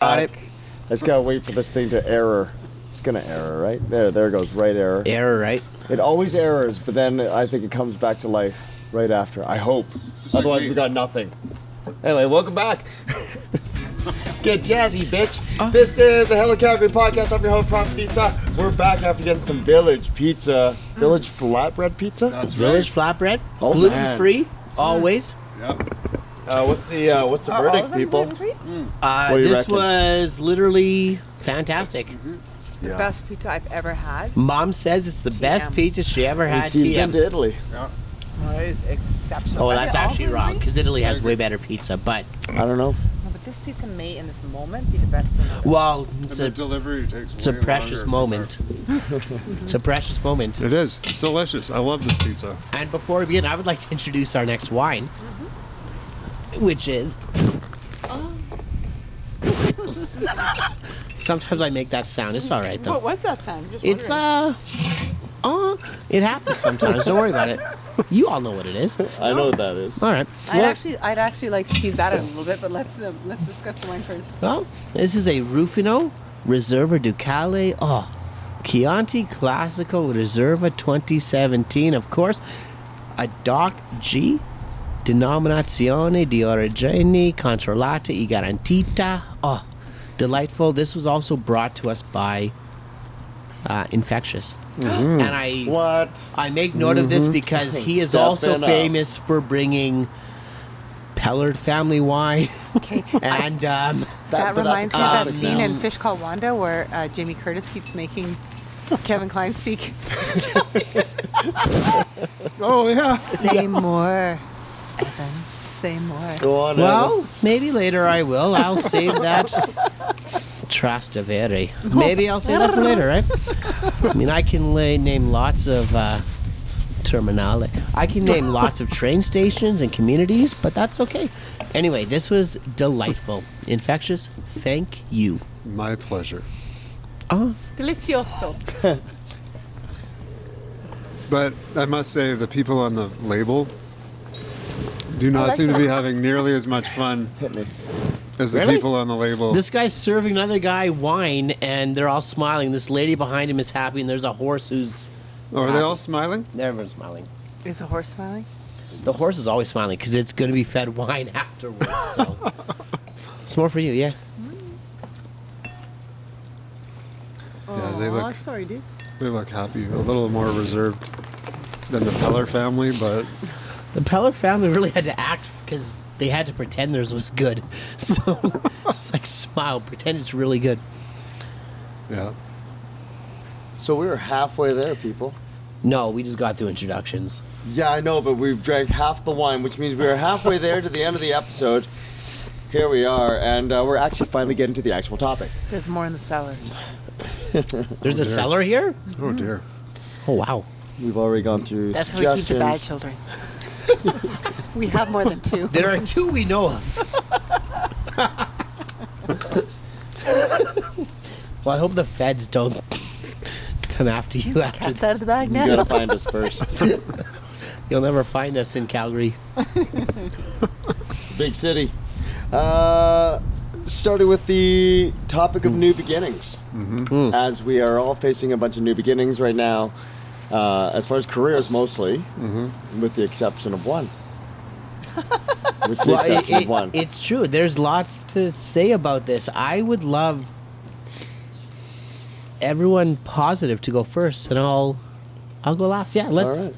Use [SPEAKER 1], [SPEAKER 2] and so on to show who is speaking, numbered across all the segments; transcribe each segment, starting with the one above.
[SPEAKER 1] Got it.
[SPEAKER 2] I just gotta wait for this thing to error. It's gonna error, right? There, there it goes, right error.
[SPEAKER 1] Error, right?
[SPEAKER 2] It always errors, but then I think it comes back to life right after. I hope.
[SPEAKER 3] Just like
[SPEAKER 2] Otherwise,
[SPEAKER 3] me.
[SPEAKER 2] we got nothing. Anyway, welcome back. Get jazzy, bitch.
[SPEAKER 4] Oh.
[SPEAKER 2] This is the Hello Calgary podcast. I'm your host, Prof Pizza. We're back after getting some village pizza,
[SPEAKER 4] Mm.
[SPEAKER 2] village flatbread pizza.
[SPEAKER 3] That's
[SPEAKER 1] Village
[SPEAKER 3] right.
[SPEAKER 1] flatbread,
[SPEAKER 2] Oh, man.
[SPEAKER 1] gluten free, always.
[SPEAKER 3] Yep.
[SPEAKER 2] Uh, what's the uh, what's the
[SPEAKER 4] Are all
[SPEAKER 2] verdict,
[SPEAKER 4] of them
[SPEAKER 2] people?
[SPEAKER 4] gluten-free?
[SPEAKER 1] Uh,
[SPEAKER 2] What do you
[SPEAKER 1] this
[SPEAKER 2] reckon? Mm-hmm.
[SPEAKER 1] was literally fantastic.
[SPEAKER 4] The best pizza I've ever had.
[SPEAKER 1] Mom says it's the best
[SPEAKER 4] TM.
[SPEAKER 1] pizza she ever had.
[SPEAKER 2] She's been
[SPEAKER 1] TM.
[SPEAKER 2] to Italy.
[SPEAKER 3] Yeah.
[SPEAKER 4] Oh, it is exceptional.
[SPEAKER 1] Oh,
[SPEAKER 4] Are
[SPEAKER 1] that's
[SPEAKER 4] they all
[SPEAKER 1] actually wrong
[SPEAKER 4] gluten-free?
[SPEAKER 1] because Italy has way better pizza. But
[SPEAKER 2] I don't know.
[SPEAKER 4] No, but this pizza may, in this moment, be the best thing. ever.
[SPEAKER 1] well,
[SPEAKER 3] And
[SPEAKER 1] it's
[SPEAKER 3] the
[SPEAKER 1] a
[SPEAKER 3] delivery takes
[SPEAKER 1] it's a
[SPEAKER 3] way
[SPEAKER 1] precious
[SPEAKER 3] longer.
[SPEAKER 1] moment. it's a precious moment.
[SPEAKER 3] It is. It's delicious. I love this pizza.
[SPEAKER 1] And before we begin, I would like to introduce our next wine, which is. Sometimes I make that sound. It's all right though.
[SPEAKER 4] What was that sound? I'm just
[SPEAKER 1] It's
[SPEAKER 4] wondering.
[SPEAKER 1] uh, uh, it happens sometimes. Don't worry about it. You all know what it is. All
[SPEAKER 2] I know what that is.
[SPEAKER 1] right.
[SPEAKER 4] I'd actually, I'd actually like to tease that out a little bit, but let's um, let's discuss the wine first.
[SPEAKER 1] Well, this is a Rufino Reserva Ducale. Oh, Chianti Classico Reserva 2017, of course. A Doc G, Denominazione di Origine Controllata e Garantita. Oh, delightful. This was also brought to us by uh, Infectious. And I.
[SPEAKER 2] What?
[SPEAKER 1] I make note of this because he is
[SPEAKER 2] Mm-hmm. Stepping
[SPEAKER 1] also
[SPEAKER 2] up.
[SPEAKER 1] famous for bringing Pellard family wine.
[SPEAKER 4] Okay.
[SPEAKER 1] and um,
[SPEAKER 4] That,
[SPEAKER 2] but that's
[SPEAKER 4] reminds me of that
[SPEAKER 2] classic
[SPEAKER 4] scene
[SPEAKER 2] now.
[SPEAKER 4] in Fish Called Wanda where uh, Jamie Curtis keeps making Kevin Klein speak.
[SPEAKER 3] Oh yeah.
[SPEAKER 4] Say more, Evan. Say more.
[SPEAKER 2] Go on. Evan.
[SPEAKER 1] well, maybe later I will. I'll save that Trastevere. Maybe I'll save that for later, right? I mean, I can lay, name lots of uh, terminale. I can name lots of train stations and communities, but that's okay. Anyway, this was delightful, infectious. Thank you.
[SPEAKER 3] My pleasure.
[SPEAKER 4] Delicioso.
[SPEAKER 3] But I must say, the people on the label do not seem to be having nearly as much fun as the
[SPEAKER 1] Really?
[SPEAKER 3] people on the label.
[SPEAKER 1] This guy's serving another guy wine, and they're all smiling. This lady behind him is happy, and there's a horse who's
[SPEAKER 3] oh, are they all smiling?
[SPEAKER 1] everyone's smiling.
[SPEAKER 4] Is the horse smiling?
[SPEAKER 1] The horse is always smiling because it's going to be fed wine afterwards. So it's more for you, yeah.
[SPEAKER 3] Yeah, they
[SPEAKER 4] Aw,
[SPEAKER 3] look
[SPEAKER 4] sorry, dude.
[SPEAKER 3] they look happy. A little more reserved than the Peller family, but
[SPEAKER 1] The Peller family really had to act because they had to pretend theirs was good. So it's like smile, pretend it's really good.
[SPEAKER 3] yeah.
[SPEAKER 2] So we were halfway there, people.
[SPEAKER 1] No, we just got through introductions.
[SPEAKER 2] Yeah, I know, but we've drank half the wine, which means we are halfway there to the end of the episode. Here we are, and uh, we're actually finally getting to the actual topic.
[SPEAKER 4] There's more in the cellar.
[SPEAKER 1] There's a cellar here.
[SPEAKER 3] Oh dear.
[SPEAKER 1] Oh wow.
[SPEAKER 2] We've already gone through
[SPEAKER 4] That's where we keep
[SPEAKER 2] suggestions.
[SPEAKER 4] the bad children. we have more than two.
[SPEAKER 1] There are two we know of. well, I hope the feds don't come after you after
[SPEAKER 4] Cat's
[SPEAKER 1] that.
[SPEAKER 4] out of the bag
[SPEAKER 2] you gotta
[SPEAKER 4] now.
[SPEAKER 2] find us first.
[SPEAKER 1] You'll never find us in Calgary.
[SPEAKER 2] It's a big city. Uh, starting with the topic of new beginnings, as we are all facing a bunch of new beginnings right now, uh, as far as careers mostly, with the exception of one. with the
[SPEAKER 1] Well, it-
[SPEAKER 2] exception
[SPEAKER 1] it-
[SPEAKER 2] of one.
[SPEAKER 1] It's true. There's lots to say about this. I would love everyone positive to go first, and I'll I'll go last. Yeah, let's
[SPEAKER 2] right.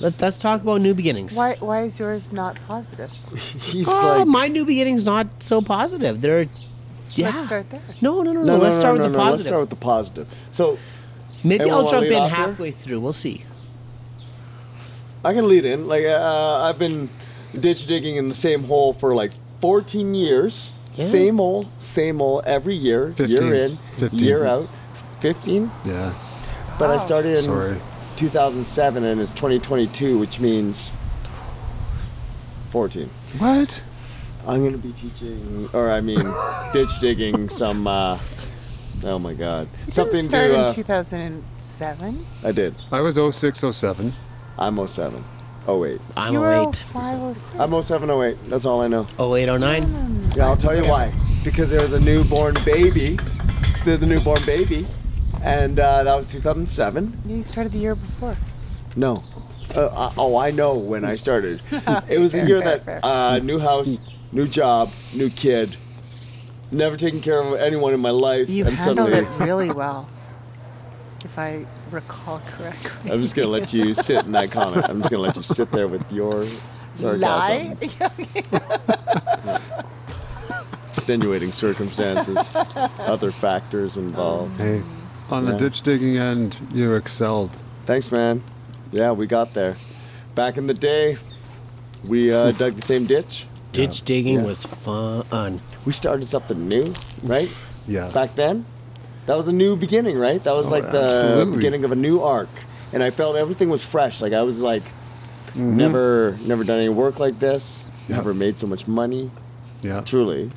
[SPEAKER 1] let, let's talk about new beginnings.
[SPEAKER 4] Why, why is yours not positive?
[SPEAKER 2] He's
[SPEAKER 1] Oh,
[SPEAKER 2] like,
[SPEAKER 1] my new beginning's not so positive. There, are- yeah.
[SPEAKER 4] Let's start there.
[SPEAKER 1] No, no, no, no. let's start with the
[SPEAKER 2] no,
[SPEAKER 1] positive.
[SPEAKER 2] Let's start with the positive. So
[SPEAKER 1] Maybe
[SPEAKER 2] Anyone
[SPEAKER 1] I'll
[SPEAKER 2] wanna
[SPEAKER 1] jump
[SPEAKER 2] lead
[SPEAKER 1] in
[SPEAKER 2] off here?
[SPEAKER 1] halfway through. We'll see.
[SPEAKER 2] I can lead in. Like uh, I've been ditch digging in the same hole for like 14 years.
[SPEAKER 1] Yeah.
[SPEAKER 2] Same hole, same hole every year,
[SPEAKER 3] 15.
[SPEAKER 2] year in,
[SPEAKER 3] 15.
[SPEAKER 2] year out. 15.
[SPEAKER 3] Yeah.
[SPEAKER 2] But I
[SPEAKER 4] Wow.
[SPEAKER 2] started in
[SPEAKER 3] Sorry.
[SPEAKER 2] 2007 and it's 2022, which means 14.
[SPEAKER 3] What?
[SPEAKER 2] I'm gonna be teaching, or I mean, ditch digging some. Uh, oh my God,
[SPEAKER 4] You
[SPEAKER 2] something
[SPEAKER 4] didn't start
[SPEAKER 2] to. Uh,
[SPEAKER 4] in 2007.
[SPEAKER 2] I did.
[SPEAKER 3] I was 0607.
[SPEAKER 2] I'm 07, 08.
[SPEAKER 1] I'm
[SPEAKER 4] You were
[SPEAKER 1] a wait.
[SPEAKER 4] 05, 06.
[SPEAKER 2] I'm 07, 08. That's all I know.
[SPEAKER 1] Oh eight oh nine.
[SPEAKER 2] Yeah, I'll tell you why. because they're the newborn baby. They're the newborn baby, and uh, that was 2007.
[SPEAKER 4] You started the year before.
[SPEAKER 2] No. Uh, uh, oh, I know when I started. It was the year
[SPEAKER 4] fair,
[SPEAKER 2] that
[SPEAKER 4] fair.
[SPEAKER 2] uh, new house, new job, new kid, never taking care of anyone in my life,
[SPEAKER 4] You
[SPEAKER 2] and
[SPEAKER 4] handled
[SPEAKER 2] suddenly
[SPEAKER 4] it really well, if I recall correctly.
[SPEAKER 2] I'm just gonna let you sit in that comment. I'm just gonna let you sit there with your sarcasm,
[SPEAKER 4] Lie?
[SPEAKER 2] extenuating circumstances, other factors involved.
[SPEAKER 3] Hey, on the
[SPEAKER 2] Yeah.
[SPEAKER 3] ditch digging end, you excelled.
[SPEAKER 2] Thanks, man. Yeah, we got there. Back in the day, we uh, dug the same ditch.
[SPEAKER 1] Ditch digging
[SPEAKER 2] Yeah.
[SPEAKER 1] was fun.
[SPEAKER 2] We started something new, right?
[SPEAKER 3] Yeah.
[SPEAKER 2] Back then, that was a new beginning, right? That was
[SPEAKER 3] Oh,
[SPEAKER 2] like the
[SPEAKER 3] absolutely.
[SPEAKER 2] beginning of a new arc, and I felt everything was fresh. Like I was like, never, never done any work like this.
[SPEAKER 3] Mm-hmm. Yeah.
[SPEAKER 2] Never made so much money.
[SPEAKER 3] Yeah.
[SPEAKER 2] Truly,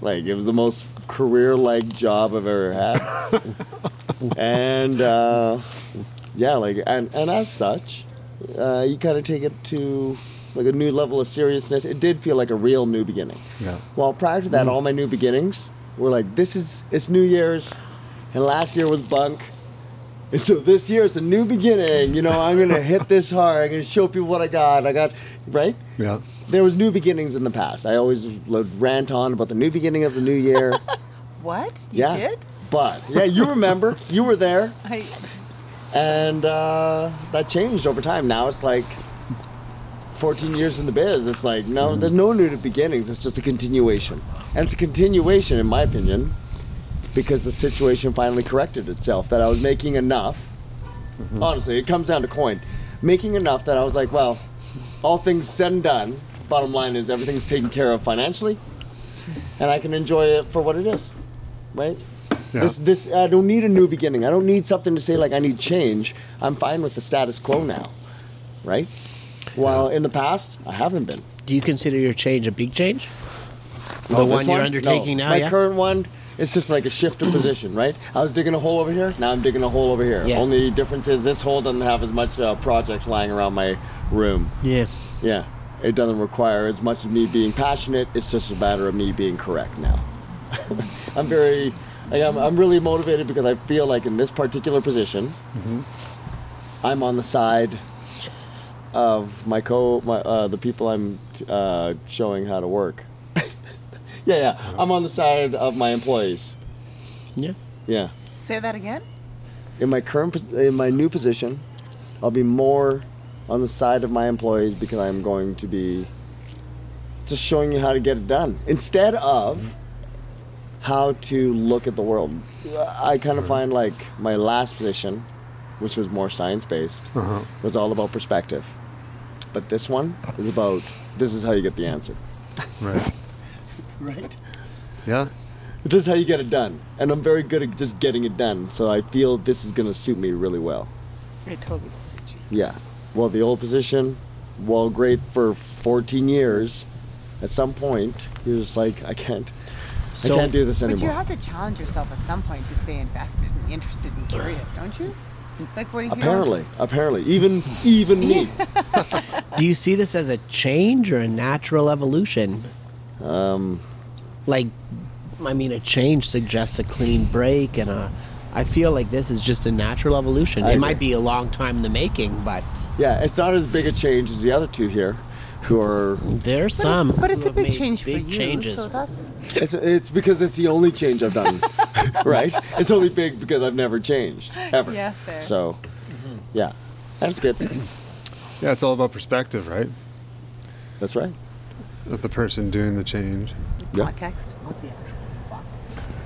[SPEAKER 2] like it was the most career-like job I've ever had. and uh, yeah, like and and as such, uh, you kind of take it to like a new level of seriousness. It did feel like a real new beginning.
[SPEAKER 3] Yeah. Mm.
[SPEAKER 2] Well, prior to that, all my new beginnings were like, this is it's New Year's, and last year was bunk. And so this year it's a new beginning. You know, I'm gonna hit this hard. I'm gonna show people what I got. I got right.
[SPEAKER 3] Yeah.
[SPEAKER 2] There was new beginnings in the past. I always would rant on about the new beginning of the new year.
[SPEAKER 4] What? You
[SPEAKER 2] yeah.
[SPEAKER 4] did?
[SPEAKER 2] But yeah, you remember, you were there,
[SPEAKER 4] I,
[SPEAKER 2] and uh, that changed over time. Now it's like 14 years in the biz. It's like no, there's no new beginnings. It's just a continuation, and it's a continuation, in my opinion, because the situation finally corrected itself. That I was making enough. Honestly, it comes down to coin, making enough that I was like, well, all things said and done. Bottom line is everything's taken care of financially, and I can enjoy it for what it is, right?
[SPEAKER 3] Yeah.
[SPEAKER 2] This, this, I don't need a new beginning. I don't need something to say like I need change. I'm fine with the status quo now, right? While in the past, I haven't been.
[SPEAKER 1] Do you consider your change a big change? The
[SPEAKER 2] Oh,
[SPEAKER 1] one
[SPEAKER 2] this
[SPEAKER 1] you're
[SPEAKER 2] No.
[SPEAKER 1] undertaking now,
[SPEAKER 2] My
[SPEAKER 1] yeah?
[SPEAKER 2] current one, it's just like a shift of position, right? I was digging a hole over here. Now I'm digging a hole over here.
[SPEAKER 1] Yeah.
[SPEAKER 2] Only difference is this hole doesn't have as much uh, projects lying around my room.
[SPEAKER 1] yes.
[SPEAKER 2] Yeah, it doesn't require as much of me being passionate. It's just a matter of me being correct now. I'm very, like, I'm, I'm really motivated because I feel like in this particular position, I'm on the side of my co, my, uh, the people I'm t- uh, showing how to work. yeah, yeah, I'm on the side of my employees.
[SPEAKER 1] Yeah.
[SPEAKER 2] Yeah,
[SPEAKER 4] say that again?
[SPEAKER 2] in my current, pos- in my new position, I'll be more on the side of my employees because I'm going to be just showing you how to get it done instead of how to look at the world. I kind of find like my last position, which was more science based, was all about perspective. But this one is about this is how you get the answer.
[SPEAKER 3] Right.
[SPEAKER 2] Right.
[SPEAKER 3] Yeah.
[SPEAKER 2] This is how you get it done. And I'm very good at just getting it done. So I feel this is going to suit me really well.
[SPEAKER 4] It totally does suit you.
[SPEAKER 2] Yeah. Well, the old position, well, great for 14 years. At some point, you're just like, I can't,
[SPEAKER 1] So-
[SPEAKER 2] I can't do this
[SPEAKER 4] But you
[SPEAKER 2] anymore.
[SPEAKER 4] have to challenge yourself at some point to stay invested and interested and curious, don't you? Like what do you
[SPEAKER 2] apparently, apparently, even even me.
[SPEAKER 1] Do you see this as a change or a natural evolution? Um, like, I mean, a change suggests a clean break, and a. I feel like this is just a natural evolution.
[SPEAKER 2] I
[SPEAKER 1] it
[SPEAKER 2] agree.
[SPEAKER 1] might be a long time in the making, but
[SPEAKER 2] yeah, it's not as big a change as the other two here, who are.
[SPEAKER 1] there's
[SPEAKER 4] But,
[SPEAKER 1] some.
[SPEAKER 4] it's, but it's
[SPEAKER 1] who
[SPEAKER 4] a
[SPEAKER 1] have
[SPEAKER 4] big
[SPEAKER 1] made
[SPEAKER 4] change
[SPEAKER 1] big
[SPEAKER 4] for you.
[SPEAKER 1] changes.
[SPEAKER 4] So that's
[SPEAKER 2] It's it's because it's the only change I've done, right? It's only big because I've never changed ever.
[SPEAKER 4] Yeah, fair.
[SPEAKER 2] So, yeah, that's good.
[SPEAKER 3] Yeah. It's all about perspective, right?
[SPEAKER 2] That's right.
[SPEAKER 3] Of the person doing the change.
[SPEAKER 2] Yeah.
[SPEAKER 4] context.
[SPEAKER 1] What the actual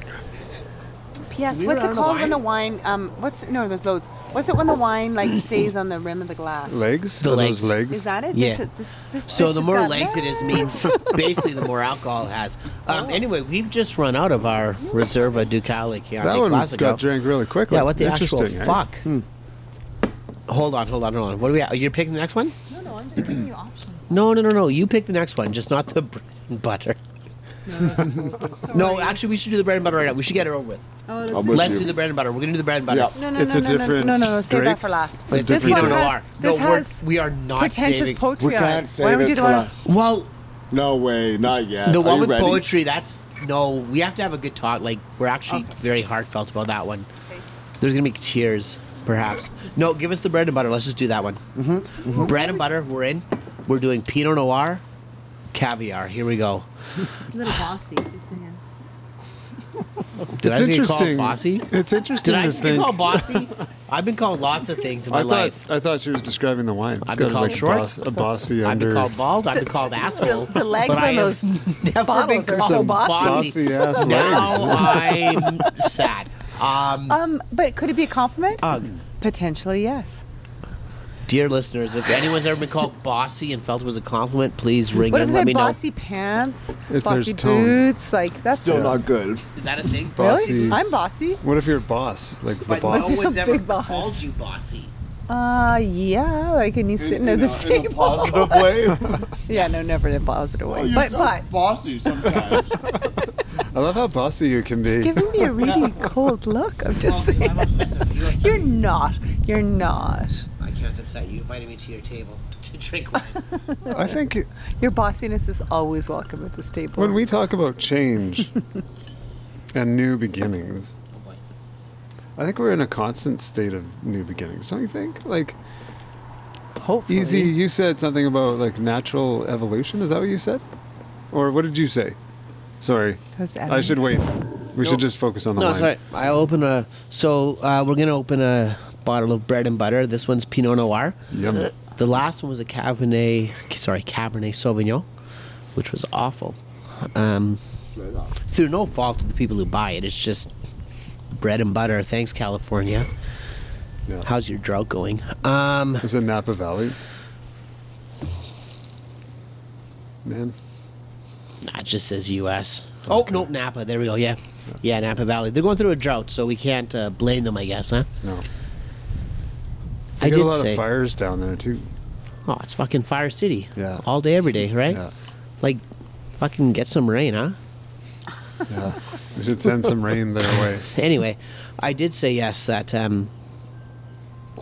[SPEAKER 1] fuck?
[SPEAKER 4] P.S.
[SPEAKER 1] Do we
[SPEAKER 4] What's
[SPEAKER 1] run out
[SPEAKER 4] it
[SPEAKER 1] of
[SPEAKER 4] called when
[SPEAKER 1] wine?
[SPEAKER 4] the wine? Um, what's no? There's loads. What's it when the wine like stays on the rim of the glass?
[SPEAKER 3] Legs.
[SPEAKER 1] The
[SPEAKER 3] Are
[SPEAKER 1] legs.
[SPEAKER 3] those legs.
[SPEAKER 4] Is that it?
[SPEAKER 1] Yeah.
[SPEAKER 4] This, this, this
[SPEAKER 1] So
[SPEAKER 4] bitch
[SPEAKER 1] the
[SPEAKER 4] has
[SPEAKER 1] more
[SPEAKER 4] got
[SPEAKER 1] legs it is
[SPEAKER 4] legs.
[SPEAKER 1] means basically the more alcohol it has. Um, Anyway, we've just run out of our Reserva Ducale Chianti
[SPEAKER 3] That one
[SPEAKER 1] Classico.
[SPEAKER 3] got drank really quickly.
[SPEAKER 1] Yeah, what the
[SPEAKER 3] Interesting,
[SPEAKER 1] actual
[SPEAKER 3] eh?
[SPEAKER 1] fuck? Hold on, hold on, hold on. What do we? At? You're picking the next one?
[SPEAKER 4] No, no, I'm just giving you options.
[SPEAKER 1] No, no, no, no. You pick the next one, just not the bread and butter. No, actually, we should do the bread and butter right now. We should get it over with.
[SPEAKER 4] Oh,
[SPEAKER 2] I'm
[SPEAKER 4] it's
[SPEAKER 2] with
[SPEAKER 1] Let's
[SPEAKER 2] you.
[SPEAKER 1] do the bread and butter. We're gonna do the bread and butter.
[SPEAKER 2] Yeah.
[SPEAKER 4] No, no,
[SPEAKER 3] It's
[SPEAKER 4] no,
[SPEAKER 3] a
[SPEAKER 4] no, no,
[SPEAKER 3] different
[SPEAKER 4] no, no, no, save
[SPEAKER 3] grape.
[SPEAKER 4] that for last.
[SPEAKER 1] But
[SPEAKER 4] this
[SPEAKER 1] we
[SPEAKER 4] one
[SPEAKER 1] don't know
[SPEAKER 4] has,
[SPEAKER 1] our.
[SPEAKER 4] this
[SPEAKER 1] no, we're,
[SPEAKER 4] has
[SPEAKER 1] we are not
[SPEAKER 4] pretentious
[SPEAKER 1] saving.
[SPEAKER 4] poetry
[SPEAKER 2] We
[SPEAKER 4] on
[SPEAKER 2] can't
[SPEAKER 4] it.
[SPEAKER 2] save
[SPEAKER 4] Why don't we
[SPEAKER 2] it
[SPEAKER 4] do the
[SPEAKER 2] for
[SPEAKER 4] one?
[SPEAKER 2] last.
[SPEAKER 1] well,
[SPEAKER 2] No way, not yet.
[SPEAKER 1] The
[SPEAKER 2] Are
[SPEAKER 1] one
[SPEAKER 2] you
[SPEAKER 1] with
[SPEAKER 2] ready?
[SPEAKER 1] poetry, that's no. We have to have a good talk. Like we're actually very heartfelt about that one. There's gonna be tears, perhaps. No, give us the bread and butter. Let's just do that one. Mm-hmm. Bread and butter. We're in. We're doing Pinot Noir, caviar. Here we go.
[SPEAKER 5] It's a little bossy, just saying.
[SPEAKER 1] Did I just
[SPEAKER 3] it's
[SPEAKER 1] get
[SPEAKER 3] interesting.
[SPEAKER 1] called bossy?
[SPEAKER 3] It's interesting
[SPEAKER 1] Did I
[SPEAKER 3] to
[SPEAKER 1] just get
[SPEAKER 3] think.
[SPEAKER 1] called bossy? I've been called lots of things in my
[SPEAKER 3] I thought
[SPEAKER 1] life.
[SPEAKER 3] I thought she was describing the wine. It's
[SPEAKER 1] I've been
[SPEAKER 3] got
[SPEAKER 1] called
[SPEAKER 3] like
[SPEAKER 1] short.
[SPEAKER 3] boss- a bossy
[SPEAKER 1] I've been
[SPEAKER 3] under.
[SPEAKER 1] called bald. I've been called asshole.
[SPEAKER 5] The, the legs
[SPEAKER 1] but I
[SPEAKER 5] on
[SPEAKER 1] have
[SPEAKER 5] those
[SPEAKER 1] never been
[SPEAKER 5] bottles are
[SPEAKER 1] called
[SPEAKER 5] so
[SPEAKER 3] Some
[SPEAKER 5] bossy.
[SPEAKER 1] bossy.
[SPEAKER 3] Bossy ass legs.
[SPEAKER 1] Now I'm sad. Um,
[SPEAKER 4] Um, but could it be a compliment?
[SPEAKER 1] Um,
[SPEAKER 4] Potentially, yes.
[SPEAKER 1] Dear listeners, if anyone's ever been called bossy and felt it was a compliment, please ring
[SPEAKER 4] What
[SPEAKER 1] in.
[SPEAKER 4] if
[SPEAKER 1] Let
[SPEAKER 4] they
[SPEAKER 1] me
[SPEAKER 4] bossy pants,
[SPEAKER 3] If there's
[SPEAKER 4] bossy
[SPEAKER 3] tone.
[SPEAKER 4] boots? Like that's
[SPEAKER 2] Still not good.
[SPEAKER 1] know. Is that a thing?
[SPEAKER 3] Bo- Bossy.
[SPEAKER 4] really. I'm bossy.
[SPEAKER 3] What if you're a boss, like the
[SPEAKER 1] But no
[SPEAKER 3] boss?
[SPEAKER 4] He's a
[SPEAKER 1] one's ever
[SPEAKER 4] big boss.
[SPEAKER 1] called you bossy.
[SPEAKER 4] Uh, yeah. Like, and he's sitting at this
[SPEAKER 2] in a
[SPEAKER 4] table.
[SPEAKER 2] positive Oh, way.
[SPEAKER 4] Yeah, no, never in a positive way. but but
[SPEAKER 2] bossy sometimes.
[SPEAKER 3] I love how bossy you can be.
[SPEAKER 4] giving me a really cold look. I'm just
[SPEAKER 2] Oh,
[SPEAKER 4] saying.
[SPEAKER 1] I'm upset that you upset
[SPEAKER 4] You're
[SPEAKER 1] me.
[SPEAKER 4] not. You're not.
[SPEAKER 1] I can't upset you. You invited me to your table to drink wine.
[SPEAKER 3] I think
[SPEAKER 4] Your bossiness is always welcome at this table.
[SPEAKER 3] when we talk about change and new beginnings,
[SPEAKER 1] Oh boy.
[SPEAKER 3] I think we're in a constant state of new beginnings, don't you think? Like
[SPEAKER 4] Hopefully.
[SPEAKER 3] easy, you said something about like natural evolution. Is that what you said, or what did you say? Sorry,
[SPEAKER 4] That was
[SPEAKER 3] I should wait. We should just focus on the
[SPEAKER 1] No,
[SPEAKER 3] wine.
[SPEAKER 1] sorry. I open a. So uh, we're gonna open a bottle of bread and butter. This one's Pinot Noir.
[SPEAKER 3] Yum.
[SPEAKER 1] The last one was a Cabernet. Sorry, Cabernet Sauvignon, which was awful. Um, through no fault of the people who buy it. It's just bread and butter. Thanks, California.
[SPEAKER 3] Yeah.
[SPEAKER 1] How's your drought going? Um,
[SPEAKER 3] Is it Napa Valley? Man,
[SPEAKER 1] nah, it just says U.S. Oh no, Napa. There we go. Yeah, yeah, Napa Valley. They're going through a drought, so we can't uh, blame them, I guess, huh?
[SPEAKER 3] no.
[SPEAKER 1] I
[SPEAKER 3] They get
[SPEAKER 1] did
[SPEAKER 3] a lot
[SPEAKER 1] say.
[SPEAKER 3] of fires down there too.
[SPEAKER 1] Oh, it's fucking Fire City.
[SPEAKER 3] Yeah.
[SPEAKER 1] All day, every day, right?
[SPEAKER 3] Yeah.
[SPEAKER 1] Like, fucking get some rain, huh?
[SPEAKER 3] Yeah, we should send some rain their way.
[SPEAKER 1] Anyway, I did say yes that, um,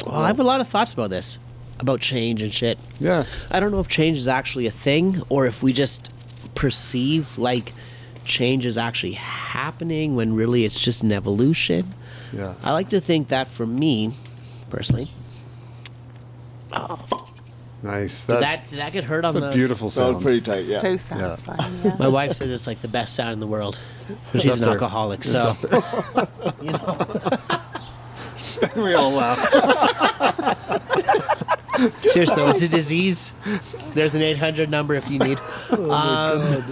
[SPEAKER 1] well, I have a lot of thoughts about this, about change and shit.
[SPEAKER 3] Yeah,
[SPEAKER 1] I don't know if change is actually a thing or if we just perceive like change is actually happening when really it's just an evolution.
[SPEAKER 3] yeah.
[SPEAKER 1] I like to think that for me, personally,
[SPEAKER 3] Nice.
[SPEAKER 1] did
[SPEAKER 3] That's,
[SPEAKER 1] that, did that get hurt on
[SPEAKER 3] that's
[SPEAKER 1] the
[SPEAKER 3] a beautiful
[SPEAKER 2] Sounds
[SPEAKER 3] sound.
[SPEAKER 2] pretty tight, yeah.
[SPEAKER 4] So satisfying. Yeah.
[SPEAKER 1] My wife says it's like the best sound in the world. She's
[SPEAKER 3] up
[SPEAKER 1] an
[SPEAKER 3] there.
[SPEAKER 1] alcoholic, so you know.
[SPEAKER 3] we all laugh.
[SPEAKER 1] Seriously, though, it's a disease. There's an 800 number if you need. Um,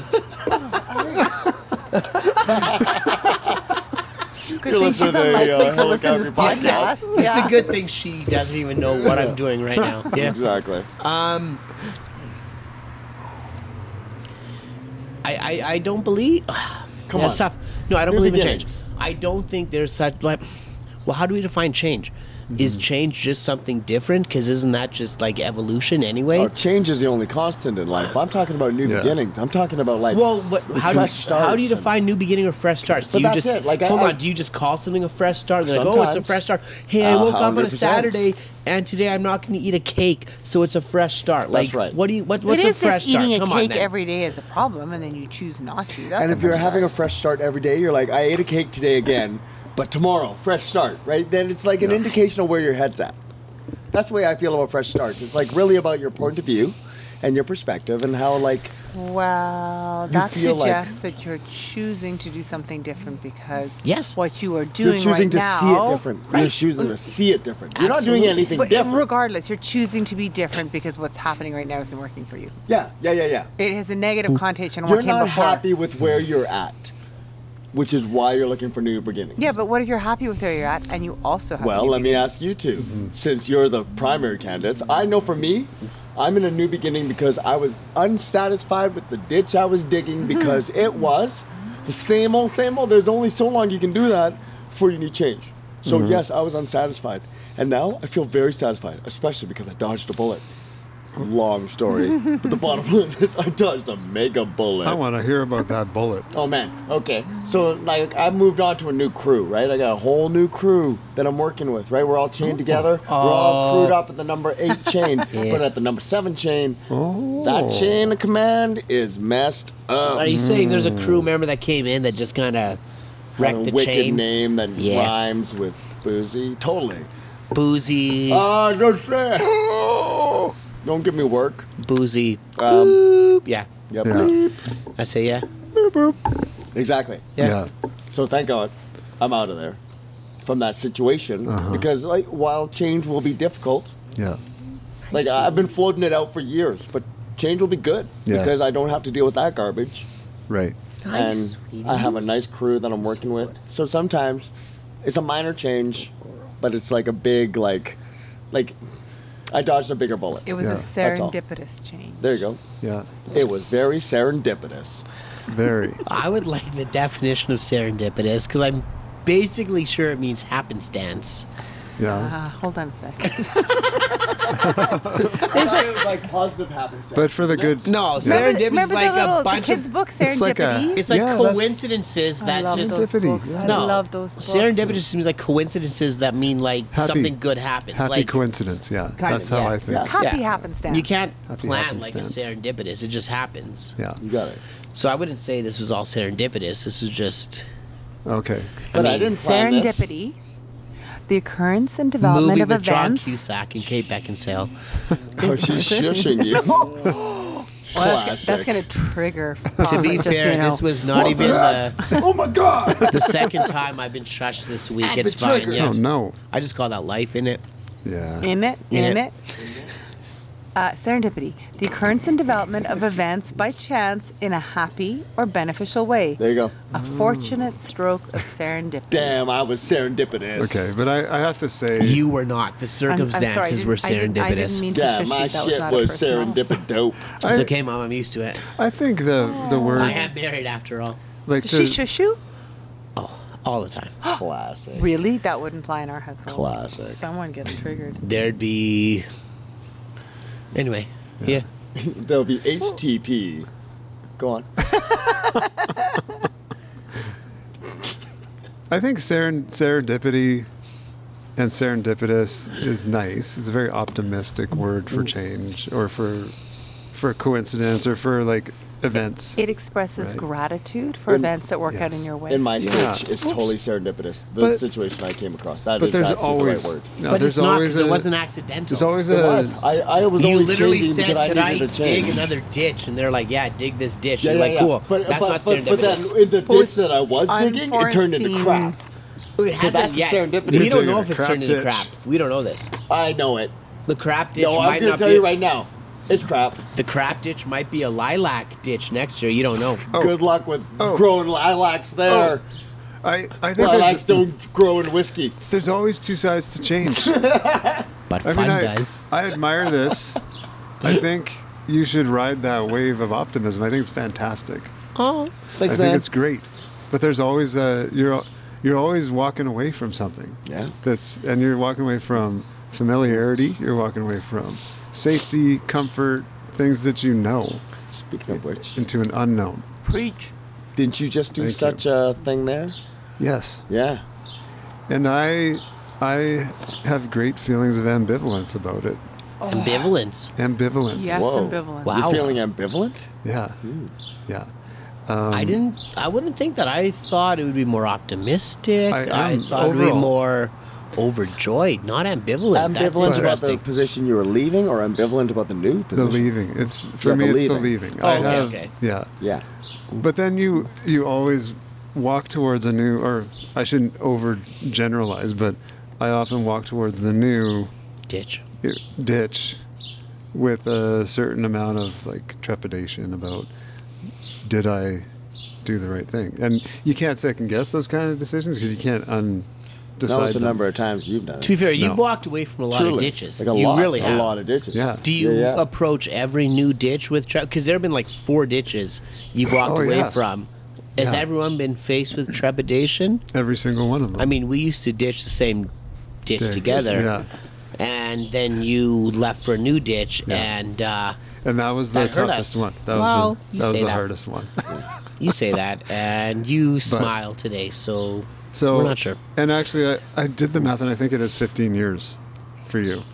[SPEAKER 4] Good thing she's
[SPEAKER 2] listening to a,
[SPEAKER 4] unlikely
[SPEAKER 2] uh,
[SPEAKER 4] to listen to this
[SPEAKER 2] Helicopter
[SPEAKER 4] podcast.
[SPEAKER 1] It's
[SPEAKER 4] Yeah.
[SPEAKER 1] a good thing she doesn't even know what I'm doing right now. Yeah,
[SPEAKER 2] Exactly. Uh,
[SPEAKER 1] I, I, I don't believe.
[SPEAKER 2] Come
[SPEAKER 1] That's
[SPEAKER 2] on.
[SPEAKER 1] tough. No, I don't
[SPEAKER 2] New
[SPEAKER 1] believe in
[SPEAKER 2] beginnings.
[SPEAKER 1] change. I don't think there's such like. Well, how do we define change?
[SPEAKER 2] Mm-hmm.
[SPEAKER 1] Is change just something different? Because isn't that just like evolution anyway?
[SPEAKER 2] Oh, change is the only constant in life. I'm talking about new
[SPEAKER 3] Yeah.
[SPEAKER 2] beginnings. I'm talking about like
[SPEAKER 1] Well, what,
[SPEAKER 2] with
[SPEAKER 1] how, do
[SPEAKER 2] fresh
[SPEAKER 1] you, how do you
[SPEAKER 2] starts and-
[SPEAKER 1] define new beginning or fresh starts? Do
[SPEAKER 2] But
[SPEAKER 1] you
[SPEAKER 2] that's
[SPEAKER 1] just
[SPEAKER 2] it, like, I-
[SPEAKER 1] hold
[SPEAKER 2] I-
[SPEAKER 1] on? Do you just call something a fresh start? They're like, oh, it's a
[SPEAKER 2] Sometimes.
[SPEAKER 1] fresh start. Hey, I
[SPEAKER 2] Uh,
[SPEAKER 1] woke up on a
[SPEAKER 2] 100%.
[SPEAKER 1] Saturday, and today I'm not going to eat a cake, so it's a fresh start. Like,
[SPEAKER 2] right.
[SPEAKER 1] what do you? What, what's
[SPEAKER 4] it
[SPEAKER 1] a
[SPEAKER 4] is
[SPEAKER 1] fresh
[SPEAKER 4] if eating
[SPEAKER 1] start?
[SPEAKER 4] a
[SPEAKER 1] Come
[SPEAKER 4] cake
[SPEAKER 1] on, then.
[SPEAKER 4] every day is a problem, and then you choose not to. That's
[SPEAKER 2] And
[SPEAKER 4] a
[SPEAKER 2] if you're
[SPEAKER 4] fresh
[SPEAKER 2] having a
[SPEAKER 4] start.
[SPEAKER 2] fresh start every day, you're like, I ate a cake today again, but tomorrow, fresh start, right? Then it's like an indication of where your head's at. That's the way I feel about fresh starts. It's like really about your point of view and your perspective and how like
[SPEAKER 4] well, that
[SPEAKER 2] feel like-
[SPEAKER 4] suggests that you're choosing to do something different because
[SPEAKER 1] Yes.
[SPEAKER 4] what you are doing
[SPEAKER 2] you're choosing
[SPEAKER 4] right
[SPEAKER 2] to
[SPEAKER 4] now,
[SPEAKER 2] see it different. You're
[SPEAKER 1] right?
[SPEAKER 2] choosing to see it different. You're not doing
[SPEAKER 1] Absolutely.
[SPEAKER 2] anything
[SPEAKER 4] But
[SPEAKER 2] different.
[SPEAKER 4] regardless, you're choosing to be different because what's happening right now isn't working for you.
[SPEAKER 2] yeah, yeah, yeah, yeah.
[SPEAKER 4] It has a negative connotation.
[SPEAKER 2] Mm.
[SPEAKER 4] on
[SPEAKER 2] You're
[SPEAKER 4] what came
[SPEAKER 2] not
[SPEAKER 4] before.
[SPEAKER 2] happy with where you're at, which is why you're looking for new beginnings.
[SPEAKER 4] Yeah, but what if you're happy with where you're at and you also have?
[SPEAKER 2] Well,
[SPEAKER 4] new
[SPEAKER 2] let me
[SPEAKER 4] beginnings?
[SPEAKER 2] ask you 2 since you're the primary candidates. I know for me, I'm in a new beginning because I was unsatisfied with the ditch I was digging
[SPEAKER 4] Mm-hmm.
[SPEAKER 2] because it was the same old, same old. There's only so long you can do that before you need change. So,
[SPEAKER 4] Mm-hmm.
[SPEAKER 2] yes, I was unsatisfied. And now I feel very satisfied, especially because I dodged a bullet. long story. but the bottom line is, I dodged a mega bullet.
[SPEAKER 3] I want to hear about that bullet.
[SPEAKER 2] Oh man. Okay. So like I moved on to a new crew, right? I got a whole new crew that I'm working with, right? We're all chained together. We're
[SPEAKER 1] Uh,
[SPEAKER 2] all crewed up at the number eight chain, but at the number seven chain,
[SPEAKER 1] Oh.
[SPEAKER 2] that chain of command is messed up.
[SPEAKER 1] Are you saying there's a
[SPEAKER 3] Mm.
[SPEAKER 1] crew member that came in that just kind of
[SPEAKER 2] Had
[SPEAKER 1] wrecked
[SPEAKER 2] a
[SPEAKER 1] the
[SPEAKER 2] wicked
[SPEAKER 1] chain?
[SPEAKER 2] name that
[SPEAKER 1] Yeah.
[SPEAKER 2] rhymes with boozy. Totally.
[SPEAKER 1] Boozy,
[SPEAKER 3] Uh,
[SPEAKER 2] Ah, no shit. Don't give me work.
[SPEAKER 1] boozy.
[SPEAKER 2] Um,
[SPEAKER 1] Boop. Yeah,
[SPEAKER 2] yep.
[SPEAKER 3] Yeah.
[SPEAKER 1] I say yeah.
[SPEAKER 2] Exactly.
[SPEAKER 1] Yeah.
[SPEAKER 2] So thank God, I'm out of there from that situation
[SPEAKER 1] Uh-huh.
[SPEAKER 2] because like while change will be difficult,
[SPEAKER 3] Yeah.
[SPEAKER 2] like I- I've been floating it out for years, but change will be good
[SPEAKER 3] Yeah.
[SPEAKER 2] because I don't have to deal with that garbage,
[SPEAKER 3] Right.
[SPEAKER 2] and
[SPEAKER 5] Nice, sweetie.
[SPEAKER 2] I have a nice crew that I'm working with. So sometimes it's a minor change, but it's like a big like, like I dodged a bigger bullet.
[SPEAKER 4] It was
[SPEAKER 3] Yeah,
[SPEAKER 4] a
[SPEAKER 2] that's all.
[SPEAKER 4] serendipitous change.
[SPEAKER 2] There you go.
[SPEAKER 3] Yeah.
[SPEAKER 2] It was very serendipitous.
[SPEAKER 3] Very.
[SPEAKER 1] I would like the definition of serendipitous because I'm basically sure it means happenstance.
[SPEAKER 3] Yeah.
[SPEAKER 1] Uh-huh.
[SPEAKER 4] Uh, hold on a second.
[SPEAKER 2] I thought it was like positive happenstance.
[SPEAKER 3] But for the good.
[SPEAKER 1] No,
[SPEAKER 4] remember
[SPEAKER 1] serendipity is
[SPEAKER 4] remember
[SPEAKER 1] like
[SPEAKER 4] the little
[SPEAKER 1] a bunch
[SPEAKER 4] the kids'
[SPEAKER 1] of.
[SPEAKER 4] book
[SPEAKER 3] It's like a-
[SPEAKER 4] serendipity.
[SPEAKER 1] It's like
[SPEAKER 3] Yeah, that's-
[SPEAKER 1] coincidences
[SPEAKER 4] I
[SPEAKER 1] that
[SPEAKER 4] love
[SPEAKER 1] just.
[SPEAKER 4] those
[SPEAKER 3] Serendipity,
[SPEAKER 4] books.
[SPEAKER 3] yeah.
[SPEAKER 4] I
[SPEAKER 1] No,
[SPEAKER 4] love those books.
[SPEAKER 1] serendipitous seems like coincidences that mean like
[SPEAKER 3] Happy-
[SPEAKER 1] something good happens.
[SPEAKER 3] happy
[SPEAKER 1] like
[SPEAKER 3] coincidence. Yeah.
[SPEAKER 1] Kind
[SPEAKER 3] That's
[SPEAKER 1] of,
[SPEAKER 3] how
[SPEAKER 1] yeah.
[SPEAKER 3] I think.
[SPEAKER 4] Happy
[SPEAKER 1] Yeah.
[SPEAKER 4] happenstance.
[SPEAKER 1] you can't
[SPEAKER 3] Happy
[SPEAKER 1] plan like a
[SPEAKER 3] happenstance.
[SPEAKER 1] serendipitous; it just happens.
[SPEAKER 3] Yeah.
[SPEAKER 2] you got it.
[SPEAKER 1] So I wouldn't say this was all serendipitous. This was just
[SPEAKER 3] Okay.
[SPEAKER 2] But I,
[SPEAKER 1] mean,
[SPEAKER 2] didn't plan this.
[SPEAKER 4] serendipity. The occurrence and development
[SPEAKER 1] movie
[SPEAKER 4] of
[SPEAKER 1] with John
[SPEAKER 4] events.
[SPEAKER 1] Cusack and Kate Beckinsale.
[SPEAKER 2] Oh, she's shushing you.
[SPEAKER 4] Well, that's, gonna-
[SPEAKER 2] Classic.
[SPEAKER 4] that's going to trigger.
[SPEAKER 1] to be
[SPEAKER 4] just so
[SPEAKER 1] fair,
[SPEAKER 4] you know.
[SPEAKER 1] this was not even the,
[SPEAKER 2] oh my god!
[SPEAKER 1] the second time I've been trashed this week. It's fine.
[SPEAKER 2] triggered.
[SPEAKER 1] Yeah.
[SPEAKER 3] Oh no.
[SPEAKER 1] I just call that life in it.
[SPEAKER 3] Yeah.
[SPEAKER 4] in it,
[SPEAKER 1] In
[SPEAKER 4] in,
[SPEAKER 1] it.
[SPEAKER 4] it. Uh, serendipity, the occurrence and development of events by chance in a happy or beneficial way.
[SPEAKER 2] There you go.
[SPEAKER 4] A fortunate stroke of serendipity.
[SPEAKER 2] Damn, I was serendipitous.
[SPEAKER 3] Okay. But I, I have to say.
[SPEAKER 1] You were not. The
[SPEAKER 4] I'm- I'm
[SPEAKER 1] circumstances
[SPEAKER 4] sorry, I didn't-
[SPEAKER 1] were
[SPEAKER 4] I didn't- I didn't
[SPEAKER 1] serendipitous.
[SPEAKER 4] mean to
[SPEAKER 2] Yeah,
[SPEAKER 4] shush
[SPEAKER 2] my
[SPEAKER 4] you, that
[SPEAKER 2] shit
[SPEAKER 4] not a
[SPEAKER 2] was
[SPEAKER 4] personal-
[SPEAKER 2] serendipidope.
[SPEAKER 1] it's
[SPEAKER 3] I-
[SPEAKER 1] okay, mom. I'm used to it. Oh.
[SPEAKER 3] I think the the word
[SPEAKER 1] I am married after all.
[SPEAKER 3] like
[SPEAKER 4] Does
[SPEAKER 3] the-
[SPEAKER 4] she shush you?
[SPEAKER 1] All the time.
[SPEAKER 2] Classic.
[SPEAKER 4] Really? That wouldn't fly in our household.
[SPEAKER 2] Classic.
[SPEAKER 4] Someone gets triggered.
[SPEAKER 1] There'd be. Anyway. Yeah.
[SPEAKER 2] There'll be HTP. Go on.
[SPEAKER 3] I think seren- serendipity and serendipitous is nice. It's a very optimistic word
[SPEAKER 1] Mm.
[SPEAKER 3] for change or for for coincidence or for like events.
[SPEAKER 4] It expresses
[SPEAKER 3] Right.
[SPEAKER 4] gratitude for
[SPEAKER 2] In-
[SPEAKER 4] events that work out
[SPEAKER 3] yes.
[SPEAKER 4] in your way.
[SPEAKER 2] In my
[SPEAKER 3] Yeah.
[SPEAKER 2] search, it's totally serendipitous. The
[SPEAKER 3] But-
[SPEAKER 2] situation I came across. That is
[SPEAKER 3] but there's
[SPEAKER 2] actually
[SPEAKER 3] always
[SPEAKER 2] the right word.
[SPEAKER 3] no,
[SPEAKER 1] but
[SPEAKER 3] there's
[SPEAKER 1] it's not
[SPEAKER 3] always
[SPEAKER 1] because it
[SPEAKER 3] a-
[SPEAKER 1] wasn't accidental.
[SPEAKER 3] There's always
[SPEAKER 2] It
[SPEAKER 3] a
[SPEAKER 2] was. I, I was
[SPEAKER 1] you
[SPEAKER 2] only
[SPEAKER 1] literally
[SPEAKER 2] changing
[SPEAKER 1] said,
[SPEAKER 2] because
[SPEAKER 1] "Could I
[SPEAKER 2] I needed to change.
[SPEAKER 1] dig another ditch?" And they're like, "Yeah, dig this ditch."
[SPEAKER 2] yeah,
[SPEAKER 1] You're
[SPEAKER 2] yeah,
[SPEAKER 1] like,
[SPEAKER 2] yeah.
[SPEAKER 1] "Cool,
[SPEAKER 2] But,
[SPEAKER 1] that's
[SPEAKER 2] but,
[SPEAKER 1] not
[SPEAKER 2] but,
[SPEAKER 1] serendipitous."
[SPEAKER 2] but then in the ditch that I was digging, it turned into
[SPEAKER 4] unforeseen-
[SPEAKER 2] crap.
[SPEAKER 1] It hasn't
[SPEAKER 2] that's
[SPEAKER 1] yet.
[SPEAKER 2] serendipity.
[SPEAKER 1] We
[SPEAKER 2] You're
[SPEAKER 1] don't
[SPEAKER 3] digging
[SPEAKER 1] know
[SPEAKER 3] a
[SPEAKER 1] if it's
[SPEAKER 3] crap
[SPEAKER 1] turned into
[SPEAKER 3] ditch.
[SPEAKER 1] crap. We don't know this.
[SPEAKER 2] I know it.
[SPEAKER 1] The crap ditch
[SPEAKER 2] No, I'm
[SPEAKER 1] might
[SPEAKER 2] gonna
[SPEAKER 1] not
[SPEAKER 2] tell
[SPEAKER 1] be.
[SPEAKER 2] you right now, it's crap.
[SPEAKER 1] The crap ditch might be a lilac ditch next year. You don't know.
[SPEAKER 2] Good luck with
[SPEAKER 3] Oh.
[SPEAKER 2] growing lilacs there.
[SPEAKER 3] I, I think
[SPEAKER 2] Lilacs
[SPEAKER 3] there's,
[SPEAKER 2] don't grow in whiskey.
[SPEAKER 3] there's always two sides to change.
[SPEAKER 1] But
[SPEAKER 3] I
[SPEAKER 1] fun
[SPEAKER 3] mean, I,
[SPEAKER 1] does.
[SPEAKER 3] I admire this. I think you should ride that wave of optimism. I think it's fantastic.
[SPEAKER 1] Oh,
[SPEAKER 2] Thanks,
[SPEAKER 3] I think
[SPEAKER 2] man.
[SPEAKER 3] it's great. But there's always a you're al- you're always walking away from something.
[SPEAKER 2] Yeah.
[SPEAKER 3] That's and you're walking away from familiarity. You're walking away from safety, comfort, things that you know,
[SPEAKER 2] Speaking of which,
[SPEAKER 3] into an unknown.
[SPEAKER 4] Preach.
[SPEAKER 2] didn't you just do
[SPEAKER 3] Thank
[SPEAKER 2] such a thing there?
[SPEAKER 3] Yes.
[SPEAKER 2] Yeah.
[SPEAKER 3] And I I have great feelings of ambivalence about it.
[SPEAKER 2] Oh.
[SPEAKER 1] ambivalence.
[SPEAKER 3] Ambivalence.
[SPEAKER 4] Yes,
[SPEAKER 2] Whoa.
[SPEAKER 4] ambivalent.
[SPEAKER 1] Wow.
[SPEAKER 2] You're feeling ambivalent?
[SPEAKER 3] Yeah.
[SPEAKER 2] Hmm.
[SPEAKER 3] Yeah.
[SPEAKER 2] Um,
[SPEAKER 1] I didn't. I wouldn't think that. I thought it would be more optimistic.
[SPEAKER 3] I
[SPEAKER 1] I,
[SPEAKER 3] am,
[SPEAKER 1] thought it would be
[SPEAKER 3] overall.
[SPEAKER 1] more overjoyed, not ambivalent.
[SPEAKER 2] ambivalent
[SPEAKER 1] That's
[SPEAKER 2] about the
[SPEAKER 1] interesting.
[SPEAKER 2] position you were leaving or ambivalent about the new
[SPEAKER 3] The
[SPEAKER 2] position?
[SPEAKER 3] leaving. It's for
[SPEAKER 2] Yeah,
[SPEAKER 3] me
[SPEAKER 2] the
[SPEAKER 3] it's the
[SPEAKER 2] leaving.
[SPEAKER 3] leaving.
[SPEAKER 1] Oh,
[SPEAKER 3] I
[SPEAKER 1] okay,
[SPEAKER 3] have
[SPEAKER 1] okay.
[SPEAKER 3] yeah.
[SPEAKER 2] Yeah.
[SPEAKER 3] But then you you always walk towards a new, or I shouldn't overgeneralize, but I often walk towards the new
[SPEAKER 1] ditch.
[SPEAKER 3] ditch with a certain amount of like trepidation about did I do the right thing? And you can't second guess those kind of decisions because you can't un
[SPEAKER 2] Not
[SPEAKER 3] decide
[SPEAKER 2] with the
[SPEAKER 3] them.
[SPEAKER 2] number of times you've done it.
[SPEAKER 1] To be fair, you've
[SPEAKER 3] No.
[SPEAKER 1] walked away from a lot of ditches.
[SPEAKER 2] Like a
[SPEAKER 1] you
[SPEAKER 2] lot,
[SPEAKER 1] really
[SPEAKER 2] a
[SPEAKER 1] have
[SPEAKER 2] lot of ditches.
[SPEAKER 3] Yeah.
[SPEAKER 1] Do you
[SPEAKER 2] Yeah, yeah.
[SPEAKER 1] approach every new ditch with trepidation? Because there have been like four ditches you've walked
[SPEAKER 3] Oh,
[SPEAKER 1] away
[SPEAKER 3] yeah.
[SPEAKER 1] from. Has
[SPEAKER 3] Yeah.
[SPEAKER 1] everyone been faced with trepidation?
[SPEAKER 3] Every single one of them.
[SPEAKER 1] I mean, we used to ditch the same ditch
[SPEAKER 3] Ditch,
[SPEAKER 1] together.
[SPEAKER 3] yeah.
[SPEAKER 1] and then you left for a new ditch, and uh,
[SPEAKER 3] And that was the
[SPEAKER 1] That hurt
[SPEAKER 3] toughest
[SPEAKER 1] us.
[SPEAKER 3] one. That
[SPEAKER 1] Well,
[SPEAKER 3] was the,
[SPEAKER 1] you
[SPEAKER 3] that was
[SPEAKER 1] say
[SPEAKER 3] the
[SPEAKER 1] that.
[SPEAKER 3] hardest one.
[SPEAKER 1] you say that, and you smile today. So,
[SPEAKER 3] So
[SPEAKER 1] we're not sure.
[SPEAKER 3] And actually, I, I did the math, and I think it is 15 years for you.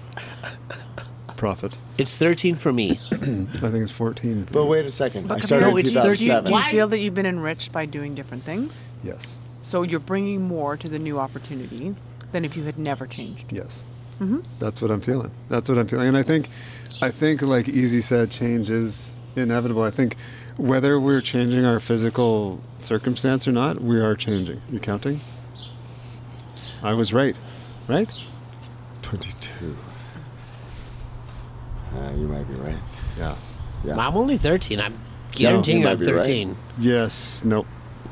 [SPEAKER 3] Profit.
[SPEAKER 1] It's 13 for me.
[SPEAKER 3] I think it's 14.
[SPEAKER 2] But wait a second. I
[SPEAKER 4] come
[SPEAKER 2] started
[SPEAKER 4] here.
[SPEAKER 2] in
[SPEAKER 4] No, it's
[SPEAKER 2] 2007.
[SPEAKER 4] Do you
[SPEAKER 1] Why-
[SPEAKER 4] feel that you've been enriched by doing different things?
[SPEAKER 3] yes,
[SPEAKER 4] So you're bringing more to the new opportunity than if you had never changed.
[SPEAKER 3] yes.
[SPEAKER 1] Mm-hmm.
[SPEAKER 3] That's what I'm feeling. That's what I'm feeling. And I think, I think like easy said, change is inevitable. I think whether we're changing our physical circumstance or not, we are changing. You counting? I was right, right?
[SPEAKER 2] 22. Uh, you might be right.
[SPEAKER 3] Yeah.
[SPEAKER 2] Yeah.
[SPEAKER 1] I'm only 13. I'm guaranteeing
[SPEAKER 2] might
[SPEAKER 1] I'm
[SPEAKER 2] be right.
[SPEAKER 1] 13.
[SPEAKER 3] Yes. Nope.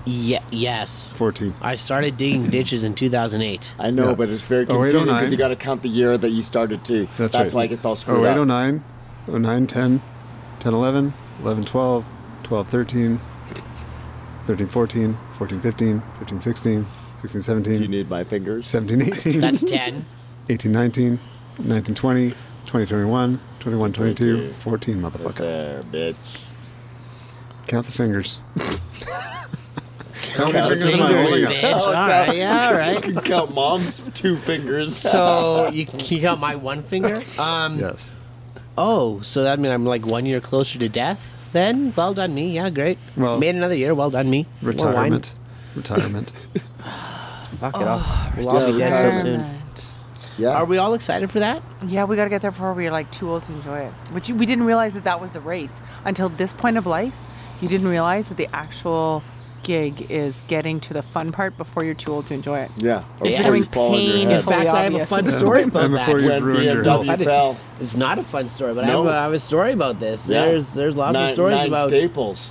[SPEAKER 1] Ye- yes.
[SPEAKER 3] 14.
[SPEAKER 1] I started digging ditches in 2008.
[SPEAKER 2] I know,
[SPEAKER 3] Yeah.
[SPEAKER 2] but it's very
[SPEAKER 1] Oh,
[SPEAKER 3] 08,
[SPEAKER 2] confusing because
[SPEAKER 3] 09.
[SPEAKER 2] you got to count the year that you started too.
[SPEAKER 3] That's, right. Oh,
[SPEAKER 2] why it
[SPEAKER 1] Oh,
[SPEAKER 2] gets all screwed
[SPEAKER 3] 08,
[SPEAKER 2] up.
[SPEAKER 3] 09, 09, 10, 10, 11, 11, 12, 12, 13, 13, 14, 14, 15, 15, 16, 16,
[SPEAKER 2] Do you
[SPEAKER 3] 17,
[SPEAKER 2] need my fingers?
[SPEAKER 3] 17, 18,
[SPEAKER 1] That's 10.
[SPEAKER 3] 18, 19, 19, 20, 20, 21, 21, 22,
[SPEAKER 2] 22.
[SPEAKER 3] 14, motherfucker.
[SPEAKER 2] There, bitch.
[SPEAKER 3] Count the fingers. Count
[SPEAKER 2] the
[SPEAKER 1] Fingers,
[SPEAKER 2] Fingers
[SPEAKER 3] am I holding up?
[SPEAKER 1] bitch. All right, yeah, all
[SPEAKER 2] I
[SPEAKER 1] right.
[SPEAKER 2] can count mom's two fingers.
[SPEAKER 1] So you, you got my one finger. Um,
[SPEAKER 3] Yes.
[SPEAKER 1] Oh, so that means I'm like one year closer to death. Then, well done me. Yeah, great.
[SPEAKER 3] Well-
[SPEAKER 1] made another year. Well done me. More wine.
[SPEAKER 3] Retirement. Retirement.
[SPEAKER 1] Fuck it all. We'll all be
[SPEAKER 2] Yeah,
[SPEAKER 1] dead so
[SPEAKER 2] retirement.
[SPEAKER 1] soon.
[SPEAKER 2] yeah.
[SPEAKER 1] Are we all excited for that?
[SPEAKER 4] Yeah, we got to get there before we are like too old to enjoy it. Which you- we didn't realize that that was a race until this point of life. You didn't realize that the actual gig is getting to the fun part before you're too old to enjoy it.
[SPEAKER 2] Yeah. Or
[SPEAKER 1] Yes.
[SPEAKER 2] before you
[SPEAKER 1] Doing
[SPEAKER 2] fall on
[SPEAKER 4] pain
[SPEAKER 1] In
[SPEAKER 2] your head.
[SPEAKER 4] Fully
[SPEAKER 1] fact, I have a
[SPEAKER 4] obvious.
[SPEAKER 1] fun story
[SPEAKER 3] And
[SPEAKER 1] about
[SPEAKER 3] before
[SPEAKER 1] that.
[SPEAKER 3] you-
[SPEAKER 2] When
[SPEAKER 3] Ruined your
[SPEAKER 2] BMW
[SPEAKER 1] That is-
[SPEAKER 2] fell.
[SPEAKER 1] it's not a fun story, but
[SPEAKER 2] No.
[SPEAKER 1] I, have a, I have a story about this.
[SPEAKER 2] Yeah.
[SPEAKER 1] There's there's lots
[SPEAKER 2] Nine-
[SPEAKER 1] of stories
[SPEAKER 2] nine
[SPEAKER 1] about
[SPEAKER 2] Staples.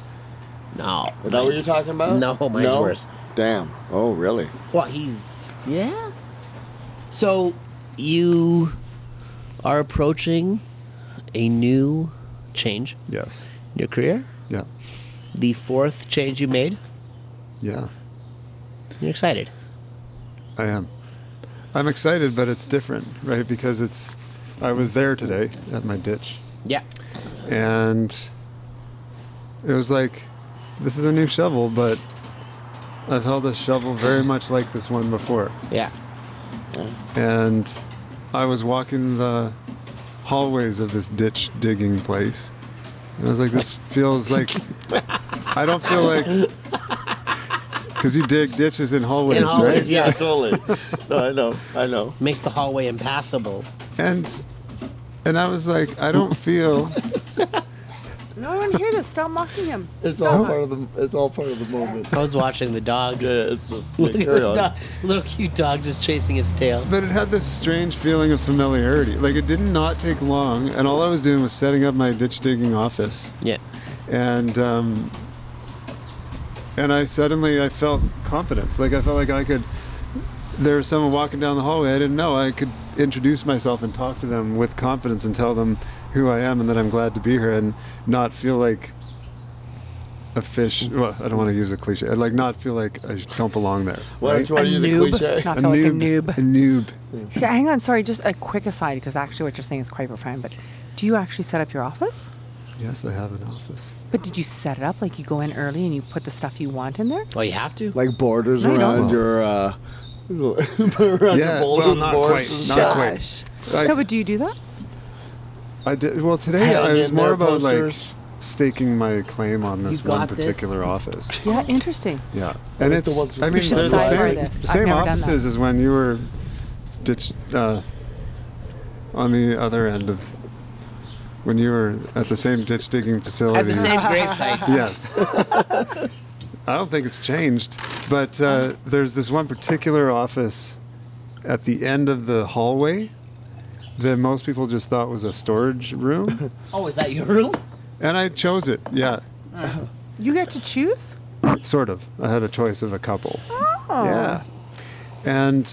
[SPEAKER 1] no.
[SPEAKER 2] Is that what you're talking about?
[SPEAKER 1] No, mine's worse.
[SPEAKER 2] Damn. Oh, really?
[SPEAKER 1] Well, he's yeah. So you are approaching a new change
[SPEAKER 3] yes.
[SPEAKER 1] in your career.
[SPEAKER 3] Yeah.
[SPEAKER 1] The fourth change you made.
[SPEAKER 3] Yeah.
[SPEAKER 1] You're excited.
[SPEAKER 3] I am. I'm excited, but it's different, right? Because it's. I was there today at my ditch,
[SPEAKER 1] Yeah.
[SPEAKER 3] and it was like, this is a new shovel, but I've held a shovel very much like this one before.
[SPEAKER 1] Yeah.
[SPEAKER 3] And I was walking the hallways of this ditch digging place, and I was like, this feels like. I don't feel like. Because you dig ditches in hallways,
[SPEAKER 1] In hallways,
[SPEAKER 3] right?
[SPEAKER 1] yeah. Yes.
[SPEAKER 2] Yeah, totally. No, I know. I know.
[SPEAKER 1] Makes the hallway impassable.
[SPEAKER 3] and and I was like, I don't feel.
[SPEAKER 4] No one hear this. Stop mocking him.
[SPEAKER 2] It's all part of the. It's all part of the moment.
[SPEAKER 1] I was watching the dog.
[SPEAKER 2] Yeah, it's a,
[SPEAKER 1] Look
[SPEAKER 2] yeah,
[SPEAKER 1] at
[SPEAKER 2] carry
[SPEAKER 1] the
[SPEAKER 2] on.
[SPEAKER 1] dog. Little cute dog just chasing his tail.
[SPEAKER 3] But it had this strange feeling of familiarity. Like it did not take long, and all I was doing was setting up my ditch digging office,
[SPEAKER 1] Yeah.
[SPEAKER 3] and um, and I suddenly I felt confidence. Like I felt like I could. There was someone walking down the hallway. I didn't know I could introduce myself and talk to them with confidence and tell them who I am and that I'm glad to be here and not feel like a fish. Well, I don't want to use a cliche. Like not feel like I don't belong there.
[SPEAKER 2] Why don't
[SPEAKER 3] right?
[SPEAKER 2] you want
[SPEAKER 4] A
[SPEAKER 2] to use a
[SPEAKER 4] noob.
[SPEAKER 2] cliche?
[SPEAKER 4] Not- I feel like a noob.
[SPEAKER 3] A noob.
[SPEAKER 4] Yeah, hang on. Sorry, just a quick aside because actually what you're saying is quite profound. But do you actually set up your office?
[SPEAKER 3] Yes, I have an office.
[SPEAKER 4] But did you set it up like you go in early and you put the stuff you want in there?
[SPEAKER 1] Well, you have to.
[SPEAKER 2] Like borders
[SPEAKER 4] No, you don't.
[SPEAKER 2] around your. Uh, around your
[SPEAKER 3] Yeah,
[SPEAKER 2] boulder
[SPEAKER 3] well, not
[SPEAKER 2] boards
[SPEAKER 3] quite,
[SPEAKER 2] and
[SPEAKER 3] not
[SPEAKER 2] stuff.
[SPEAKER 3] quite. I,
[SPEAKER 4] no, but do you do that?
[SPEAKER 3] I did well today. I
[SPEAKER 2] Hanging
[SPEAKER 3] was more
[SPEAKER 2] their
[SPEAKER 3] about
[SPEAKER 2] posters.
[SPEAKER 3] like staking my claim on this
[SPEAKER 1] You
[SPEAKER 3] one
[SPEAKER 1] got this.
[SPEAKER 3] particular office.
[SPEAKER 4] Yeah, interesting.
[SPEAKER 3] Yeah, and
[SPEAKER 2] like
[SPEAKER 3] it's
[SPEAKER 2] the ones with
[SPEAKER 3] I
[SPEAKER 2] the
[SPEAKER 3] mean
[SPEAKER 2] shit
[SPEAKER 3] they're the
[SPEAKER 2] signs for
[SPEAKER 3] same,
[SPEAKER 4] this. I've
[SPEAKER 3] same
[SPEAKER 4] never done that.
[SPEAKER 3] offices as when you were ditch, uh, on the other end of when you were at the same ditch digging facility.
[SPEAKER 1] At the same grave sites.
[SPEAKER 3] Yes. I don't think it's changed, but uh, there's this one particular office at the end of the hallway that most people just thought was a storage room,
[SPEAKER 1] Oh, is that your room?
[SPEAKER 3] and I chose it. Yeah,
[SPEAKER 4] You get to choose?
[SPEAKER 3] sort of. I had a choice of a couple.
[SPEAKER 4] Oh.
[SPEAKER 3] Yeah, and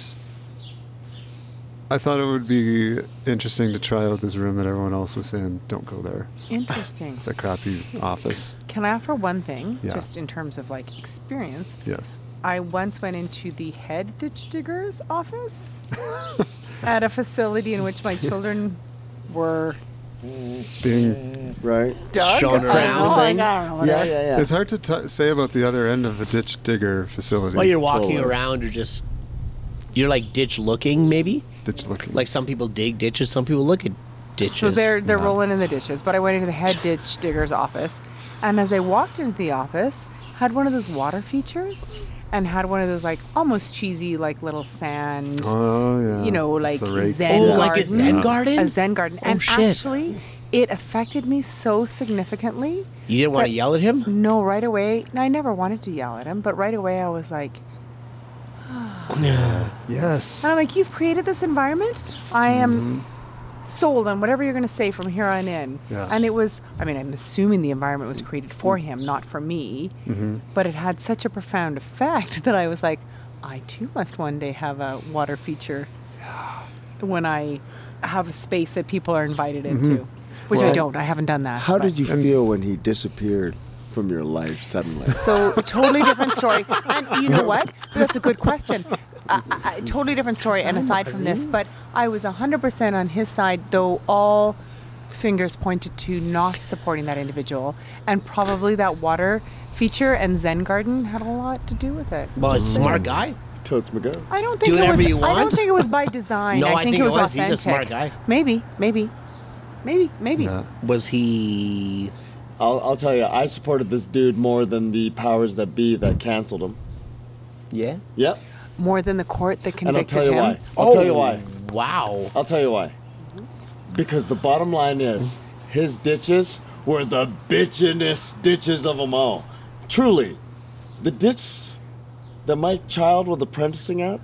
[SPEAKER 3] I thought it would be interesting to try out this room that everyone else was saying, "Don't go there.
[SPEAKER 4] Interesting.
[SPEAKER 3] It's a crappy office."
[SPEAKER 4] Can I offer one thing,
[SPEAKER 3] Yeah.
[SPEAKER 4] just in terms of like experience?
[SPEAKER 3] Yes.
[SPEAKER 4] I once went into the head ditch digger's office at a facility in which my children were
[SPEAKER 3] Being,
[SPEAKER 2] right?
[SPEAKER 4] dug.
[SPEAKER 1] Shown
[SPEAKER 4] I
[SPEAKER 1] around.
[SPEAKER 4] don't know, like, I don't know,
[SPEAKER 2] Yeah,
[SPEAKER 4] whatever.
[SPEAKER 2] yeah, yeah.
[SPEAKER 3] It's hard to t- say about the other end of the ditch digger facility.
[SPEAKER 1] While you're walking
[SPEAKER 2] Totally.
[SPEAKER 1] around, you're just you're like ditch looking, maybe.
[SPEAKER 3] ditch looking.
[SPEAKER 1] Like some people dig ditches, some people look at ditches.
[SPEAKER 4] So they're they're
[SPEAKER 3] No.
[SPEAKER 4] rolling in the ditches. But I went into the head ditch digger's office, and as I walked into the office, had one of those water features, and had one of those like almost cheesy like little sand.
[SPEAKER 3] oh yeah.
[SPEAKER 4] you know, like
[SPEAKER 3] The rake.
[SPEAKER 4] Zen
[SPEAKER 1] Oh,
[SPEAKER 4] garden.
[SPEAKER 1] like a Zen garden?
[SPEAKER 4] A Zen garden.
[SPEAKER 1] Oh,
[SPEAKER 4] and
[SPEAKER 1] shit.
[SPEAKER 4] actually, it affected me so significantly.
[SPEAKER 1] you didn't want to
[SPEAKER 4] but-
[SPEAKER 1] yell at him.
[SPEAKER 4] No, right away, no, I never wanted to yell at him, but right away I was like,
[SPEAKER 3] Yes.
[SPEAKER 4] I'm like, you've created this environment. I am sold on whatever you're going to say from here on in.
[SPEAKER 3] Yeah.
[SPEAKER 4] And it was, I mean, I'm assuming the environment was created for him, not for me,
[SPEAKER 2] Mm-hmm.
[SPEAKER 4] but it had such a profound effect that I was like, I too must one day have a water feature when I have a space that people are invited into, which I
[SPEAKER 2] Mm-hmm. Well,
[SPEAKER 4] don't. I haven't done that.
[SPEAKER 2] How
[SPEAKER 4] but-
[SPEAKER 2] did you feel when he disappeared from your life suddenly?
[SPEAKER 4] so totally different story. And you know what? That's a good question. Uh, uh, uh, totally different story. And aside from this, but I was 100% on his side, though all fingers pointed to not supporting that individual. And probably that water feature and Zen garden had a lot to do with it.
[SPEAKER 1] Well, he's a smart guy.
[SPEAKER 2] Totes McGo.
[SPEAKER 4] I don't
[SPEAKER 1] Do
[SPEAKER 4] think it
[SPEAKER 1] whatever
[SPEAKER 4] was.
[SPEAKER 1] you
[SPEAKER 4] I
[SPEAKER 1] want.
[SPEAKER 4] don't think it was by design.
[SPEAKER 1] No, I
[SPEAKER 4] I think,
[SPEAKER 1] think it
[SPEAKER 4] was.
[SPEAKER 1] was. He's
[SPEAKER 4] Authentic.
[SPEAKER 1] a smart guy.
[SPEAKER 4] Maybe, maybe, maybe, maybe.
[SPEAKER 3] Yeah.
[SPEAKER 1] Was he?
[SPEAKER 2] I'll, I'll tell you, I supported this dude more than the powers that be that canceled him.
[SPEAKER 1] Yeah.
[SPEAKER 2] Yep.
[SPEAKER 4] More than the court that
[SPEAKER 2] And I'll
[SPEAKER 4] convicted
[SPEAKER 2] tell you
[SPEAKER 4] him.
[SPEAKER 2] why. I'll tell you why.
[SPEAKER 1] Oh, Wow.
[SPEAKER 2] I'll tell you why. Because the bottom line is, his ditches were the bitchinest ditches of them all. Truly, the ditch that Mike Child was apprenticing at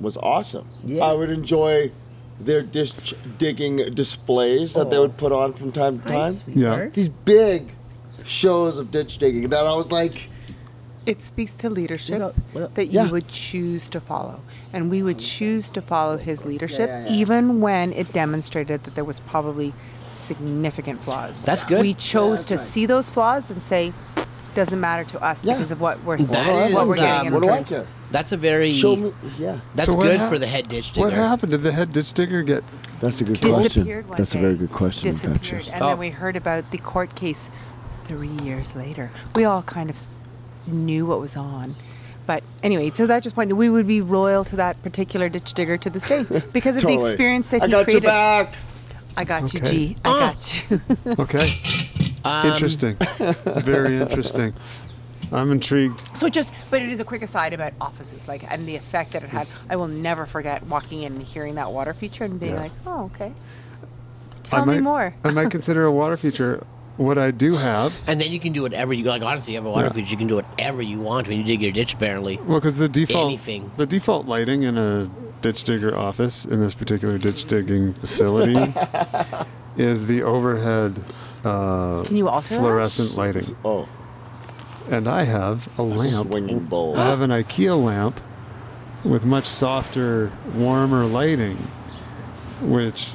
[SPEAKER 2] was awesome.
[SPEAKER 1] Yeah.
[SPEAKER 2] I would enjoy their ditch digging displays that they would put on from time to time.
[SPEAKER 3] Yeah.
[SPEAKER 2] Oh. These big shows of ditch digging that I was like,
[SPEAKER 4] It speaks to leadership
[SPEAKER 1] What up- what up?
[SPEAKER 4] that you
[SPEAKER 2] Yeah.
[SPEAKER 4] would choose to follow. And we would choose to follow his leadership,
[SPEAKER 2] yeah, yeah.
[SPEAKER 4] even when it demonstrated that there was probably significant flaws.
[SPEAKER 1] That's good.
[SPEAKER 4] We chose
[SPEAKER 2] that's
[SPEAKER 4] to
[SPEAKER 2] right.
[SPEAKER 4] see those flaws and say, doesn't matter to us
[SPEAKER 2] Yeah. uh,
[SPEAKER 4] because of what we're,
[SPEAKER 1] That
[SPEAKER 4] what
[SPEAKER 1] is,
[SPEAKER 4] we're
[SPEAKER 1] um,
[SPEAKER 4] getting. in
[SPEAKER 2] what do I
[SPEAKER 4] return."
[SPEAKER 2] care?
[SPEAKER 1] That's a very.
[SPEAKER 2] Show me, yeah.
[SPEAKER 1] That's
[SPEAKER 3] So what
[SPEAKER 1] good
[SPEAKER 3] hap-
[SPEAKER 1] for the head ditch digger.
[SPEAKER 3] What happened? Did the head ditch digger get?
[SPEAKER 2] That's a good
[SPEAKER 4] Disappeared
[SPEAKER 2] question.
[SPEAKER 4] one
[SPEAKER 2] That's
[SPEAKER 4] day.
[SPEAKER 2] a very good question.
[SPEAKER 4] Disappeared.
[SPEAKER 2] Infectious.
[SPEAKER 4] And
[SPEAKER 1] Oh.
[SPEAKER 4] then we heard about the court case three years later. We all kind of s- knew what was on. But anyway, so that just point we would be loyal to that particular ditch digger to this day because of the
[SPEAKER 2] Totally.
[SPEAKER 4] experience that
[SPEAKER 2] I
[SPEAKER 4] he
[SPEAKER 2] got
[SPEAKER 4] created.
[SPEAKER 2] your back.
[SPEAKER 4] I got you,
[SPEAKER 3] Okay.
[SPEAKER 4] G. I
[SPEAKER 1] Ah.
[SPEAKER 4] got you.
[SPEAKER 3] Okay. interesting. Very interesting. I'm intrigued.
[SPEAKER 4] so just, but it is a quick aside about offices, like and the effect that it had. I will never forget walking in and hearing that water feature and being
[SPEAKER 3] Yeah.
[SPEAKER 4] like, oh, okay.
[SPEAKER 3] I
[SPEAKER 4] Tell
[SPEAKER 3] might,
[SPEAKER 4] me more.
[SPEAKER 3] I might consider a water feature. What I do have,
[SPEAKER 1] And then you can do whatever you like. Honestly, you have a water feature. You can do whatever you want when you dig your ditch. Apparently,
[SPEAKER 3] well, because the default,
[SPEAKER 1] Anything.
[SPEAKER 3] the default lighting in a ditch digger office in this particular ditch digging facility is the overhead uh,
[SPEAKER 4] Can you alter that?
[SPEAKER 3] fluorescent lighting,
[SPEAKER 2] Oh,
[SPEAKER 3] and I have a lamp.
[SPEAKER 2] swinging bowl.
[SPEAKER 3] I have an IKEA lamp with much softer, warmer lighting, which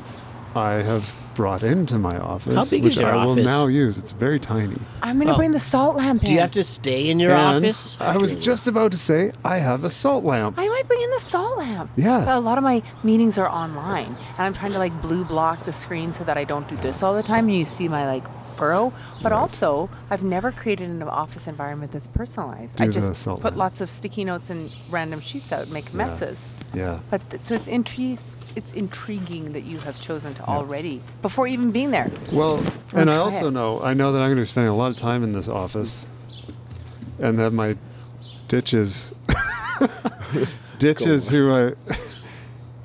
[SPEAKER 3] I have brought into my office.
[SPEAKER 1] How big
[SPEAKER 3] which
[SPEAKER 1] is your
[SPEAKER 3] I will
[SPEAKER 1] office?
[SPEAKER 3] now use. It's very tiny.
[SPEAKER 4] I'm gonna
[SPEAKER 1] Oh.
[SPEAKER 4] bring the salt lamp in.
[SPEAKER 1] do you have to stay in your
[SPEAKER 3] and
[SPEAKER 1] office?
[SPEAKER 3] I was just about to say I have a salt lamp.
[SPEAKER 4] I might bring in the salt lamp.
[SPEAKER 3] Yeah.
[SPEAKER 4] But a lot of my meetings are online, and I'm trying to like blue block the screen so that I don't do this all the time, and you see my like furrow. But also, I've never created an office environment that's personalized. I
[SPEAKER 3] Do the
[SPEAKER 4] just
[SPEAKER 3] salt
[SPEAKER 4] put
[SPEAKER 3] lamp.
[SPEAKER 4] lots of sticky notes and random sheets out, and make messes.
[SPEAKER 3] yeah.
[SPEAKER 4] But th- so it's intri- it's intriguing that you have chosen to already before even being there.
[SPEAKER 3] Well, and I
[SPEAKER 4] try
[SPEAKER 3] also
[SPEAKER 4] it.
[SPEAKER 3] know I know that I'm going to be spending a lot of time in this office, and that my ditches, ditches who I,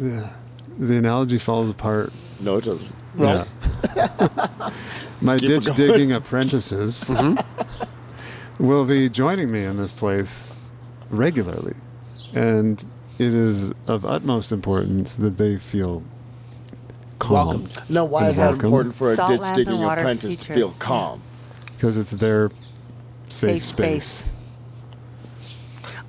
[SPEAKER 3] Yeah. the analogy falls apart.
[SPEAKER 2] No, it doesn't.
[SPEAKER 1] Well,
[SPEAKER 3] My
[SPEAKER 2] Keep it
[SPEAKER 3] ditch digging apprentices will be joining me in this place regularly, and it is of utmost importance that they feel calm.
[SPEAKER 1] Welcomed.
[SPEAKER 2] Now, why
[SPEAKER 3] And
[SPEAKER 2] is that
[SPEAKER 3] welcome.
[SPEAKER 2] important for a
[SPEAKER 4] Salt
[SPEAKER 2] ditch
[SPEAKER 4] lamp
[SPEAKER 2] digging
[SPEAKER 4] and water
[SPEAKER 2] apprentice to
[SPEAKER 4] features.
[SPEAKER 2] feel calm?
[SPEAKER 3] because it's their safe,
[SPEAKER 4] Safe space.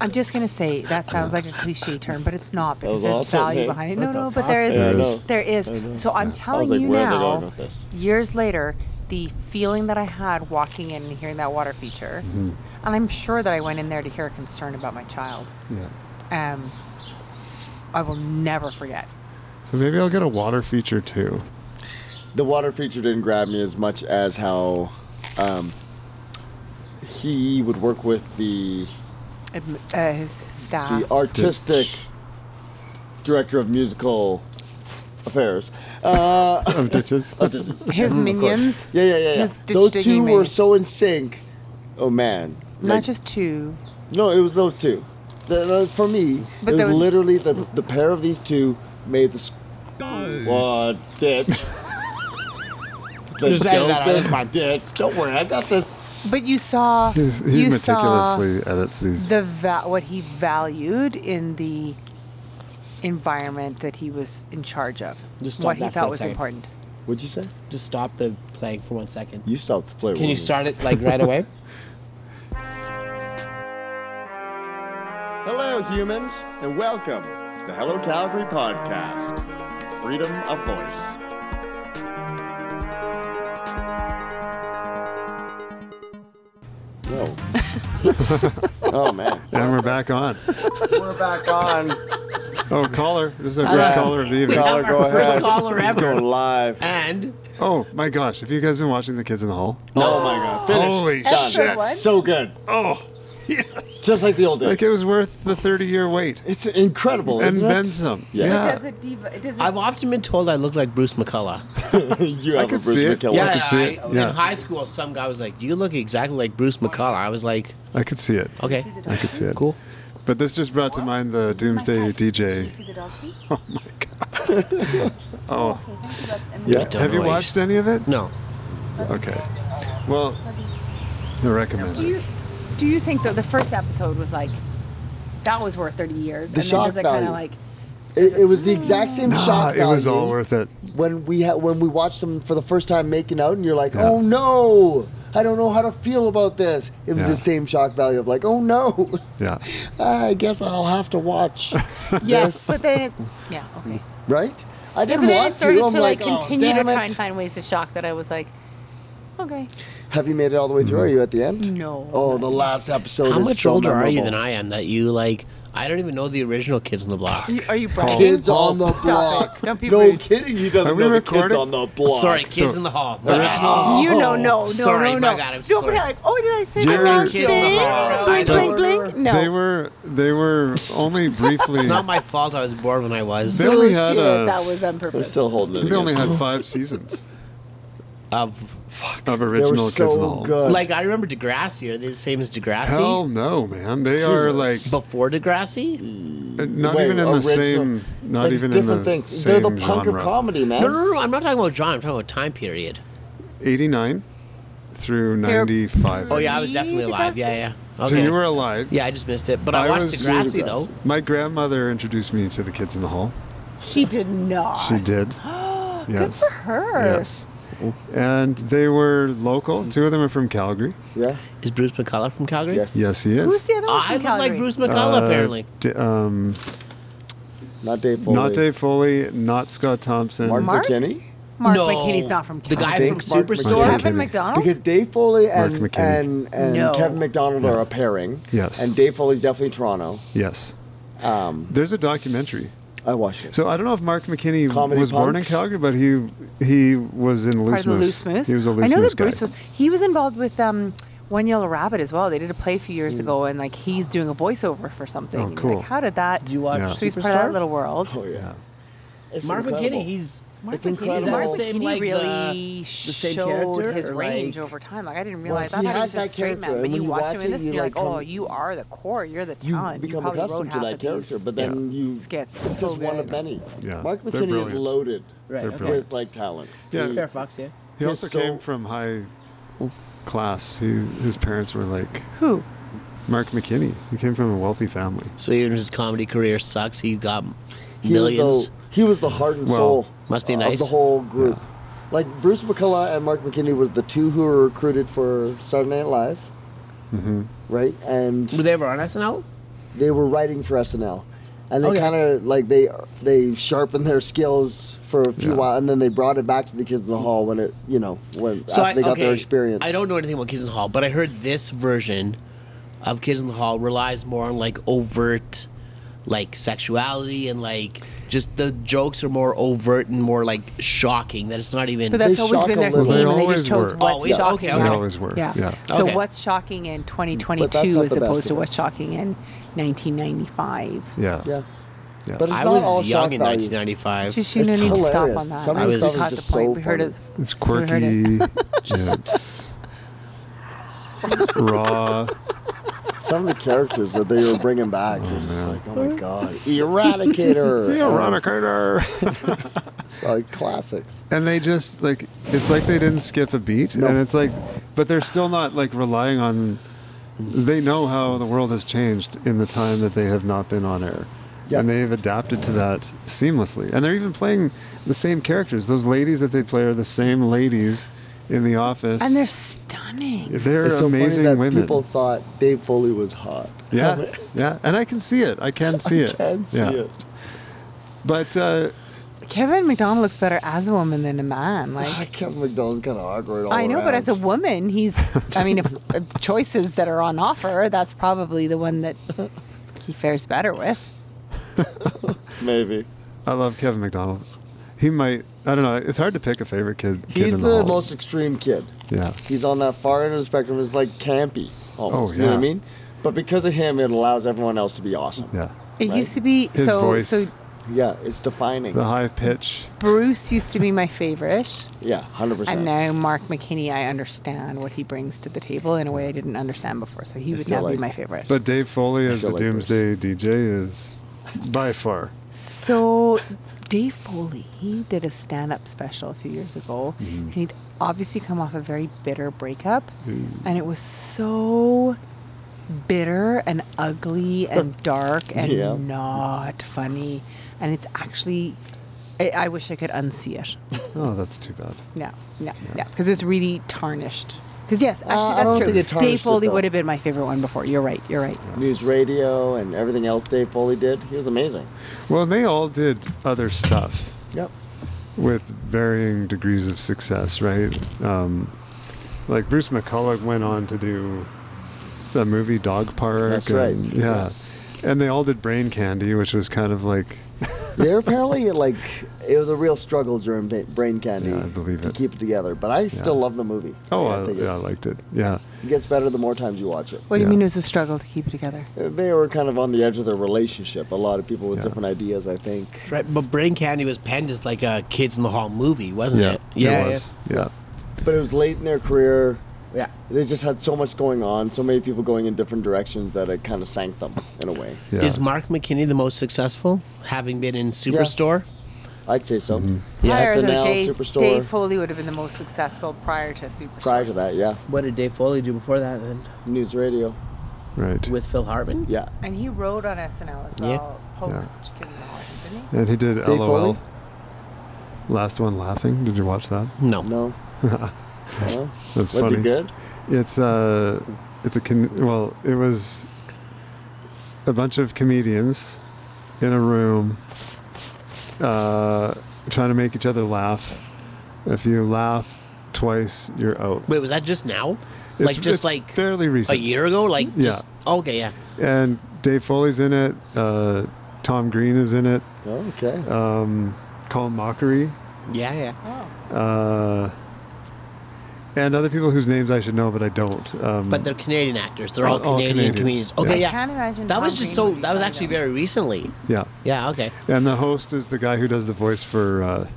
[SPEAKER 4] I'm just gonna say that sounds like a cliche term, but it's not because
[SPEAKER 2] was
[SPEAKER 4] there's
[SPEAKER 2] awesome,
[SPEAKER 4] value
[SPEAKER 2] hey?
[SPEAKER 4] behind it.
[SPEAKER 2] What
[SPEAKER 4] No,
[SPEAKER 2] the
[SPEAKER 4] no, but
[SPEAKER 2] fuck?
[SPEAKER 4] there is,
[SPEAKER 3] Yeah, I know.
[SPEAKER 4] there is. So I'm telling
[SPEAKER 2] like,
[SPEAKER 4] you
[SPEAKER 2] where are they
[SPEAKER 4] now,
[SPEAKER 2] going with this?
[SPEAKER 4] years later, the feeling that I had walking in and hearing that water feature, Mm-hmm. and I'm sure that I went in there to hear a concern about my child.
[SPEAKER 3] Yeah.
[SPEAKER 4] Um, I will never forget.
[SPEAKER 3] So maybe I'll get a water feature too.
[SPEAKER 2] The water feature didn't grab me as much as how um, he would work with the
[SPEAKER 4] Adm- uh, his staff.
[SPEAKER 2] the artistic director of musical affairs. Uh,
[SPEAKER 3] Of ditches.
[SPEAKER 4] his minions.
[SPEAKER 2] Mm-hmm, yeah, yeah, yeah. yeah.
[SPEAKER 4] His ditch
[SPEAKER 2] Those
[SPEAKER 4] digging
[SPEAKER 2] two were
[SPEAKER 4] minions.
[SPEAKER 2] so in sync. Oh man,
[SPEAKER 4] Not
[SPEAKER 2] Like,
[SPEAKER 4] just two.
[SPEAKER 2] no. It was those two. The- the- for me,
[SPEAKER 4] But
[SPEAKER 2] it
[SPEAKER 4] there
[SPEAKER 2] was
[SPEAKER 4] was-
[SPEAKER 2] literally the the pair of these two made the s- what ditch.
[SPEAKER 1] Just edit that out. This is
[SPEAKER 2] my ditch. Don't worry, I got this.
[SPEAKER 4] But you saw
[SPEAKER 3] He's, he
[SPEAKER 4] you
[SPEAKER 3] meticulously edits
[SPEAKER 4] saw
[SPEAKER 3] these.
[SPEAKER 4] the va- what he valued in the environment that he was in charge of.
[SPEAKER 1] Just stop
[SPEAKER 4] what he
[SPEAKER 1] that for
[SPEAKER 4] thought
[SPEAKER 1] a
[SPEAKER 4] was
[SPEAKER 1] second.
[SPEAKER 4] important.
[SPEAKER 2] What'd you say?
[SPEAKER 1] Just stop the playing for one second.
[SPEAKER 2] You stopped the player.
[SPEAKER 1] Can you start it like right away?
[SPEAKER 2] Hello, humans, and welcome to the Hello Calgary podcast. Freedom of voice. Whoa. oh man.
[SPEAKER 3] And we're back on.
[SPEAKER 2] We're back on.
[SPEAKER 3] Oh, caller. This is our first caller of the evening.
[SPEAKER 2] Caller, go ahead.
[SPEAKER 1] First caller
[SPEAKER 2] He's
[SPEAKER 1] ever.
[SPEAKER 2] going live.
[SPEAKER 1] And
[SPEAKER 3] Oh, my gosh. Have you guys been watching The Kids in the Hall?
[SPEAKER 2] Oh my god. Finished.
[SPEAKER 3] Holy
[SPEAKER 2] Done.
[SPEAKER 4] shit. Episode one?
[SPEAKER 2] So good.
[SPEAKER 3] Oh,
[SPEAKER 2] Just like the old days.
[SPEAKER 3] like it was worth the 30 year wait.
[SPEAKER 2] it's incredible.
[SPEAKER 3] And
[SPEAKER 2] isn't
[SPEAKER 3] then
[SPEAKER 2] it?
[SPEAKER 3] some.
[SPEAKER 2] Yeah.
[SPEAKER 5] Does it diva? It doesn't.
[SPEAKER 1] I've often been told I look like Bruce McCullough.
[SPEAKER 2] you have a
[SPEAKER 3] could
[SPEAKER 2] Bruce
[SPEAKER 3] see it.
[SPEAKER 2] McKellar.
[SPEAKER 3] I
[SPEAKER 1] Yeah,
[SPEAKER 3] could see it.
[SPEAKER 1] I-
[SPEAKER 3] Yeah.
[SPEAKER 1] in high school, some guy was like, "You look exactly like Bruce McCullough." I was like,
[SPEAKER 3] I could see it.
[SPEAKER 1] "Okay,
[SPEAKER 3] I could see it.
[SPEAKER 1] cool."
[SPEAKER 3] But this just brought to mind the Doomsday DJ.
[SPEAKER 5] Feed the dog, please.
[SPEAKER 3] Oh, my God.
[SPEAKER 5] Okay, thank you, Babs. I'm
[SPEAKER 2] Yeah.
[SPEAKER 5] gonna-
[SPEAKER 1] Don't
[SPEAKER 3] Have you
[SPEAKER 1] know why you
[SPEAKER 3] watched any of it?
[SPEAKER 1] No,
[SPEAKER 3] Okay. Well, I recommend
[SPEAKER 4] Do you
[SPEAKER 3] it.
[SPEAKER 4] do you think that the first episode was like that was worth thirty years?
[SPEAKER 2] The
[SPEAKER 4] and
[SPEAKER 2] shock
[SPEAKER 4] then does it kind
[SPEAKER 2] value.
[SPEAKER 4] of like
[SPEAKER 2] It, it was the exact same
[SPEAKER 3] Ah,
[SPEAKER 2] shock
[SPEAKER 3] it was
[SPEAKER 2] value
[SPEAKER 3] all worth it.
[SPEAKER 2] when we ha- when we watched them for the first time making out, and you're like,
[SPEAKER 3] Yeah.
[SPEAKER 2] oh no, I don't know how to feel about this. It was
[SPEAKER 3] Yeah.
[SPEAKER 2] the same shock value of like, oh no, Ah,
[SPEAKER 3] Yeah.
[SPEAKER 2] I guess I'll have to watch.
[SPEAKER 4] yes,
[SPEAKER 2] Yes.
[SPEAKER 4] but then it, yeah, okay.
[SPEAKER 2] right? I
[SPEAKER 4] But
[SPEAKER 2] didn't
[SPEAKER 4] then I
[SPEAKER 2] want to.
[SPEAKER 4] started
[SPEAKER 2] I'm
[SPEAKER 4] to like
[SPEAKER 2] like, "Oh,
[SPEAKER 4] continue to
[SPEAKER 2] damn
[SPEAKER 4] try
[SPEAKER 2] it."
[SPEAKER 4] and find ways to shock that I was like, okay,
[SPEAKER 2] Have you made it all the way through? Are you at the end?
[SPEAKER 4] No.
[SPEAKER 2] Oh, the last episode.
[SPEAKER 1] how
[SPEAKER 2] is
[SPEAKER 1] much
[SPEAKER 2] so
[SPEAKER 1] older are you
[SPEAKER 2] memorable.
[SPEAKER 1] than I am that you like? I don't even know the original Kids on the Block.
[SPEAKER 4] Are you- are you bragging?
[SPEAKER 2] Oh. Kids on the
[SPEAKER 4] Stop
[SPEAKER 2] block.
[SPEAKER 4] It. Don't be
[SPEAKER 2] no
[SPEAKER 4] rude.
[SPEAKER 2] kidding. He doesn't
[SPEAKER 3] Are we
[SPEAKER 2] know the kids
[SPEAKER 3] recording?
[SPEAKER 2] on the block.
[SPEAKER 1] Sorry, Kids
[SPEAKER 3] So-
[SPEAKER 1] in the Hall. uh, My bad.
[SPEAKER 3] Original.
[SPEAKER 4] you know, no, no,
[SPEAKER 1] Oh, sorry,
[SPEAKER 4] no,
[SPEAKER 1] my
[SPEAKER 4] no.
[SPEAKER 1] God, I'm
[SPEAKER 4] Don't be
[SPEAKER 1] sorry.
[SPEAKER 4] like, oh, did I say
[SPEAKER 3] Jerry-
[SPEAKER 4] the wrong
[SPEAKER 1] Kids in the
[SPEAKER 4] thing?
[SPEAKER 1] Hall.
[SPEAKER 4] Blink,
[SPEAKER 1] I
[SPEAKER 4] blink,
[SPEAKER 1] know.
[SPEAKER 4] blink. No.
[SPEAKER 3] They were they were only briefly.
[SPEAKER 1] It's not my fault. I was born when I was
[SPEAKER 3] They only had
[SPEAKER 4] Bullshit,
[SPEAKER 3] uh,
[SPEAKER 4] that was on purpose.
[SPEAKER 2] We're still holding it.
[SPEAKER 3] they only
[SPEAKER 2] against
[SPEAKER 3] had
[SPEAKER 2] you.
[SPEAKER 3] five seasons
[SPEAKER 1] of.
[SPEAKER 3] of
[SPEAKER 2] They were
[SPEAKER 3] original Kids in the
[SPEAKER 2] so
[SPEAKER 3] Hall.
[SPEAKER 2] good.
[SPEAKER 1] Like I remember Degrassi. Are they the same as Degrassi?
[SPEAKER 3] Hell no, man. They are like
[SPEAKER 2] Jesus.
[SPEAKER 1] Before Degrassi?
[SPEAKER 3] not
[SPEAKER 2] Wait,
[SPEAKER 3] even in
[SPEAKER 2] original-
[SPEAKER 3] the same. Not
[SPEAKER 2] it's
[SPEAKER 3] even in
[SPEAKER 2] different
[SPEAKER 3] the
[SPEAKER 2] things.
[SPEAKER 3] same
[SPEAKER 2] They're the punk
[SPEAKER 3] genre.
[SPEAKER 2] of comedy, man.
[SPEAKER 1] No, no, no, no. I'm not talking about genre. I'm talking about time period.
[SPEAKER 3] Eighty nine through
[SPEAKER 4] They're-
[SPEAKER 3] ninety five.
[SPEAKER 1] Oh yeah, I was definitely alive. Yeah, yeah.
[SPEAKER 3] So
[SPEAKER 1] Okay.
[SPEAKER 3] you were alive.
[SPEAKER 1] yeah, I just missed it, but I, watched
[SPEAKER 3] was-
[SPEAKER 1] Degrassi though.
[SPEAKER 3] My grandmother introduced me to the Kids in the Hall.
[SPEAKER 4] she did not.
[SPEAKER 3] She did. yes.
[SPEAKER 4] Good for her.
[SPEAKER 3] Yes. And they were local. Two of them are from Calgary.
[SPEAKER 2] Yeah.
[SPEAKER 1] Is Bruce McCullough from Calgary?
[SPEAKER 2] Yes.
[SPEAKER 3] Yes, he is.
[SPEAKER 4] Who's the other one?
[SPEAKER 1] I
[SPEAKER 4] from
[SPEAKER 1] look like
[SPEAKER 4] Calgary?
[SPEAKER 1] Bruce McCullough
[SPEAKER 3] Uh,
[SPEAKER 1] apparently.
[SPEAKER 3] D- um,
[SPEAKER 2] Not Dave Foley.
[SPEAKER 3] not Dave Foley, not Scott Thompson.
[SPEAKER 2] Mark,
[SPEAKER 4] Mark?
[SPEAKER 2] McKinney.
[SPEAKER 4] Mark
[SPEAKER 1] no,
[SPEAKER 4] McKinney's not from
[SPEAKER 1] the guy
[SPEAKER 4] Calgary.
[SPEAKER 1] from
[SPEAKER 2] think Mark
[SPEAKER 1] Superstore.
[SPEAKER 3] McKinney.
[SPEAKER 4] Kevin McDonald.
[SPEAKER 2] Because Dave Foley and
[SPEAKER 3] McKinney.
[SPEAKER 2] and, and
[SPEAKER 4] No.
[SPEAKER 2] Kevin McDonald are a pairing.
[SPEAKER 3] Yes.
[SPEAKER 2] And Dave Foley's definitely Toronto.
[SPEAKER 3] Yes.
[SPEAKER 2] Um,
[SPEAKER 3] There's a documentary.
[SPEAKER 2] I watched it.
[SPEAKER 3] So I don't know if Mark McKinney
[SPEAKER 2] Comedy
[SPEAKER 3] was born in
[SPEAKER 2] punks?
[SPEAKER 3] Calgary, but he he was in
[SPEAKER 4] Part
[SPEAKER 3] Loose
[SPEAKER 4] of the
[SPEAKER 3] Moose.
[SPEAKER 4] Loose Moose.
[SPEAKER 3] He was a Loose
[SPEAKER 4] I know
[SPEAKER 3] Moose
[SPEAKER 4] that
[SPEAKER 3] guy.
[SPEAKER 4] Bruce was. He was involved with um, One Yellow Rabbit as well. They did a play a few years ago, and like he's doing a voiceover for something.
[SPEAKER 3] Hmm. Oh,
[SPEAKER 4] And you're
[SPEAKER 3] cool.
[SPEAKER 4] Like, how did that?
[SPEAKER 1] Do you watch
[SPEAKER 3] Yeah.
[SPEAKER 4] So he's part of that little world.
[SPEAKER 2] oh yeah. It's
[SPEAKER 1] Mark
[SPEAKER 2] incredible.
[SPEAKER 1] McKinney, he's
[SPEAKER 4] Mark
[SPEAKER 2] It's
[SPEAKER 4] McKinney,
[SPEAKER 2] incredible.
[SPEAKER 4] Mark
[SPEAKER 2] Is that the
[SPEAKER 1] same,
[SPEAKER 4] McKinney
[SPEAKER 1] like, the-
[SPEAKER 4] really
[SPEAKER 1] the same
[SPEAKER 4] showed
[SPEAKER 1] character,
[SPEAKER 4] his
[SPEAKER 1] or,
[SPEAKER 4] range
[SPEAKER 1] like-
[SPEAKER 4] over time. Like I didn't
[SPEAKER 2] Well,
[SPEAKER 4] realize
[SPEAKER 2] he
[SPEAKER 4] I thought he was
[SPEAKER 2] has
[SPEAKER 4] just a
[SPEAKER 2] that
[SPEAKER 4] straight man,
[SPEAKER 2] character,
[SPEAKER 4] but
[SPEAKER 2] and
[SPEAKER 4] you
[SPEAKER 2] when you
[SPEAKER 4] watch,
[SPEAKER 2] watch
[SPEAKER 4] him
[SPEAKER 2] it,
[SPEAKER 4] in this,
[SPEAKER 2] you,
[SPEAKER 4] and you're like,
[SPEAKER 2] like,
[SPEAKER 4] oh,
[SPEAKER 2] come-
[SPEAKER 4] you are the core. You're the
[SPEAKER 2] You
[SPEAKER 4] talent.
[SPEAKER 2] become
[SPEAKER 4] probably wrote
[SPEAKER 2] accustomed to
[SPEAKER 4] half
[SPEAKER 2] that
[SPEAKER 4] of these.
[SPEAKER 2] character, but then you
[SPEAKER 4] skits.
[SPEAKER 2] It's
[SPEAKER 4] So
[SPEAKER 2] just one
[SPEAKER 4] good.
[SPEAKER 2] of many.
[SPEAKER 3] Yeah.
[SPEAKER 2] Mark
[SPEAKER 3] They're
[SPEAKER 2] McKinney is
[SPEAKER 3] brilliant.
[SPEAKER 2] loaded
[SPEAKER 1] Right,
[SPEAKER 3] They're
[SPEAKER 1] okay.
[SPEAKER 3] brilliant.
[SPEAKER 2] with like talent.
[SPEAKER 3] Yeah.
[SPEAKER 2] He-
[SPEAKER 1] Fair Fox, yeah.
[SPEAKER 3] he also
[SPEAKER 2] so-
[SPEAKER 3] came from high class. He, his parents were like
[SPEAKER 4] Who?
[SPEAKER 3] Mark McKinney. He came from a wealthy family.
[SPEAKER 1] So even if his comedy career sucks, he got
[SPEAKER 2] he Was
[SPEAKER 1] millions.
[SPEAKER 2] the, he was the heart and
[SPEAKER 3] Well,
[SPEAKER 2] soul
[SPEAKER 1] must be
[SPEAKER 2] of
[SPEAKER 1] nice.
[SPEAKER 2] the whole group. Like Bruce McCullough and Mark McKinney was the two who were recruited for Saturday Night Live,
[SPEAKER 3] Mm-hmm.
[SPEAKER 2] right? And
[SPEAKER 1] Were they ever on SNL?
[SPEAKER 2] they were writing for SNL, and they
[SPEAKER 1] Okay.
[SPEAKER 2] kind of like they they sharpened their skills for a few
[SPEAKER 3] Yeah.
[SPEAKER 2] while, and then they brought it back to the kids in the hall when it you know when after they got their
[SPEAKER 1] okay,
[SPEAKER 2] experience.
[SPEAKER 1] I don't know anything about Kids in the Hall, but I heard this version of Kids in the Hall relies more on like overt like sexuality and like just the jokes are more overt and more like shocking that it's not even
[SPEAKER 4] But that's
[SPEAKER 2] They
[SPEAKER 4] always
[SPEAKER 2] shock
[SPEAKER 4] been
[SPEAKER 2] a
[SPEAKER 4] their
[SPEAKER 2] little.
[SPEAKER 4] theme,
[SPEAKER 2] They
[SPEAKER 4] and they
[SPEAKER 3] always
[SPEAKER 4] just chose
[SPEAKER 3] were.
[SPEAKER 4] what's
[SPEAKER 1] Always,
[SPEAKER 4] shocking.
[SPEAKER 1] okay, They okay.
[SPEAKER 3] always were,
[SPEAKER 4] Yeah.
[SPEAKER 3] yeah.
[SPEAKER 4] So
[SPEAKER 1] Okay.
[SPEAKER 4] what's shocking
[SPEAKER 2] But
[SPEAKER 4] in
[SPEAKER 2] that's
[SPEAKER 4] 2022
[SPEAKER 2] not
[SPEAKER 4] as
[SPEAKER 2] the best
[SPEAKER 4] opposed to
[SPEAKER 2] of it.
[SPEAKER 4] what's shocking in 1995?
[SPEAKER 3] Yeah.
[SPEAKER 2] Yeah.
[SPEAKER 3] Yeah.
[SPEAKER 2] But it's
[SPEAKER 1] I
[SPEAKER 2] not
[SPEAKER 1] was
[SPEAKER 2] all shock
[SPEAKER 1] young in
[SPEAKER 2] value.
[SPEAKER 1] 1995.
[SPEAKER 4] Just you know,
[SPEAKER 2] It's
[SPEAKER 4] need to stop
[SPEAKER 2] hilarious.
[SPEAKER 4] on that.
[SPEAKER 2] Some
[SPEAKER 1] of
[SPEAKER 4] We
[SPEAKER 1] this stuff is
[SPEAKER 4] caught
[SPEAKER 2] just
[SPEAKER 4] the point.
[SPEAKER 2] so
[SPEAKER 4] we heard it.
[SPEAKER 3] It's
[SPEAKER 4] We heard it.
[SPEAKER 3] quirky. Just raw.
[SPEAKER 2] Some of the characters that they were bringing back, you're just like, oh my god, Eradicator,
[SPEAKER 3] Eradicator.
[SPEAKER 2] It's like classics.
[SPEAKER 3] and they just like it's like they didn't skip a beat,
[SPEAKER 2] No.
[SPEAKER 3] and it's like, but they're still not like relying on. They know how the world has changed in the time that they have not been on air.
[SPEAKER 2] Yeah.
[SPEAKER 3] And they've adapted to that seamlessly. And they're even playing the same characters. Those ladies that they play are the same ladies in the office.
[SPEAKER 4] And they're stunning.
[SPEAKER 3] they're
[SPEAKER 2] it's so funny
[SPEAKER 3] amazing
[SPEAKER 2] that
[SPEAKER 3] women.
[SPEAKER 2] people thought Dave Foley was hot.
[SPEAKER 3] Yeah, yeah, and I can see it. I can see it.
[SPEAKER 2] Can't see
[SPEAKER 3] yeah.
[SPEAKER 2] it.
[SPEAKER 3] But uh,
[SPEAKER 4] Kevin McDonald looks better as a woman than a man.
[SPEAKER 2] Ah,
[SPEAKER 4] Like
[SPEAKER 2] Kevin McDonald's kind of awkward. All
[SPEAKER 4] I know, but
[SPEAKER 2] around.
[SPEAKER 4] as a woman, he's. I mean, if, if choices that are on offer, that's probably the one that he fares better with.
[SPEAKER 2] maybe
[SPEAKER 3] I love Kevin McDonald. He might. I don't know. It's hard to pick a favorite kid. kid
[SPEAKER 2] he's
[SPEAKER 3] in
[SPEAKER 2] the
[SPEAKER 3] hall.
[SPEAKER 2] most extreme kid.
[SPEAKER 3] Yeah.
[SPEAKER 2] He's on that far end of the spectrum. It's like campy. Almost,
[SPEAKER 3] Oh,
[SPEAKER 2] You know what I
[SPEAKER 3] yeah.
[SPEAKER 2] mean? But because of him, it allows everyone else to be awesome.
[SPEAKER 3] Yeah.
[SPEAKER 4] It
[SPEAKER 2] Right.
[SPEAKER 4] used to be
[SPEAKER 3] His
[SPEAKER 4] so.
[SPEAKER 3] voice,
[SPEAKER 4] So
[SPEAKER 2] Yeah, it's defining.
[SPEAKER 3] the high pitch.
[SPEAKER 4] Bruce used to be my favorite,
[SPEAKER 2] Yeah, hundred
[SPEAKER 4] and
[SPEAKER 2] percent.
[SPEAKER 4] now Mark McKinney. I understand what he brings to the table in a way I didn't understand before. So he would
[SPEAKER 2] still
[SPEAKER 4] now be
[SPEAKER 2] like-
[SPEAKER 4] my favorite.
[SPEAKER 3] But Dave Foley as
[SPEAKER 2] still
[SPEAKER 3] the
[SPEAKER 2] like
[SPEAKER 3] Doomsday DJ is by far.
[SPEAKER 4] So, Dave Foley, he did a stand up special a few years ago.
[SPEAKER 2] Mm-hmm.
[SPEAKER 4] And he'd obviously come off a very bitter breakup.
[SPEAKER 2] Mm.
[SPEAKER 4] And it was so bitter and ugly and dark and
[SPEAKER 2] Yeah.
[SPEAKER 4] not funny. And it's actually, I, I wish I could unsee it.
[SPEAKER 3] Oh, that's too bad.
[SPEAKER 4] No, no, no. Because it's really tarnished. Because, yes, actually,
[SPEAKER 2] Uh, I
[SPEAKER 4] that's
[SPEAKER 2] don't
[SPEAKER 4] true.
[SPEAKER 2] think it tarnished
[SPEAKER 4] Dave
[SPEAKER 2] it,
[SPEAKER 4] Foley
[SPEAKER 2] though.
[SPEAKER 4] would have been my favorite one before. You're right. You're right.
[SPEAKER 2] News radio and everything else Dave Foley did, he was amazing.
[SPEAKER 3] Well, they all did other stuff
[SPEAKER 2] Yep.
[SPEAKER 3] with varying degrees of success, right? Um, like Bruce McCulloch went on to do the movie Dog Park.
[SPEAKER 2] That's
[SPEAKER 3] and-
[SPEAKER 2] right.
[SPEAKER 3] Yeah. And they all did Brain Candy, which was kind of like
[SPEAKER 2] They're apparently like it was a real struggle during Ba- Brain Candy
[SPEAKER 3] Yeah, I believe
[SPEAKER 2] to
[SPEAKER 3] it.
[SPEAKER 2] keep it together. But I still
[SPEAKER 3] Yeah.
[SPEAKER 2] love the movie.
[SPEAKER 3] Oh, I,
[SPEAKER 2] think
[SPEAKER 3] yeah, I
[SPEAKER 2] it's-
[SPEAKER 3] liked it. Yeah.
[SPEAKER 2] It gets better the more times you watch it.
[SPEAKER 4] What do you
[SPEAKER 3] Yeah.
[SPEAKER 4] mean it was a struggle to keep it together?
[SPEAKER 2] They were kind of on the edge of their relationship. A lot of people with
[SPEAKER 3] Yeah.
[SPEAKER 2] different ideas, I think.
[SPEAKER 1] Right, but Brain Candy was penned as like a Kids in the Hall movie, wasn't it?
[SPEAKER 3] it was. Yeah.
[SPEAKER 2] But it was late in their career.
[SPEAKER 1] yeah.
[SPEAKER 2] They just had so much going on, so many people going in different directions that it kind of sank them in a way.
[SPEAKER 3] Yeah.
[SPEAKER 1] Is Mark McKinney the most successful, having been in Superstore?
[SPEAKER 2] I'd say so.
[SPEAKER 3] Mm-hmm.
[SPEAKER 4] Prior to
[SPEAKER 2] SNL,
[SPEAKER 4] Dave,
[SPEAKER 2] Superstore.
[SPEAKER 4] Dave Foley would have been the most successful prior to Superstore.
[SPEAKER 2] prior to that, yeah.
[SPEAKER 1] What did Dave Foley do before that then?
[SPEAKER 2] News radio.
[SPEAKER 3] Right.
[SPEAKER 1] With Phil Hartman?
[SPEAKER 2] Yeah.
[SPEAKER 4] And he wrote on SNL as
[SPEAKER 1] Yeah.
[SPEAKER 4] well, post Kidding the Hall, didn't he?
[SPEAKER 3] and he did
[SPEAKER 2] Foley?
[SPEAKER 3] LOL. Last one laughing. Did you watch that?
[SPEAKER 1] No.
[SPEAKER 2] No. no? Was
[SPEAKER 3] That's funny.
[SPEAKER 2] it good?
[SPEAKER 3] It's uh it's a con- well, it was a bunch of comedians in a room uh trying to make each other laugh. If you laugh twice, you're out.
[SPEAKER 1] Wait, was that just now?
[SPEAKER 3] It's-
[SPEAKER 1] like just
[SPEAKER 3] it's
[SPEAKER 1] like
[SPEAKER 3] fairly
[SPEAKER 1] a
[SPEAKER 3] recent.
[SPEAKER 1] year ago? Like
[SPEAKER 3] Yeah.
[SPEAKER 1] just okay, yeah.
[SPEAKER 3] And Dave Foley's in it. Uh, Tom Green is in it.
[SPEAKER 2] Oh, okay.
[SPEAKER 3] Um, Colin Mockery.
[SPEAKER 1] Yeah, yeah.
[SPEAKER 3] Uh, and other people whose names I should know, but I don't. Um,
[SPEAKER 1] But they're Canadian actors. They're
[SPEAKER 3] All-
[SPEAKER 1] all,
[SPEAKER 3] all
[SPEAKER 1] Canadian
[SPEAKER 3] Canadians.
[SPEAKER 1] comedians. Okay,
[SPEAKER 3] Yeah.
[SPEAKER 1] yeah.
[SPEAKER 4] I can't imagine
[SPEAKER 1] That was
[SPEAKER 4] Tom
[SPEAKER 1] just
[SPEAKER 4] Green
[SPEAKER 1] so
[SPEAKER 4] would be
[SPEAKER 1] that was
[SPEAKER 4] funny
[SPEAKER 1] actually
[SPEAKER 4] though.
[SPEAKER 1] very recently.
[SPEAKER 3] yeah.
[SPEAKER 1] Yeah, okay.
[SPEAKER 3] And the host is the guy who does the voice for uh,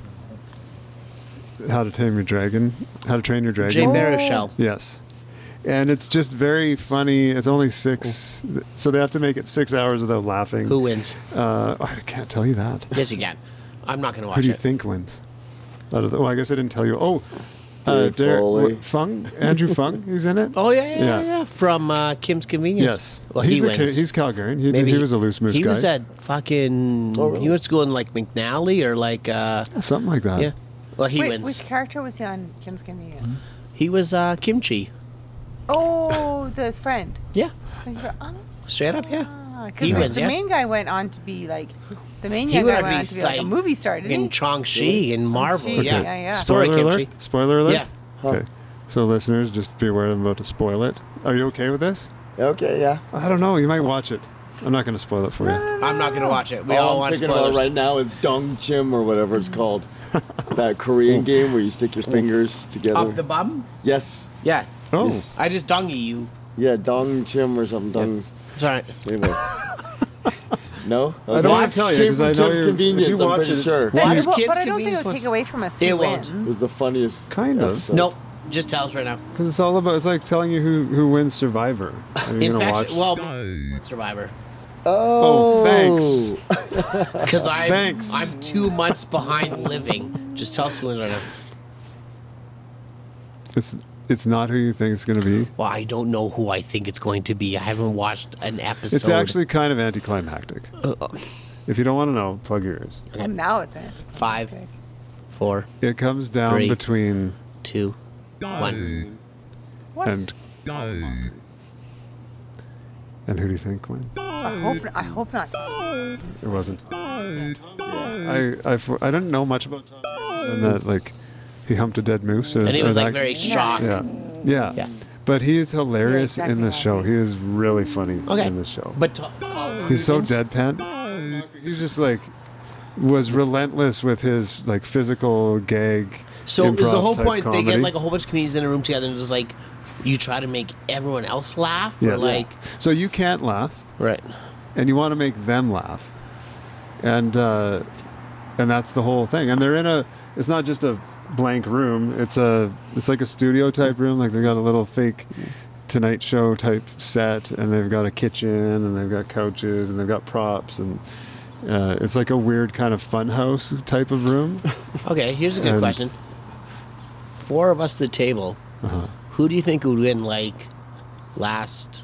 [SPEAKER 3] How to Tame Your Dragon, How to Train Your Dragon.
[SPEAKER 1] Jay Baruchel.
[SPEAKER 3] Yes. And it's just very funny. It's only six, so they have to make it six hours without laughing.
[SPEAKER 1] Who wins?
[SPEAKER 3] Uh, I can't tell you that.
[SPEAKER 1] Yes you can. I'm not gonna watch
[SPEAKER 3] Who do you
[SPEAKER 1] it.
[SPEAKER 3] think wins? Out of the, well, I guess I didn't tell you. Oh, uh,
[SPEAKER 2] Dave
[SPEAKER 3] Derek
[SPEAKER 2] Foley.
[SPEAKER 3] what, Fung, Andrew Fung, who's in it.
[SPEAKER 1] Oh yeah, yeah, yeah.
[SPEAKER 3] Yeah.
[SPEAKER 1] yeah. From uh, Kim's Convenience.
[SPEAKER 3] yes.
[SPEAKER 1] Well,
[SPEAKER 3] he's
[SPEAKER 1] he
[SPEAKER 3] a, Ca-
[SPEAKER 1] wins.
[SPEAKER 3] He's Calgarian. He, he was a loose moose
[SPEAKER 1] He
[SPEAKER 3] guy.
[SPEAKER 1] was at fucking.
[SPEAKER 2] Oh, really?
[SPEAKER 1] He went to school in like McNally or like. uh
[SPEAKER 3] something like that.
[SPEAKER 1] Yeah. Well, he
[SPEAKER 4] Wait,
[SPEAKER 1] wins.
[SPEAKER 4] which character was he on Kim's Convenience?
[SPEAKER 1] He was uh kimchi.
[SPEAKER 4] Oh, the friend.
[SPEAKER 1] Yeah.
[SPEAKER 4] Ah,
[SPEAKER 1] Straight up, yeah.
[SPEAKER 4] 'cause
[SPEAKER 1] He
[SPEAKER 4] the,
[SPEAKER 1] wins,
[SPEAKER 4] the
[SPEAKER 1] yeah.
[SPEAKER 4] main guy went on to be like, the main
[SPEAKER 1] He
[SPEAKER 4] young
[SPEAKER 1] went
[SPEAKER 4] guy
[SPEAKER 1] on to
[SPEAKER 4] went on
[SPEAKER 1] be,
[SPEAKER 4] to be like a
[SPEAKER 1] like,
[SPEAKER 4] movie star, didn't
[SPEAKER 1] In
[SPEAKER 4] he?
[SPEAKER 1] Chang Chi in Marvel.
[SPEAKER 4] Shang-Chi,
[SPEAKER 1] Yeah.
[SPEAKER 4] yeah, yeah.
[SPEAKER 1] Sorry,
[SPEAKER 3] Spoiler alert.
[SPEAKER 1] kimchi.
[SPEAKER 3] Spoiler alert.
[SPEAKER 1] Yeah.
[SPEAKER 3] Okay. So listeners, just be aware I'm about to spoil it. Are you okay with this?
[SPEAKER 2] Okay, yeah.
[SPEAKER 3] I don't know. You might watch it. I'm not going to spoil it for you.
[SPEAKER 1] I'm not gonna watch it. We
[SPEAKER 2] all
[SPEAKER 1] all
[SPEAKER 2] Oh, I'm
[SPEAKER 1] want
[SPEAKER 2] thinking about
[SPEAKER 1] spoilers.
[SPEAKER 2] right now is Dong Chim or whatever it's called. that Korean game where you stick your fingers together.
[SPEAKER 1] Up the bum?
[SPEAKER 2] yes.
[SPEAKER 1] Yeah.
[SPEAKER 3] Oh,
[SPEAKER 2] Yes.
[SPEAKER 1] I just dongy you.
[SPEAKER 2] Yeah, Dong Chim or something. Dong.
[SPEAKER 1] It's all right.
[SPEAKER 2] Anyway. no? Okay.
[SPEAKER 3] I don't want to tell you
[SPEAKER 2] Came
[SPEAKER 3] because I
[SPEAKER 2] from
[SPEAKER 3] know
[SPEAKER 2] Kim's
[SPEAKER 3] you're,
[SPEAKER 2] Convenience,
[SPEAKER 3] if you
[SPEAKER 2] I'm
[SPEAKER 3] watch
[SPEAKER 2] pretty
[SPEAKER 3] it,
[SPEAKER 2] sure.
[SPEAKER 1] Watch
[SPEAKER 4] But,
[SPEAKER 1] Kids
[SPEAKER 4] but I don't think
[SPEAKER 1] Convenience
[SPEAKER 4] it'll
[SPEAKER 1] once-
[SPEAKER 4] take away from us. who
[SPEAKER 1] It won't.
[SPEAKER 2] It
[SPEAKER 4] wins.
[SPEAKER 2] was the funniest.
[SPEAKER 3] Kind of.
[SPEAKER 2] episode.
[SPEAKER 1] Nope. Just tell us right now.
[SPEAKER 3] Because it's all about. It's like telling you who who wins Survivor. Are you going to watch?
[SPEAKER 1] Infection. Well, Survivor.
[SPEAKER 3] oh, thanks.
[SPEAKER 1] Because I'm,
[SPEAKER 3] Thanks.
[SPEAKER 1] I'm two months behind living. Just tell us who wins right now.
[SPEAKER 3] It's it's not who you think it's going to be.
[SPEAKER 1] Well, I don't know who I think it's going to be. I haven't watched an episode.
[SPEAKER 3] It's actually kind of anticlimactic.
[SPEAKER 1] Uh,
[SPEAKER 3] If you don't want to know, plug your ears.
[SPEAKER 4] And now it's it.
[SPEAKER 1] five, four,
[SPEAKER 3] It comes down
[SPEAKER 1] Three.
[SPEAKER 3] between
[SPEAKER 1] two, one.
[SPEAKER 4] What?
[SPEAKER 3] and and who do you think wins?
[SPEAKER 4] I hope, I hope not.
[SPEAKER 3] It wasn't. I I for, I didn't know much about Tom and that like he humped a dead moose or,
[SPEAKER 1] And he
[SPEAKER 3] or
[SPEAKER 1] was like
[SPEAKER 3] that-
[SPEAKER 1] very shocked.
[SPEAKER 3] yeah. yeah
[SPEAKER 1] Yeah.
[SPEAKER 3] But he is hilarious
[SPEAKER 4] Yeah, exactly
[SPEAKER 3] in this
[SPEAKER 4] how I
[SPEAKER 3] show.
[SPEAKER 4] feel.
[SPEAKER 3] He is really funny
[SPEAKER 1] Okay.
[SPEAKER 3] in this show.
[SPEAKER 1] But to-
[SPEAKER 3] he's so deadpan. He's just like was relentless with his like physical gag.
[SPEAKER 1] so is the
[SPEAKER 3] improv
[SPEAKER 1] whole
[SPEAKER 3] type
[SPEAKER 1] point they get
[SPEAKER 3] comedy.
[SPEAKER 1] like a whole bunch of comedians in a room together and just like you try to make everyone else laugh or
[SPEAKER 3] Yes.
[SPEAKER 1] like
[SPEAKER 3] so you can't laugh.
[SPEAKER 1] right.
[SPEAKER 3] and you want to make them laugh, and uh, and that's the whole thing. And they're in a. It's not just a blank room. It's a. It's like a studio type room. Like they've got a little fake Tonight Show type set, and they've got a kitchen, and they've got couches, and they've got props, and uh, it's like a weird kind of funhouse type of room.
[SPEAKER 1] Okay, here's a good
[SPEAKER 3] And-
[SPEAKER 1] question. Four of us at the table.
[SPEAKER 3] Uh-huh.
[SPEAKER 1] Who do you think would win? Like last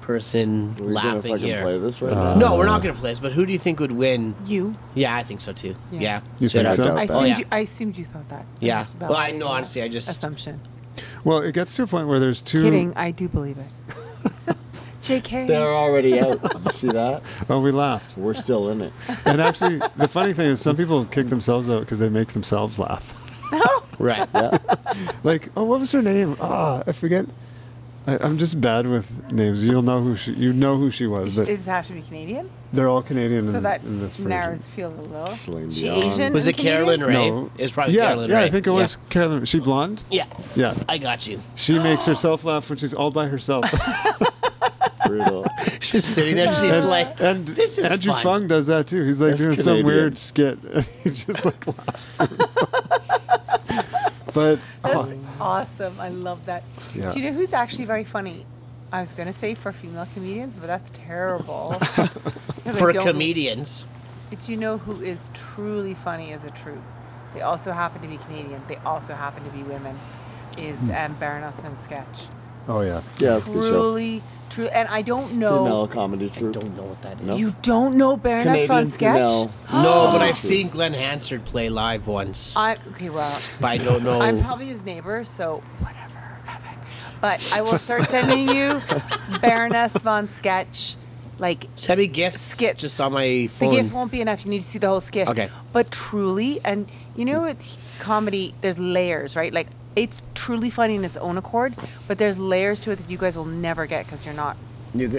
[SPEAKER 1] person
[SPEAKER 2] We're gonna
[SPEAKER 1] laughing
[SPEAKER 2] fucking
[SPEAKER 1] here.
[SPEAKER 2] play
[SPEAKER 3] Uh,
[SPEAKER 2] this right now.
[SPEAKER 1] No, we're not gonna play this. But who do you think would win?
[SPEAKER 4] You.
[SPEAKER 1] Yeah, I think so too. Yeah,
[SPEAKER 4] Yeah.
[SPEAKER 3] You
[SPEAKER 1] Straight
[SPEAKER 3] think
[SPEAKER 1] up.
[SPEAKER 3] so?
[SPEAKER 4] I
[SPEAKER 2] I
[SPEAKER 4] assumed,
[SPEAKER 1] bet.
[SPEAKER 4] you, I assumed you thought that.
[SPEAKER 1] Oh, Yeah.
[SPEAKER 4] just
[SPEAKER 1] Well, I know,
[SPEAKER 4] validating that
[SPEAKER 1] honestly, I just-
[SPEAKER 4] Assumption.
[SPEAKER 3] Well, it gets to a point where there's two
[SPEAKER 4] Kidding. I do believe it. JK.
[SPEAKER 2] They're already out. Did you see that?
[SPEAKER 3] Oh, we laughed.
[SPEAKER 2] We're still in it.
[SPEAKER 3] And actually, the funny thing is, some people kick themselves out because they make themselves laugh.
[SPEAKER 1] Right.
[SPEAKER 3] like oh what was her name ah i forget I, i'm just bad with names you'll know who she you know who she was but
[SPEAKER 4] Does it have to be Canadian?
[SPEAKER 3] they're all canadian
[SPEAKER 4] So
[SPEAKER 3] in,
[SPEAKER 4] that
[SPEAKER 3] in this version.
[SPEAKER 4] narrows the field a little.
[SPEAKER 2] Celine
[SPEAKER 4] She
[SPEAKER 2] Dion.
[SPEAKER 4] Asian?
[SPEAKER 1] Was
[SPEAKER 4] and
[SPEAKER 1] it Carolyn
[SPEAKER 4] Canadian?
[SPEAKER 1] Ray?
[SPEAKER 3] No.
[SPEAKER 1] It was probably
[SPEAKER 3] yeah
[SPEAKER 1] Carolyn
[SPEAKER 3] yeah
[SPEAKER 1] Ray.
[SPEAKER 3] i think it was carolyn she blonde
[SPEAKER 1] Yeah. yeah.
[SPEAKER 3] yeah
[SPEAKER 1] I got you.
[SPEAKER 3] she makes herself laugh when she's all by herself
[SPEAKER 2] Brutal.
[SPEAKER 1] She's sitting there. She's like,
[SPEAKER 3] and
[SPEAKER 1] "This is
[SPEAKER 3] andrew
[SPEAKER 1] fun."
[SPEAKER 3] fung does that too he's like
[SPEAKER 2] That's
[SPEAKER 3] doing some
[SPEAKER 2] Canadian.
[SPEAKER 3] weird skit and he just like laughs to himself. but
[SPEAKER 4] That's
[SPEAKER 3] oh,
[SPEAKER 4] awesome. I love that.
[SPEAKER 3] Yeah.
[SPEAKER 4] Do you know who's actually very funny? I was going to say for female comedians, but that's terrible. 'Cause I
[SPEAKER 1] For
[SPEAKER 4] don't-
[SPEAKER 1] comedians,
[SPEAKER 4] Do you know who is truly funny as a troop? They also happen to be Canadian. They also happen to be women. Is
[SPEAKER 3] Hmm.
[SPEAKER 4] um, Baroness Van Sketch.
[SPEAKER 3] oh yeah
[SPEAKER 2] Yeah, it's a good show.
[SPEAKER 4] Truly, true. And I don't
[SPEAKER 2] Female
[SPEAKER 4] know.
[SPEAKER 2] comedy troupe.
[SPEAKER 1] don't know what that is.
[SPEAKER 2] No.
[SPEAKER 4] You don't know Baroness Van
[SPEAKER 2] Canadian
[SPEAKER 4] Sketch?
[SPEAKER 2] female.
[SPEAKER 1] No, but I've seen Glenn Hansard play live once.
[SPEAKER 4] I, okay, well,
[SPEAKER 1] but I don't know.
[SPEAKER 4] Uh, I'm probably his neighbor, so whatever. Evan. But I will start sending you Baroness Von Sketch. Like,
[SPEAKER 1] Send me gifts.
[SPEAKER 4] Skits.
[SPEAKER 1] Just on my
[SPEAKER 4] the
[SPEAKER 1] phone.
[SPEAKER 4] gift won't be enough. You need to see the whole skit.
[SPEAKER 1] Okay.
[SPEAKER 4] But truly, and you know, it's comedy, there's layers, right? Like, it's truly funny in its own accord, but there's layers to it that you guys will never get because you're not.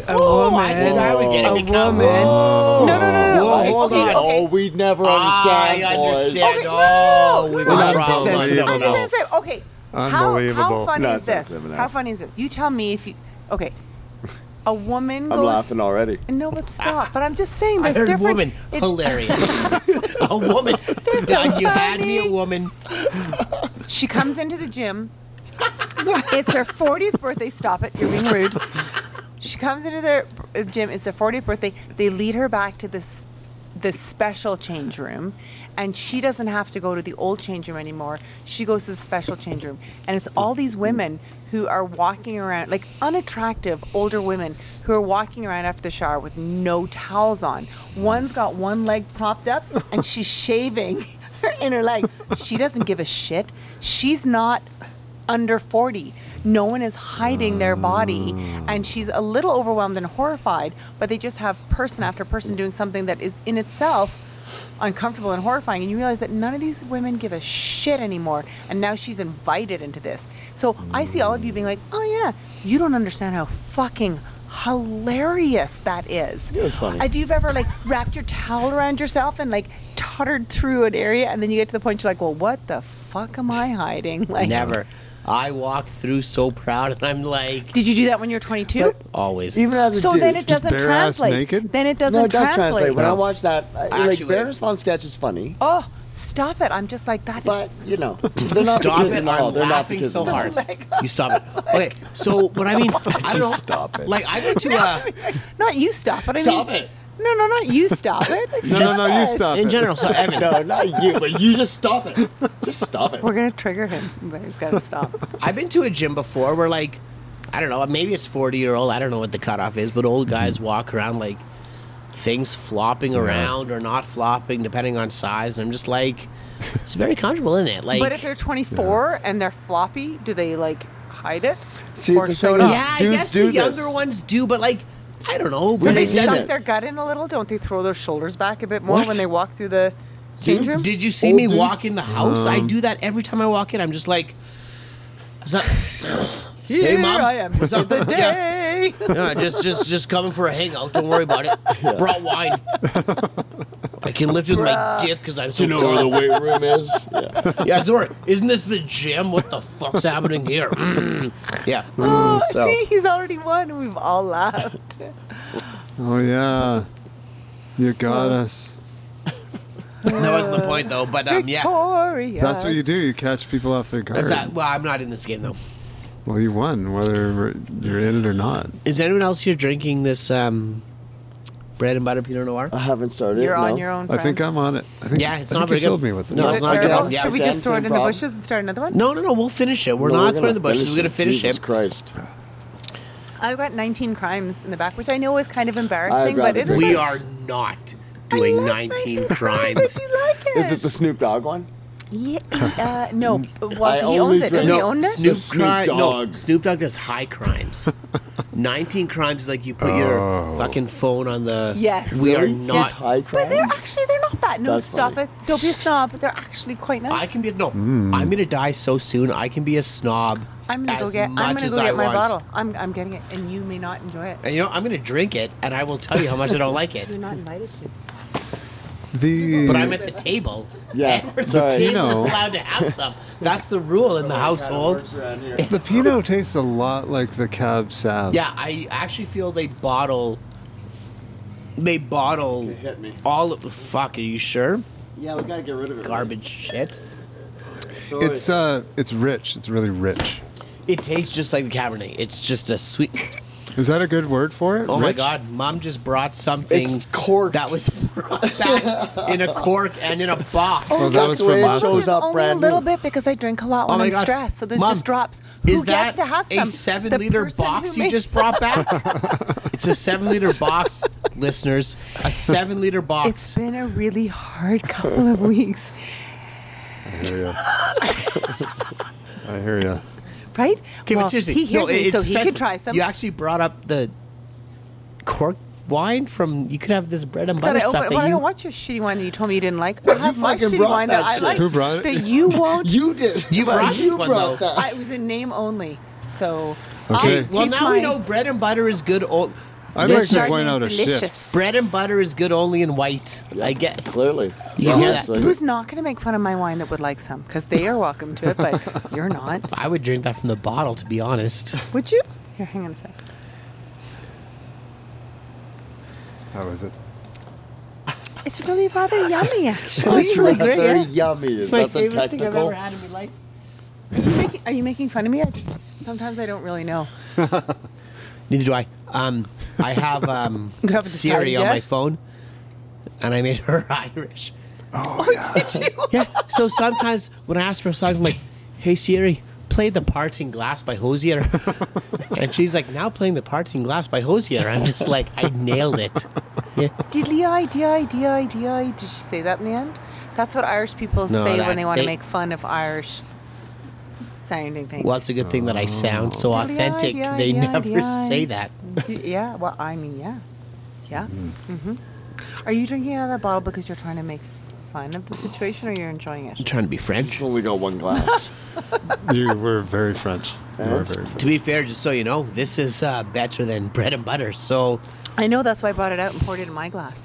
[SPEAKER 1] oh, I think I would get it. Oh,
[SPEAKER 4] A
[SPEAKER 1] because-
[SPEAKER 4] woman. No, no, no, no. no.
[SPEAKER 1] Whoa,
[SPEAKER 4] okay,
[SPEAKER 1] hold
[SPEAKER 4] okay,
[SPEAKER 1] on.
[SPEAKER 4] okay.
[SPEAKER 2] Oh, we never
[SPEAKER 1] I
[SPEAKER 2] understand. boys.
[SPEAKER 1] understand.
[SPEAKER 4] Okay, no,
[SPEAKER 1] Oh,
[SPEAKER 4] no, no,
[SPEAKER 1] we
[SPEAKER 4] no,
[SPEAKER 1] might
[SPEAKER 4] no,
[SPEAKER 1] problem.
[SPEAKER 4] no,
[SPEAKER 2] sensitive
[SPEAKER 4] no, no,
[SPEAKER 2] now.
[SPEAKER 4] no, no, no. Okay. How, how
[SPEAKER 3] Unbelievable.
[SPEAKER 4] funny
[SPEAKER 2] No,
[SPEAKER 4] is
[SPEAKER 2] it's
[SPEAKER 4] this?
[SPEAKER 2] sensitive now.
[SPEAKER 4] How funny is this? You tell me if you. Okay. A woman goes.
[SPEAKER 2] I'm laughing already.
[SPEAKER 4] No, but stop. But I'm just saying
[SPEAKER 1] I
[SPEAKER 4] there's
[SPEAKER 1] heard
[SPEAKER 4] different.
[SPEAKER 1] woman.
[SPEAKER 4] it-
[SPEAKER 1] Hilarious. a woman. God, you had me a woman.
[SPEAKER 4] She comes into the gym. it's her 40th birthday. Stop it. You're being rude. She comes into their b- gym. It's her 40th birthday. They lead her back to this this special change room, and she doesn't have to go to the old change room anymore. She goes to the special change room, and it's all these women who are walking around like unattractive older women who are walking around after the shower with no towels on. One's got one leg propped up, and she's shaving her inner leg. She doesn't give a shit. She's not under 40. No one is hiding their body.
[SPEAKER 2] Mm.
[SPEAKER 4] And she's a little overwhelmed and horrified, but they just have person after person doing something that is in itself uncomfortable and horrifying. And you realize that none of these women give a shit anymore. And now she's invited into this. So I see all of you being like, oh yeah, you don't understand how fucking hilarious that is.
[SPEAKER 2] It was funny.
[SPEAKER 4] If you've ever like wrapped your towel around yourself and like tottered through an area, and then you get to the point you're like, well, what the fuck am I hiding? Like,
[SPEAKER 1] Never. I walk through so proud, and I'm like,
[SPEAKER 4] Did you do that when you were 22?
[SPEAKER 1] always.
[SPEAKER 2] Even as a
[SPEAKER 4] So
[SPEAKER 2] dude.
[SPEAKER 4] then it doesn't
[SPEAKER 3] bare ass
[SPEAKER 4] translate.
[SPEAKER 3] naked?
[SPEAKER 4] Then it doesn't
[SPEAKER 2] no, it does
[SPEAKER 4] translate.
[SPEAKER 2] translate. When I
[SPEAKER 3] No.
[SPEAKER 2] watch that, I, like
[SPEAKER 1] Actually-
[SPEAKER 2] Baron Response sketch is funny,
[SPEAKER 4] Oh, stop it! I'm just like that. is
[SPEAKER 2] but you know, they're not
[SPEAKER 1] Stop
[SPEAKER 2] the
[SPEAKER 1] it!
[SPEAKER 2] kids'
[SPEAKER 1] I'm
[SPEAKER 2] fault. They're not the
[SPEAKER 1] laughing
[SPEAKER 2] kids'
[SPEAKER 1] so
[SPEAKER 2] fault.
[SPEAKER 1] hard. You stop it. Okay, so but I mean, I don't know.
[SPEAKER 6] stop it.
[SPEAKER 1] Like I go to uh,
[SPEAKER 4] Not you stop it. I
[SPEAKER 1] Stop
[SPEAKER 4] mean,
[SPEAKER 1] it.
[SPEAKER 4] No, no, not you stop it. Like,
[SPEAKER 3] No, no, no, you
[SPEAKER 4] yes.
[SPEAKER 3] stop
[SPEAKER 1] in
[SPEAKER 3] it.
[SPEAKER 1] general. So Evan,
[SPEAKER 2] No, not you, but you just stop it. Just stop it.
[SPEAKER 4] We're gonna trigger him, but he's gotta stop.
[SPEAKER 1] I've been to a gym before where like I don't know, maybe it's forty year old, I don't know what the cutoff is, but old
[SPEAKER 2] Mm-hmm.
[SPEAKER 1] guys walk around like things flopping around or not flopping depending on size, and I'm just like it's very comfortable, isn't it? Like
[SPEAKER 4] but if they're 24 and they're floppy, do they like hide it
[SPEAKER 2] See,
[SPEAKER 4] or
[SPEAKER 2] the
[SPEAKER 4] show it
[SPEAKER 2] thing is-
[SPEAKER 4] off?
[SPEAKER 1] Yeah, I
[SPEAKER 2] Dudes
[SPEAKER 1] guess
[SPEAKER 2] do
[SPEAKER 1] the
[SPEAKER 2] this.
[SPEAKER 1] younger ones do, but like I don't know,
[SPEAKER 4] Do
[SPEAKER 1] but
[SPEAKER 4] they
[SPEAKER 2] We've seen
[SPEAKER 1] it's-
[SPEAKER 4] suck
[SPEAKER 2] it.
[SPEAKER 4] their gut in a little? Don't they throw their shoulders back a bit more
[SPEAKER 2] What?
[SPEAKER 4] when they walk through the change room?
[SPEAKER 1] did you see
[SPEAKER 2] Old
[SPEAKER 1] me walk
[SPEAKER 2] dudes? Um.
[SPEAKER 1] in the house? I do that every time I walk in. I'm just like "What's up?"
[SPEAKER 4] Here
[SPEAKER 1] Hey, Mom.
[SPEAKER 4] I am.
[SPEAKER 1] What's up?
[SPEAKER 4] The
[SPEAKER 1] Yeah.
[SPEAKER 4] day.
[SPEAKER 1] Yeah, just just just coming for a hangout. Don't worry about it. Brought wine. I can lift with my dick because I'm so
[SPEAKER 2] you know where the
[SPEAKER 1] tough.
[SPEAKER 2] weight room is? Yeah.
[SPEAKER 1] Yeah, Zora, isn't this the gym? What the fuck's happening here? Mm. Yeah.
[SPEAKER 2] Mm,
[SPEAKER 4] Oh,
[SPEAKER 1] So-
[SPEAKER 4] see, he's already won. We've all laughed.
[SPEAKER 3] Oh yeah, you got us.
[SPEAKER 1] That wasn't the point though. But um, yeah.
[SPEAKER 4] Victorious.
[SPEAKER 3] That's what you do. You catch people off their guard.
[SPEAKER 1] That's not, well, I'm not in this game though.
[SPEAKER 3] Well, you won, whether you're in it or not.
[SPEAKER 1] Is anyone else here drinking this um, bread and butter Pinot Noir? Uh,
[SPEAKER 2] I haven't started.
[SPEAKER 4] You're on
[SPEAKER 2] no.
[SPEAKER 4] your own.
[SPEAKER 3] I think
[SPEAKER 4] friend.
[SPEAKER 3] I'm on it. I think,
[SPEAKER 1] Yeah, it's
[SPEAKER 3] I
[SPEAKER 1] not very
[SPEAKER 3] think you
[SPEAKER 1] good.
[SPEAKER 3] filled me with it.
[SPEAKER 1] No,
[SPEAKER 4] Is
[SPEAKER 1] it's
[SPEAKER 4] it
[SPEAKER 1] not good.
[SPEAKER 4] terrible?
[SPEAKER 1] Yeah.
[SPEAKER 4] Should we just
[SPEAKER 2] Damn
[SPEAKER 4] throw it in
[SPEAKER 2] same
[SPEAKER 4] the
[SPEAKER 2] problem.
[SPEAKER 4] bushes and start another one?
[SPEAKER 1] No, no, no. We'll finish it. We're
[SPEAKER 2] No,
[SPEAKER 1] not
[SPEAKER 2] gonna
[SPEAKER 1] throwing the bushes.
[SPEAKER 2] finish
[SPEAKER 1] We're gonna
[SPEAKER 2] it.
[SPEAKER 1] finish
[SPEAKER 2] Jesus
[SPEAKER 1] it.
[SPEAKER 2] Christ.
[SPEAKER 4] I've got 19 crimes in the back, which I know is kind of embarrassing,
[SPEAKER 2] I'd
[SPEAKER 4] but
[SPEAKER 2] rather
[SPEAKER 4] it is.
[SPEAKER 2] drink
[SPEAKER 1] We
[SPEAKER 2] Christ.
[SPEAKER 1] are not doing 19 crimes.
[SPEAKER 4] Did you like
[SPEAKER 2] Is
[SPEAKER 4] it?
[SPEAKER 2] it the Snoop Dogg one?
[SPEAKER 4] Yeah, uh, no, well,
[SPEAKER 2] I
[SPEAKER 4] he
[SPEAKER 2] only
[SPEAKER 4] owns it.
[SPEAKER 2] drink-
[SPEAKER 4] Doesn't he
[SPEAKER 1] No,
[SPEAKER 4] own it?
[SPEAKER 1] Snoop,
[SPEAKER 2] Just Snoop
[SPEAKER 1] Cri- no,
[SPEAKER 2] Dogg.
[SPEAKER 1] Snoop Dogg does high crimes. 19 crimes is like you put
[SPEAKER 2] Oh.
[SPEAKER 1] your fucking phone on the.
[SPEAKER 4] Yes.
[SPEAKER 1] We are
[SPEAKER 2] Really? His
[SPEAKER 1] not.
[SPEAKER 2] high
[SPEAKER 4] But they're
[SPEAKER 2] crimes?
[SPEAKER 4] actually they're not bad. No,
[SPEAKER 2] That's
[SPEAKER 4] stop
[SPEAKER 2] funny.
[SPEAKER 4] it. Don't be a snob. They're actually quite nice.
[SPEAKER 1] I can be. No, I'm going to die so soon. I can be a snob
[SPEAKER 4] I'm gonna
[SPEAKER 1] as
[SPEAKER 4] go get. I'm
[SPEAKER 1] much
[SPEAKER 4] gonna
[SPEAKER 1] as
[SPEAKER 4] go
[SPEAKER 1] I
[SPEAKER 4] get my
[SPEAKER 1] want.
[SPEAKER 4] bottle. I'm I'm getting it, and you may not enjoy it.
[SPEAKER 1] And you know, I'm going to drink it and I will tell you how much I don't like
[SPEAKER 4] You're
[SPEAKER 1] it.
[SPEAKER 4] not invited to.
[SPEAKER 3] The
[SPEAKER 1] But I'm at the table.
[SPEAKER 2] Yeah.
[SPEAKER 1] The
[SPEAKER 2] Sorry.
[SPEAKER 1] table
[SPEAKER 3] Pinot.
[SPEAKER 1] is allowed to have some. That's the rule in the household.
[SPEAKER 3] the Pinot tastes a lot like the Cab Sav.
[SPEAKER 1] Yeah, I actually feel they bottle. They bottle
[SPEAKER 2] It hit me.
[SPEAKER 1] all of. Fuck, are you sure?
[SPEAKER 2] Yeah, we gotta get rid of it.
[SPEAKER 1] Garbage shit.
[SPEAKER 3] it's uh, it's rich. It's really rich.
[SPEAKER 1] It tastes just like the Cabernet. It's just a sweet.
[SPEAKER 3] Is that a good word for it?
[SPEAKER 1] Oh my
[SPEAKER 3] Rich?
[SPEAKER 1] God! Mom just brought something
[SPEAKER 2] It's corked.
[SPEAKER 1] that was brought back in a cork and in a box.
[SPEAKER 3] Oh,
[SPEAKER 2] Well,
[SPEAKER 3] that
[SPEAKER 2] that's
[SPEAKER 3] was
[SPEAKER 2] the
[SPEAKER 3] from
[SPEAKER 2] way it
[SPEAKER 3] last
[SPEAKER 2] shows
[SPEAKER 3] week.
[SPEAKER 2] up
[SPEAKER 4] only
[SPEAKER 2] brand
[SPEAKER 4] a little
[SPEAKER 2] new.
[SPEAKER 4] bit because I drink a lot
[SPEAKER 1] Oh
[SPEAKER 4] when
[SPEAKER 1] my
[SPEAKER 4] I'm
[SPEAKER 1] God.
[SPEAKER 4] stressed, so there's
[SPEAKER 1] Mom,
[SPEAKER 4] just drops.
[SPEAKER 1] Is
[SPEAKER 4] Who
[SPEAKER 1] that
[SPEAKER 4] gets to have some?
[SPEAKER 1] a seven
[SPEAKER 4] The
[SPEAKER 1] liter
[SPEAKER 4] person
[SPEAKER 1] box
[SPEAKER 4] who
[SPEAKER 1] you
[SPEAKER 4] made-
[SPEAKER 1] just brought back? it's a seven liter box, listeners. A seven liter
[SPEAKER 4] It's
[SPEAKER 1] box.
[SPEAKER 4] been a really hard couple of weeks,
[SPEAKER 3] I hear ya. I hear ya.
[SPEAKER 4] right?
[SPEAKER 1] Okay,
[SPEAKER 4] well,
[SPEAKER 1] but seriously,
[SPEAKER 4] he hears
[SPEAKER 1] no,
[SPEAKER 4] me,
[SPEAKER 1] it's
[SPEAKER 4] so he
[SPEAKER 1] offensive.
[SPEAKER 4] could try some.
[SPEAKER 1] You actually brought up the cork wine from. You could have this bread and
[SPEAKER 4] That
[SPEAKER 1] butter
[SPEAKER 4] I
[SPEAKER 1] stuff
[SPEAKER 4] opened, well,
[SPEAKER 1] that
[SPEAKER 4] I
[SPEAKER 1] you.
[SPEAKER 4] don't want your shitty wine that you told me you didn't like. I have my
[SPEAKER 2] fucking
[SPEAKER 4] shitty
[SPEAKER 2] brought
[SPEAKER 4] wine that,
[SPEAKER 2] that
[SPEAKER 4] I
[SPEAKER 2] shit.
[SPEAKER 4] like.
[SPEAKER 3] Who brought it?
[SPEAKER 4] That you won't.
[SPEAKER 2] You did.
[SPEAKER 1] You brought this
[SPEAKER 2] you
[SPEAKER 1] one,
[SPEAKER 2] brought
[SPEAKER 1] though.
[SPEAKER 2] that.
[SPEAKER 4] I, it was in name only, so.
[SPEAKER 3] Okay.
[SPEAKER 4] I'll just
[SPEAKER 1] well,
[SPEAKER 4] taste
[SPEAKER 1] now we
[SPEAKER 4] mine.
[SPEAKER 1] know bread and butter is good. Old,
[SPEAKER 3] I'd
[SPEAKER 4] This
[SPEAKER 3] like to
[SPEAKER 4] Chardonnay
[SPEAKER 3] point
[SPEAKER 4] is
[SPEAKER 3] out a
[SPEAKER 4] delicious.
[SPEAKER 3] shift.
[SPEAKER 1] bread and butter is good only in white, I guess.
[SPEAKER 2] Clearly.
[SPEAKER 1] You can hear that.
[SPEAKER 2] Honestly.
[SPEAKER 4] Who's not going to make fun of my wine that would like some? Because they are welcome to it, but you're not.
[SPEAKER 1] I would drink that from the bottle, to be honest.
[SPEAKER 4] Would you? Here, hang on a sec.
[SPEAKER 3] How is it?
[SPEAKER 4] It's really rather yummy, actually.
[SPEAKER 1] It's really great.
[SPEAKER 2] Very
[SPEAKER 1] yeah.
[SPEAKER 2] yummy.
[SPEAKER 1] It's
[SPEAKER 2] Is
[SPEAKER 1] my
[SPEAKER 2] that the
[SPEAKER 1] favorite thing I've
[SPEAKER 2] technical?
[SPEAKER 1] ever had in my life.
[SPEAKER 4] Are you making, are you making fun of me? I just sometimes I don't really know.
[SPEAKER 1] Neither do I. Um, I have um,
[SPEAKER 4] You haven't
[SPEAKER 1] Siri
[SPEAKER 4] decided
[SPEAKER 1] on
[SPEAKER 4] yet?
[SPEAKER 1] my phone, and I made her Irish.
[SPEAKER 4] Did you?
[SPEAKER 1] Yeah. So sometimes when I ask for songs, I'm like, "Hey Siri, play the Parting Glass by Hosier," and she's like, "Now playing the Parting Glass by Hosier." I'm just like, I nailed it. Yeah.
[SPEAKER 4] Did I? Did I? Did I? Did I? Did she say that in the end? That's what Irish people
[SPEAKER 1] No,
[SPEAKER 4] say
[SPEAKER 1] that-
[SPEAKER 4] when they want
[SPEAKER 1] they-
[SPEAKER 4] to make fun of Irish sounding things.
[SPEAKER 1] Well, it's a good thing that I sound so
[SPEAKER 4] Diddly-eye,
[SPEAKER 1] authentic.
[SPEAKER 4] dee-eye,
[SPEAKER 1] They
[SPEAKER 4] dee-eye,
[SPEAKER 1] never
[SPEAKER 4] dee-eye.
[SPEAKER 1] say that. Mm.
[SPEAKER 4] Y- yeah. Mm-hmm. Well, I mean, yeah, yeah. hmm Are you drinking out of that bottle because you're trying to make fun of the situation or you're enjoying
[SPEAKER 1] I'm
[SPEAKER 4] it?
[SPEAKER 1] trying to be French.
[SPEAKER 2] We've only got one glass.
[SPEAKER 6] You were very French. You were very French.
[SPEAKER 1] To be fair, just so you know, this is uh, better than bread and butter. So,
[SPEAKER 4] I know that's why I brought it out and poured it in my glass.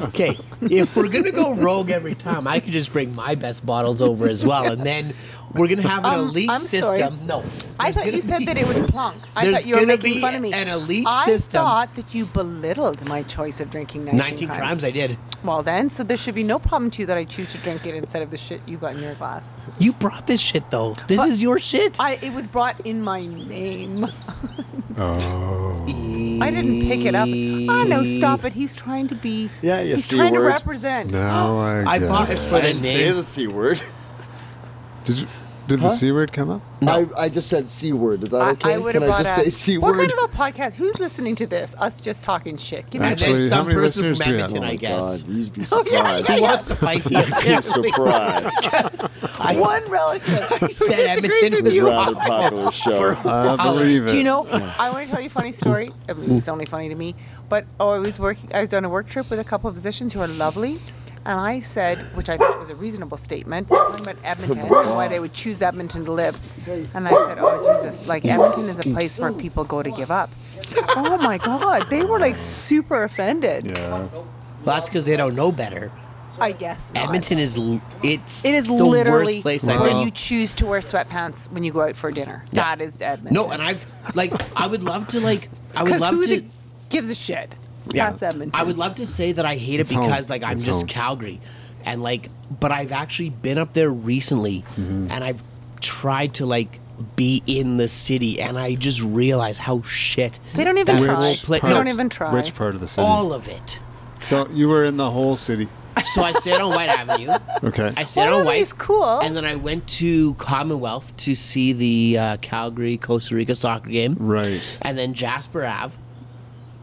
[SPEAKER 1] okay, if we're gonna go rogue every time, I could just bring my best bottles over as well, and then we're gonna have an
[SPEAKER 4] Um,
[SPEAKER 1] elite
[SPEAKER 4] I'm sorry.
[SPEAKER 1] system. No,
[SPEAKER 4] I
[SPEAKER 1] there's
[SPEAKER 4] thought
[SPEAKER 1] gonna
[SPEAKER 4] you said
[SPEAKER 1] be-
[SPEAKER 4] that it was plonk. I
[SPEAKER 1] There's
[SPEAKER 4] thought you were
[SPEAKER 1] gonna
[SPEAKER 4] making
[SPEAKER 1] be
[SPEAKER 4] fun of me.
[SPEAKER 1] an elite
[SPEAKER 4] I
[SPEAKER 1] system.
[SPEAKER 4] thought that you belittled my choice of drinking 19,
[SPEAKER 1] 19
[SPEAKER 4] crimes.
[SPEAKER 1] crimes. I did.
[SPEAKER 4] well then, so there should be no problem to you that I choose to drink it instead of the shit you got in your glass.
[SPEAKER 1] You brought this shit though. This
[SPEAKER 4] But
[SPEAKER 1] is your shit.
[SPEAKER 3] Oh
[SPEAKER 4] I it was brought in my name. oh.
[SPEAKER 6] Oh,
[SPEAKER 4] I didn't pick it up. Oh no, stop it. He's trying to be
[SPEAKER 2] Yeah, you
[SPEAKER 4] He's
[SPEAKER 2] see
[SPEAKER 4] trying to
[SPEAKER 2] word.
[SPEAKER 4] represent.
[SPEAKER 3] Now I,
[SPEAKER 1] I
[SPEAKER 3] get
[SPEAKER 1] bought
[SPEAKER 3] it.
[SPEAKER 1] it for
[SPEAKER 2] I
[SPEAKER 1] the
[SPEAKER 2] didn't say
[SPEAKER 1] name.
[SPEAKER 2] the C word.
[SPEAKER 3] Did, you, did
[SPEAKER 2] Huh?
[SPEAKER 3] the C word come up?
[SPEAKER 2] I, I just said C word. Is that
[SPEAKER 4] I,
[SPEAKER 2] okay?
[SPEAKER 4] I would
[SPEAKER 2] Can
[SPEAKER 4] have
[SPEAKER 2] I
[SPEAKER 4] brought
[SPEAKER 2] just
[SPEAKER 4] up.
[SPEAKER 2] say C
[SPEAKER 4] what
[SPEAKER 2] word?
[SPEAKER 4] kind of a podcast? Who's listening to this? Us just talking shit. Give me
[SPEAKER 1] And
[SPEAKER 4] a
[SPEAKER 3] Actually,
[SPEAKER 1] then
[SPEAKER 3] how
[SPEAKER 1] some
[SPEAKER 3] many
[SPEAKER 1] person
[SPEAKER 3] listeners
[SPEAKER 1] from
[SPEAKER 3] do we have?
[SPEAKER 1] Edmonton,
[SPEAKER 3] Oh
[SPEAKER 1] I
[SPEAKER 2] my
[SPEAKER 1] guess.
[SPEAKER 2] God, you'd be
[SPEAKER 4] yeah,
[SPEAKER 2] surprised.
[SPEAKER 1] Who wants to fight me?
[SPEAKER 2] You'd be surprised.
[SPEAKER 1] I-
[SPEAKER 4] one relative. who
[SPEAKER 1] said
[SPEAKER 4] disagrees
[SPEAKER 1] Edmonton
[SPEAKER 4] with
[SPEAKER 1] was
[SPEAKER 4] you.
[SPEAKER 2] rather popular show.
[SPEAKER 3] I believe it.
[SPEAKER 4] Do you know? Oh, I want to tell you a funny story. I mean, It's only funny to me. But oh, I was working. I was on a work trip with a couple of physicians who are lovely, and I said, which I thought was a reasonable statement, one about Edmonton and why they would choose Edmonton to live. And I said, oh Jesus, like Edmonton is a place where people go to give up. Oh my God, they were like super offended.
[SPEAKER 3] Yeah.
[SPEAKER 1] Well, that's because they don't know better.
[SPEAKER 4] I guess not.
[SPEAKER 1] Edmonton is l- it's
[SPEAKER 4] It is
[SPEAKER 1] the
[SPEAKER 4] literally
[SPEAKER 1] worst place I've
[SPEAKER 4] where
[SPEAKER 1] been.
[SPEAKER 4] you choose to wear sweatpants when you go out for dinner. That is Edmonton.
[SPEAKER 1] No, and I've like I would love to like I would
[SPEAKER 4] 'Cause
[SPEAKER 1] love
[SPEAKER 4] who
[SPEAKER 1] to.
[SPEAKER 4] the- gives a shit.
[SPEAKER 1] Yeah.
[SPEAKER 4] That's Edmonton.
[SPEAKER 1] I would love to say that I hate it
[SPEAKER 3] home.
[SPEAKER 1] because like I'm
[SPEAKER 3] It's
[SPEAKER 1] just
[SPEAKER 3] home.
[SPEAKER 1] Calgary and like but I've actually been up there recently
[SPEAKER 3] Mm-hmm.
[SPEAKER 1] and I've tried to like be in the city and I just realize how shit
[SPEAKER 4] They don't even
[SPEAKER 1] that
[SPEAKER 4] try.
[SPEAKER 1] whole pla-
[SPEAKER 4] They
[SPEAKER 1] no,
[SPEAKER 4] don't even try.
[SPEAKER 6] Which part of the city?
[SPEAKER 1] all of it.
[SPEAKER 3] So you were in the whole city.
[SPEAKER 1] So I stayed on White Avenue.
[SPEAKER 3] Okay.
[SPEAKER 1] I stayed
[SPEAKER 4] Well,
[SPEAKER 1] on White.
[SPEAKER 4] it's cool.
[SPEAKER 1] And then I went to Commonwealth to see the uh, Calgary Costa Rica soccer game.
[SPEAKER 3] Right.
[SPEAKER 1] and then Jasper Ave.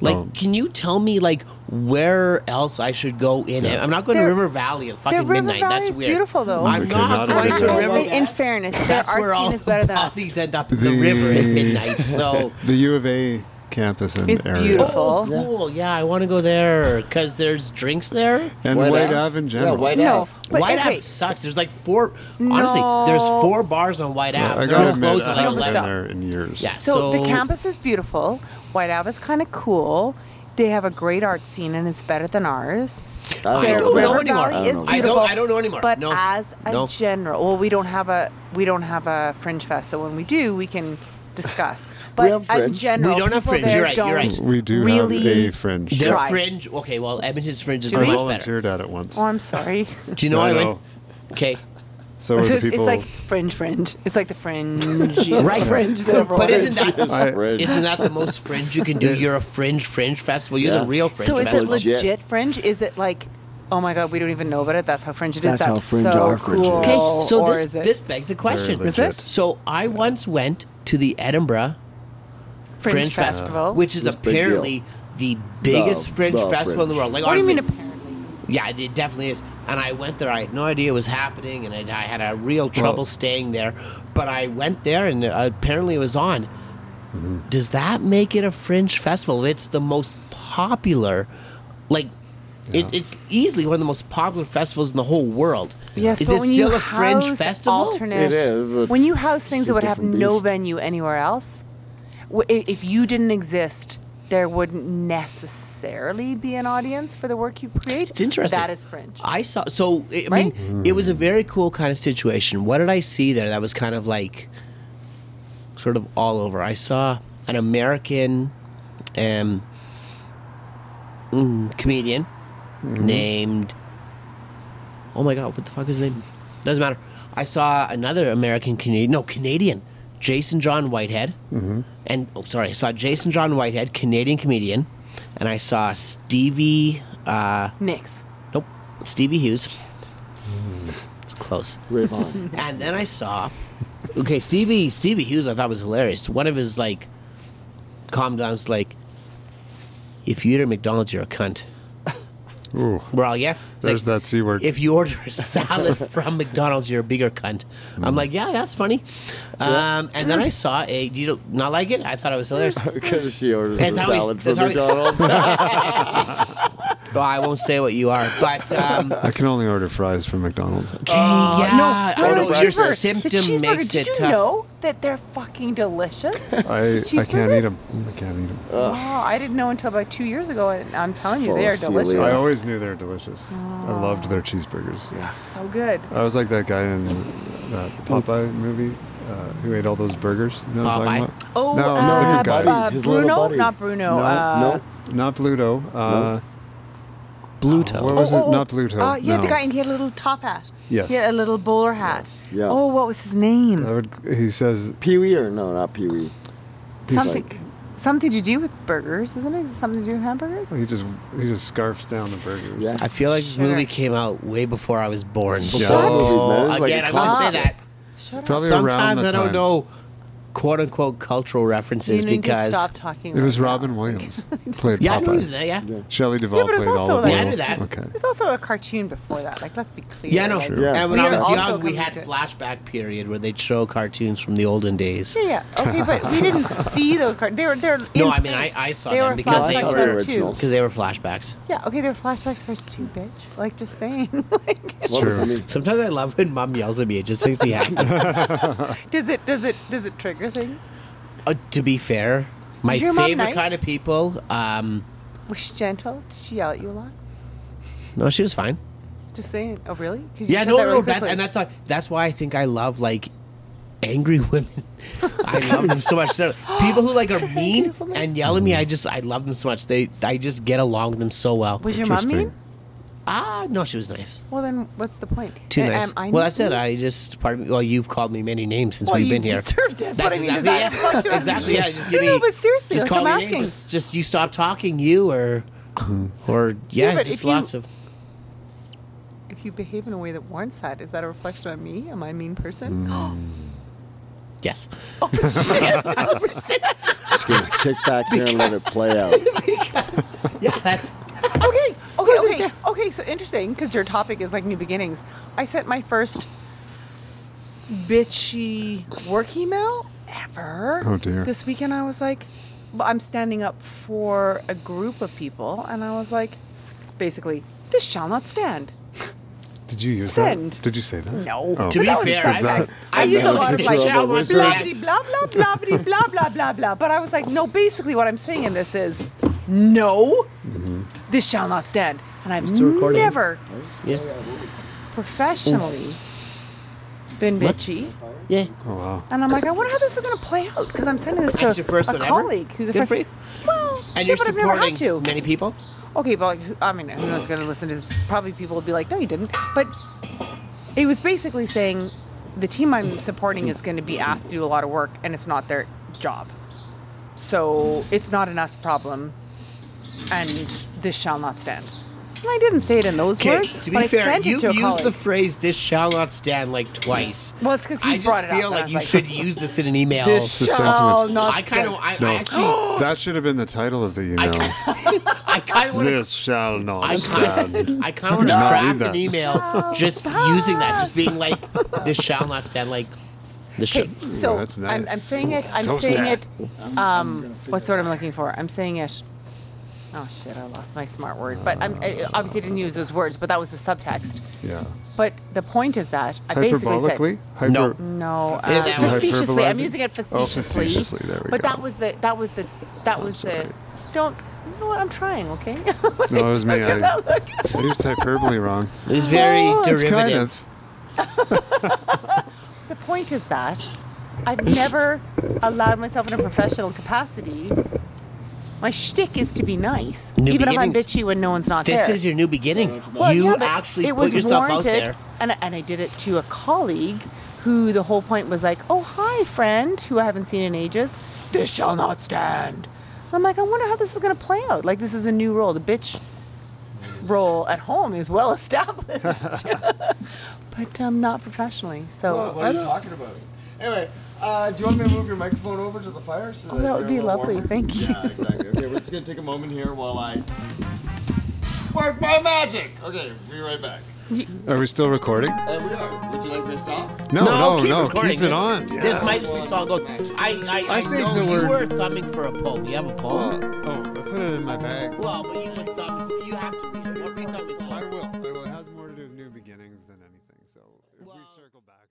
[SPEAKER 1] Like,
[SPEAKER 3] Oh.
[SPEAKER 1] can you tell me like where else I should go in it? I'm not going to
[SPEAKER 4] There-
[SPEAKER 1] River Valley at
[SPEAKER 4] the
[SPEAKER 1] fucking
[SPEAKER 4] River
[SPEAKER 1] midnight.
[SPEAKER 4] Valley
[SPEAKER 1] That's
[SPEAKER 4] is
[SPEAKER 1] weird.
[SPEAKER 4] beautiful, though.
[SPEAKER 1] I'm
[SPEAKER 3] Okay,
[SPEAKER 1] not
[SPEAKER 3] not a
[SPEAKER 1] going
[SPEAKER 3] good
[SPEAKER 1] to
[SPEAKER 3] idea.
[SPEAKER 1] River.
[SPEAKER 4] in, in fairness,
[SPEAKER 1] That's
[SPEAKER 4] their
[SPEAKER 1] where
[SPEAKER 4] art
[SPEAKER 1] all
[SPEAKER 4] scene is better than us.
[SPEAKER 1] these end up the, river at midnight. So.
[SPEAKER 3] The U of A campus in
[SPEAKER 4] It's
[SPEAKER 3] the area.
[SPEAKER 4] beautiful.
[SPEAKER 1] Oh, cool. Yeah, I want to go there because there's drinks there.
[SPEAKER 3] And
[SPEAKER 2] White
[SPEAKER 3] White,
[SPEAKER 2] Ave?
[SPEAKER 3] Ave in general.
[SPEAKER 2] Yeah, White
[SPEAKER 4] No,
[SPEAKER 2] Ave.
[SPEAKER 4] but
[SPEAKER 1] White
[SPEAKER 4] okay.
[SPEAKER 1] Ave sucks. There's like four. Honestly, there's
[SPEAKER 4] No.
[SPEAKER 1] four bars on White Ave.
[SPEAKER 3] I
[SPEAKER 1] They're
[SPEAKER 3] gotta
[SPEAKER 1] all
[SPEAKER 3] admit,
[SPEAKER 1] closed
[SPEAKER 3] I
[SPEAKER 1] at like
[SPEAKER 4] haven't
[SPEAKER 3] haven't
[SPEAKER 4] been
[SPEAKER 3] been
[SPEAKER 1] 11.
[SPEAKER 3] there in years.
[SPEAKER 1] Yeah.
[SPEAKER 4] So, the
[SPEAKER 1] So-
[SPEAKER 4] campus is beautiful. White Ave is kind of cool. They have a great art scene, and it's better than ours.
[SPEAKER 2] I
[SPEAKER 1] I
[SPEAKER 4] Their
[SPEAKER 1] don't know
[SPEAKER 4] River
[SPEAKER 1] anymore.
[SPEAKER 4] Valley
[SPEAKER 1] I don't
[SPEAKER 4] is
[SPEAKER 1] know. I
[SPEAKER 4] beautiful.
[SPEAKER 1] don't- I don't know anymore.
[SPEAKER 4] But
[SPEAKER 1] No.
[SPEAKER 4] as a
[SPEAKER 1] No.
[SPEAKER 4] general, well, we don't have a we don't have a fringe fest, so when we do, we can discuss. But
[SPEAKER 2] have
[SPEAKER 4] in
[SPEAKER 2] fringe.
[SPEAKER 4] general,
[SPEAKER 1] We don't have
[SPEAKER 4] people
[SPEAKER 1] fringe.
[SPEAKER 4] there
[SPEAKER 1] You're right, you're
[SPEAKER 4] don't
[SPEAKER 1] right.
[SPEAKER 3] We do have
[SPEAKER 4] really
[SPEAKER 3] a fringe.
[SPEAKER 1] Their
[SPEAKER 4] Try.
[SPEAKER 1] fringe. Okay, well, Edmonton's fringe is
[SPEAKER 4] Do
[SPEAKER 3] I
[SPEAKER 4] we?
[SPEAKER 1] much better.
[SPEAKER 3] volunteered at it once.
[SPEAKER 4] Oh, I'm sorry.
[SPEAKER 1] Do you know
[SPEAKER 3] I
[SPEAKER 1] I went?
[SPEAKER 3] know.
[SPEAKER 1] Okay.
[SPEAKER 3] So were
[SPEAKER 4] So
[SPEAKER 3] the
[SPEAKER 4] it's, it's
[SPEAKER 3] people.
[SPEAKER 4] like fringe, fringe. It's like the fringe,
[SPEAKER 1] Right.
[SPEAKER 4] Fringe. that
[SPEAKER 1] But
[SPEAKER 4] everyone-
[SPEAKER 1] isn't that
[SPEAKER 3] I-
[SPEAKER 2] Fringe.
[SPEAKER 1] Isn't that the most fringe you can do? You're a fringe fringe festival. You're
[SPEAKER 2] Yeah.
[SPEAKER 1] the real fringe
[SPEAKER 4] so? Is it
[SPEAKER 1] festival.
[SPEAKER 2] Legit.
[SPEAKER 4] legit. fringe? Is it like, oh my god, we don't even know about it? That's how fringe it is.
[SPEAKER 2] That's how fringe
[SPEAKER 4] so
[SPEAKER 2] our fringe is.
[SPEAKER 4] cool.
[SPEAKER 1] okay, so
[SPEAKER 4] or
[SPEAKER 1] this
[SPEAKER 4] is it
[SPEAKER 1] this begs a question.
[SPEAKER 3] Very Is legit. it?
[SPEAKER 1] So I once went to the Edinburgh
[SPEAKER 4] fringe, festival?
[SPEAKER 1] which is
[SPEAKER 2] It's a big
[SPEAKER 1] apparently the biggest
[SPEAKER 2] The-
[SPEAKER 1] fringe
[SPEAKER 2] the
[SPEAKER 1] festival in the
[SPEAKER 2] fringe.
[SPEAKER 1] world. Like,
[SPEAKER 4] what do you
[SPEAKER 1] honestly,
[SPEAKER 4] mean apparently?
[SPEAKER 1] Yeah, it definitely is. And I went there. I had no idea it was happening, and I, I had a real trouble staying there. But I went there, and uh, apparently it was on. Does that make it a fringe festival? It's the most popular, like, it, it's easily one of the most popular festivals in the whole world.
[SPEAKER 4] Yes,
[SPEAKER 1] is
[SPEAKER 4] but
[SPEAKER 1] it
[SPEAKER 4] when
[SPEAKER 1] still
[SPEAKER 4] you
[SPEAKER 1] a fringe
[SPEAKER 4] house
[SPEAKER 1] festival?
[SPEAKER 4] alternate-
[SPEAKER 2] It is, but
[SPEAKER 4] when you house
[SPEAKER 2] it's
[SPEAKER 4] things
[SPEAKER 2] a
[SPEAKER 4] that would have
[SPEAKER 2] different
[SPEAKER 4] no
[SPEAKER 2] beast.
[SPEAKER 4] venue anywhere else, w- i- if you didn't exist, there wouldn't necessarily be an audience for the work you create.
[SPEAKER 1] It's interesting. Uh,
[SPEAKER 4] That is fringe.
[SPEAKER 1] I saw. So I I
[SPEAKER 4] Right?
[SPEAKER 1] mean, it was a very cool kind of situation. What did I see there? That was kind of like, sort of all over. I saw an American, um, mm, comedian named. Oh my god! What the fuck is his name? Doesn't matter. I saw another American Canadian. No, Canadian. Jason John Whitehead. Mm-hmm. And oh, sorry, I saw Jason John Whitehead, Canadian comedian, and I saw Stevie. Uh,
[SPEAKER 4] Nix.
[SPEAKER 1] Nope. Stevie Hughes. It's close.
[SPEAKER 2] Raybon.
[SPEAKER 1] And then I saw Okay, Stevie Stevie Hughes I thought was hilarious. One of his like calm downs like if you eat at McDonald's you're a cunt.
[SPEAKER 3] ooh,
[SPEAKER 1] We're all yeah. It's
[SPEAKER 3] there's
[SPEAKER 1] like,
[SPEAKER 3] that C word.
[SPEAKER 1] If you order a salad from McDonald's you're a bigger cunt. I'm like, yeah, that's funny. Um, and then I saw a do you don't- not like it? I thought it was hilarious.
[SPEAKER 2] Because she orders
[SPEAKER 1] That's
[SPEAKER 2] a
[SPEAKER 1] how he's-
[SPEAKER 2] salad
[SPEAKER 1] that's
[SPEAKER 2] from
[SPEAKER 1] how he-
[SPEAKER 2] McDonald's.
[SPEAKER 1] Oh, I won't say what you are, but um, okay,
[SPEAKER 3] I can only order fries from McDonald's.
[SPEAKER 1] uh, yeah, Oh,
[SPEAKER 4] No,
[SPEAKER 1] I
[SPEAKER 4] no,
[SPEAKER 1] know
[SPEAKER 4] the
[SPEAKER 1] your
[SPEAKER 4] cheeseburger. The
[SPEAKER 1] symptom
[SPEAKER 4] cheeseburger,
[SPEAKER 1] makes
[SPEAKER 4] Did
[SPEAKER 1] it
[SPEAKER 4] you
[SPEAKER 1] tough.
[SPEAKER 4] know that they're fucking delicious?
[SPEAKER 3] I, I can't
[SPEAKER 4] Cheeseburgers?
[SPEAKER 3] eat them. I can't eat them.
[SPEAKER 1] Uh.
[SPEAKER 4] wow, I didn't know until about two years ago, and I'm telling you,
[SPEAKER 2] Full
[SPEAKER 4] they
[SPEAKER 2] of
[SPEAKER 4] are
[SPEAKER 2] celiac.
[SPEAKER 4] delicious.
[SPEAKER 3] I always knew they were delicious. I loved their cheeseburgers. Yeah.
[SPEAKER 4] So good.
[SPEAKER 3] I was like that guy in uh, the Popeye movie uh, who ate all those burgers. You know what I'm
[SPEAKER 1] Popeye?
[SPEAKER 3] talking about?
[SPEAKER 4] Oh,
[SPEAKER 3] no, it's a
[SPEAKER 4] uh,
[SPEAKER 3] different guy.
[SPEAKER 2] Buddy,
[SPEAKER 4] uh,
[SPEAKER 2] his little
[SPEAKER 4] Bruno,
[SPEAKER 2] buddy.
[SPEAKER 4] not Bruno.
[SPEAKER 3] No,
[SPEAKER 4] uh,
[SPEAKER 2] no.
[SPEAKER 3] Not Bluto. Uh,
[SPEAKER 1] Bluto.
[SPEAKER 3] What was it? Not Bluto.
[SPEAKER 4] Uh, yeah, the
[SPEAKER 3] no.
[SPEAKER 4] guy, and he had a little top hat.
[SPEAKER 3] Yes.
[SPEAKER 4] He had a little bowler hat.
[SPEAKER 2] Yeah.
[SPEAKER 4] Oh, what was his name?
[SPEAKER 3] I would, he says
[SPEAKER 2] Pee Wee or no, not Pee Wee.
[SPEAKER 3] he's
[SPEAKER 4] something,
[SPEAKER 3] like-
[SPEAKER 4] something to do with burgers, isn't it? Something to do with hamburgers?
[SPEAKER 3] he just he just scarfs down the burgers.
[SPEAKER 2] Yeah.
[SPEAKER 1] I feel like this
[SPEAKER 4] Sure.
[SPEAKER 1] movie came out way before I was born.
[SPEAKER 2] What?
[SPEAKER 1] So
[SPEAKER 2] Like
[SPEAKER 1] again,
[SPEAKER 2] a
[SPEAKER 1] I'm gonna say
[SPEAKER 4] concert.
[SPEAKER 1] that.
[SPEAKER 4] Shut
[SPEAKER 3] Probably around
[SPEAKER 1] Sometimes
[SPEAKER 3] the
[SPEAKER 1] I don't
[SPEAKER 3] time.
[SPEAKER 1] know quote unquote cultural
[SPEAKER 4] You
[SPEAKER 1] references
[SPEAKER 4] need to
[SPEAKER 1] because
[SPEAKER 4] stop talking.
[SPEAKER 3] It was
[SPEAKER 4] right now.
[SPEAKER 3] Robin Williams played
[SPEAKER 1] yeah, I knew he was
[SPEAKER 3] Popeye.
[SPEAKER 1] there. Yeah,
[SPEAKER 3] Shelley Duvall
[SPEAKER 4] but it's
[SPEAKER 3] played
[SPEAKER 4] also
[SPEAKER 3] Olive
[SPEAKER 4] like-
[SPEAKER 1] Yeah, I
[SPEAKER 3] Oil.
[SPEAKER 1] knew that.
[SPEAKER 3] Okay.
[SPEAKER 4] There's also a cartoon before that. Like, let's be clear.
[SPEAKER 1] yeah, I know.
[SPEAKER 4] like-
[SPEAKER 3] Sure.
[SPEAKER 1] And when
[SPEAKER 4] We
[SPEAKER 1] I
[SPEAKER 4] are
[SPEAKER 1] was
[SPEAKER 4] also
[SPEAKER 1] young, we
[SPEAKER 4] coming
[SPEAKER 1] had
[SPEAKER 4] to-
[SPEAKER 1] flashback period where they'd show cartoons from the olden days.
[SPEAKER 4] Yeah, yeah. Okay, but we didn't see those cards. They were they're
[SPEAKER 1] No, I
[SPEAKER 4] in
[SPEAKER 1] mean, I-
[SPEAKER 4] print.
[SPEAKER 1] I saw
[SPEAKER 4] they
[SPEAKER 1] them
[SPEAKER 4] were
[SPEAKER 1] because
[SPEAKER 2] they
[SPEAKER 4] flashbacks
[SPEAKER 2] were-
[SPEAKER 4] first,
[SPEAKER 2] originals.
[SPEAKER 4] too.
[SPEAKER 1] Because they were flashbacks.
[SPEAKER 4] Yeah, okay, they were flashbacks first too, bitch. Like just saying. like,
[SPEAKER 2] It's wonderful
[SPEAKER 3] True.
[SPEAKER 2] me.
[SPEAKER 1] Sometimes I love when mom yells at me. It just makes me happy.
[SPEAKER 4] does it does it does it trigger things?
[SPEAKER 1] Uh, to be fair, my
[SPEAKER 4] Is your mom
[SPEAKER 1] favorite
[SPEAKER 4] nice?
[SPEAKER 1] kind of people. Um,
[SPEAKER 4] Was she gentle? Did she yell at you a lot?
[SPEAKER 1] no, she was fine.
[SPEAKER 4] Just saying. Oh, really? 'Cause you
[SPEAKER 1] Yeah,
[SPEAKER 4] said
[SPEAKER 1] no,
[SPEAKER 4] that
[SPEAKER 1] no,
[SPEAKER 4] really
[SPEAKER 1] that,
[SPEAKER 4] quickly.
[SPEAKER 1] and that's why that's why I think I love like angry women. I love them so much. So people who like are mean
[SPEAKER 4] women.
[SPEAKER 1] and yell at me, I just I love them so much. They I just get along with them so well.
[SPEAKER 4] Was your mom mean?
[SPEAKER 3] Interesting.
[SPEAKER 1] Ah, no, she was nice.
[SPEAKER 4] Well, then what's the point?
[SPEAKER 1] Too
[SPEAKER 4] And
[SPEAKER 1] nice.
[SPEAKER 4] am I
[SPEAKER 1] well,
[SPEAKER 4] nice
[SPEAKER 1] that's it.
[SPEAKER 4] to you?
[SPEAKER 1] I uh, just pardon me. Well, you've called me many names since
[SPEAKER 4] Well,
[SPEAKER 1] we've
[SPEAKER 4] you
[SPEAKER 1] been here.
[SPEAKER 4] deserved it.
[SPEAKER 1] That's
[SPEAKER 4] But I mean, is
[SPEAKER 1] exactly
[SPEAKER 4] that a function
[SPEAKER 1] it.
[SPEAKER 4] of-
[SPEAKER 1] exactly. Yeah, just give
[SPEAKER 4] No, no,
[SPEAKER 1] me.
[SPEAKER 4] but seriously,
[SPEAKER 1] just
[SPEAKER 4] like,
[SPEAKER 1] call
[SPEAKER 4] I'm
[SPEAKER 1] me names.
[SPEAKER 4] asking.
[SPEAKER 1] Just, just you stop talking, you or or yeah,
[SPEAKER 4] but
[SPEAKER 1] just
[SPEAKER 4] if you-
[SPEAKER 1] lots of.
[SPEAKER 4] If you behave in a way that warrants that, is that a reflection on me? Am I a mean person?
[SPEAKER 1] Mm.
[SPEAKER 4] Oh,
[SPEAKER 1] Yes.
[SPEAKER 2] Just gonna kick back here and let it play out.
[SPEAKER 1] because, yeah, that's.
[SPEAKER 4] okay, okay,
[SPEAKER 1] course it's-
[SPEAKER 4] okay, okay. So interesting because your topic is like new beginnings. I sent my first bitchy work email ever.
[SPEAKER 3] Oh, dear.
[SPEAKER 4] This weekend I was like, well, I'm standing up for a group of people, and I was like, basically, this shall not stand.
[SPEAKER 3] Did you use
[SPEAKER 4] Send.
[SPEAKER 3] that? Did you say that?
[SPEAKER 4] No.
[SPEAKER 3] Oh.
[SPEAKER 1] To be
[SPEAKER 4] That was
[SPEAKER 1] fair,
[SPEAKER 4] so
[SPEAKER 1] I,
[SPEAKER 4] nice.
[SPEAKER 1] I,
[SPEAKER 4] I use a
[SPEAKER 1] really
[SPEAKER 4] lot of
[SPEAKER 1] did
[SPEAKER 4] like
[SPEAKER 1] shall
[SPEAKER 2] trouble
[SPEAKER 1] not
[SPEAKER 2] with
[SPEAKER 4] blah
[SPEAKER 1] stand.
[SPEAKER 4] blah blah blah blah blah blah blah blah. But I was like, no. Basically, what I'm saying in this is, no, this shall not stand. And I've
[SPEAKER 1] still Mm-hmm. recording.
[SPEAKER 4] never
[SPEAKER 1] Yeah.
[SPEAKER 4] professionally been bitchy,
[SPEAKER 1] Yeah.
[SPEAKER 3] Oh wow.
[SPEAKER 4] and I'm like, I wonder how this is going to play out because I'm sending this
[SPEAKER 1] That's
[SPEAKER 4] to
[SPEAKER 1] your first
[SPEAKER 4] a
[SPEAKER 1] one ever?
[SPEAKER 4] colleague who's a
[SPEAKER 1] Good for
[SPEAKER 4] friend.
[SPEAKER 1] you.
[SPEAKER 4] Well,
[SPEAKER 1] And
[SPEAKER 4] yeah,
[SPEAKER 1] you're
[SPEAKER 4] but I've never had to.
[SPEAKER 1] supporting many people.
[SPEAKER 4] Okay, but like, who- I mean, who knows going to listen to this? Probably people will be like, no, you didn't. But it was basically saying the team I'm supporting is going to be asked to do a lot of work and it's not their job. So it's not an us problem and this shall not stand. And I didn't say it in those
[SPEAKER 1] Okay.
[SPEAKER 4] words.
[SPEAKER 1] To
[SPEAKER 4] but I
[SPEAKER 1] be fair,
[SPEAKER 4] sent it
[SPEAKER 1] you've
[SPEAKER 4] to a
[SPEAKER 1] used the
[SPEAKER 4] colleague.
[SPEAKER 1] phrase "this shall not stand" like twice.
[SPEAKER 4] Well, it's 'cause he
[SPEAKER 1] I just
[SPEAKER 4] brought it up,
[SPEAKER 1] feel
[SPEAKER 4] and I
[SPEAKER 1] like
[SPEAKER 4] was
[SPEAKER 1] you
[SPEAKER 4] like-
[SPEAKER 1] should use this in an email.
[SPEAKER 4] This
[SPEAKER 3] The
[SPEAKER 4] shall
[SPEAKER 3] sentiment.
[SPEAKER 4] not
[SPEAKER 1] I kind of, I,
[SPEAKER 3] No.
[SPEAKER 1] I actually,
[SPEAKER 3] that should have been the title of the email.
[SPEAKER 1] I kind of want to.
[SPEAKER 3] this shall not
[SPEAKER 1] I kind
[SPEAKER 3] stand.
[SPEAKER 1] of, I kind of want to
[SPEAKER 3] No.
[SPEAKER 1] craft
[SPEAKER 3] Neither.
[SPEAKER 1] an email just using that, just being like, "This shall not stand." Like, this shall.
[SPEAKER 4] Okay, so
[SPEAKER 3] that's
[SPEAKER 4] I'm, I'm
[SPEAKER 3] nice.
[SPEAKER 4] saying it. I'm
[SPEAKER 3] Toast
[SPEAKER 4] saying
[SPEAKER 3] that.
[SPEAKER 4] it. Um, what's what I'm looking for? I'm saying it. Oh shit! I lost my smart word, but I'm, I obviously didn't use those words. But that was the subtext.
[SPEAKER 3] Yeah.
[SPEAKER 4] But the point is that I basically
[SPEAKER 3] Hyperbolically.
[SPEAKER 4] said
[SPEAKER 3] Hyper-
[SPEAKER 1] No.
[SPEAKER 4] no
[SPEAKER 1] Yeah,
[SPEAKER 4] uh,
[SPEAKER 1] that was-
[SPEAKER 4] facetiously. I'm
[SPEAKER 3] Hyperbolizing?
[SPEAKER 4] using it
[SPEAKER 3] Oh,
[SPEAKER 4] facetiously.
[SPEAKER 3] facetiously, there we
[SPEAKER 4] but
[SPEAKER 3] go.
[SPEAKER 4] that was the that was the that was the
[SPEAKER 3] sorry.
[SPEAKER 4] don't. You know what? I'm trying. Okay.
[SPEAKER 3] No, it was me.
[SPEAKER 4] Look at
[SPEAKER 3] I,
[SPEAKER 4] that look.
[SPEAKER 3] I used hyperbole wrong.
[SPEAKER 1] It's very
[SPEAKER 3] Oh, it's
[SPEAKER 1] derivative.
[SPEAKER 3] kind of.
[SPEAKER 4] The point is that I've never allowed myself in a professional capacity. My shtick is to be nice,
[SPEAKER 1] New
[SPEAKER 4] even if I'm
[SPEAKER 1] beginnings.
[SPEAKER 4] bitchy when no one's not
[SPEAKER 1] This
[SPEAKER 4] there.
[SPEAKER 1] is your new beginning.
[SPEAKER 4] Well,
[SPEAKER 1] you
[SPEAKER 4] yeah, but
[SPEAKER 1] actually
[SPEAKER 4] it was
[SPEAKER 1] put yourself
[SPEAKER 4] warranted,
[SPEAKER 1] out there.
[SPEAKER 4] and I- and I did it to a colleague, who the whole point was like, "Oh hi, friend, who I haven't seen in ages. This shall not stand." I'm like, I wonder how this is going to play out. Like, this is a new role. The bitch role at home is well established, but um, not professionally. So
[SPEAKER 2] what are you talking about? Anyway, uh, do you want me to move your microphone over to the fire? So
[SPEAKER 4] Oh, that would
[SPEAKER 2] you're a
[SPEAKER 4] be
[SPEAKER 2] little
[SPEAKER 4] lovely.
[SPEAKER 2] warmer?
[SPEAKER 4] Thank you.
[SPEAKER 2] Yeah, exactly. Okay, we're just gonna take a moment here while I work my magic. Okay, be right back.
[SPEAKER 3] Are we still recording?
[SPEAKER 2] And we are. Would you like me to stop?
[SPEAKER 3] No, no,
[SPEAKER 1] keep
[SPEAKER 3] no.
[SPEAKER 1] recording.
[SPEAKER 3] Keep it
[SPEAKER 1] this,
[SPEAKER 3] on.
[SPEAKER 1] This might just be song. Look, I, I, I,
[SPEAKER 3] I think
[SPEAKER 1] know
[SPEAKER 3] the
[SPEAKER 1] you
[SPEAKER 3] word-
[SPEAKER 1] were thumbing for a poem. You have a
[SPEAKER 3] Oh,
[SPEAKER 1] poem?
[SPEAKER 3] oh, I put it in my bag.
[SPEAKER 1] Well, but uh, you were thumbing. You have to read it.
[SPEAKER 2] down.
[SPEAKER 3] circle back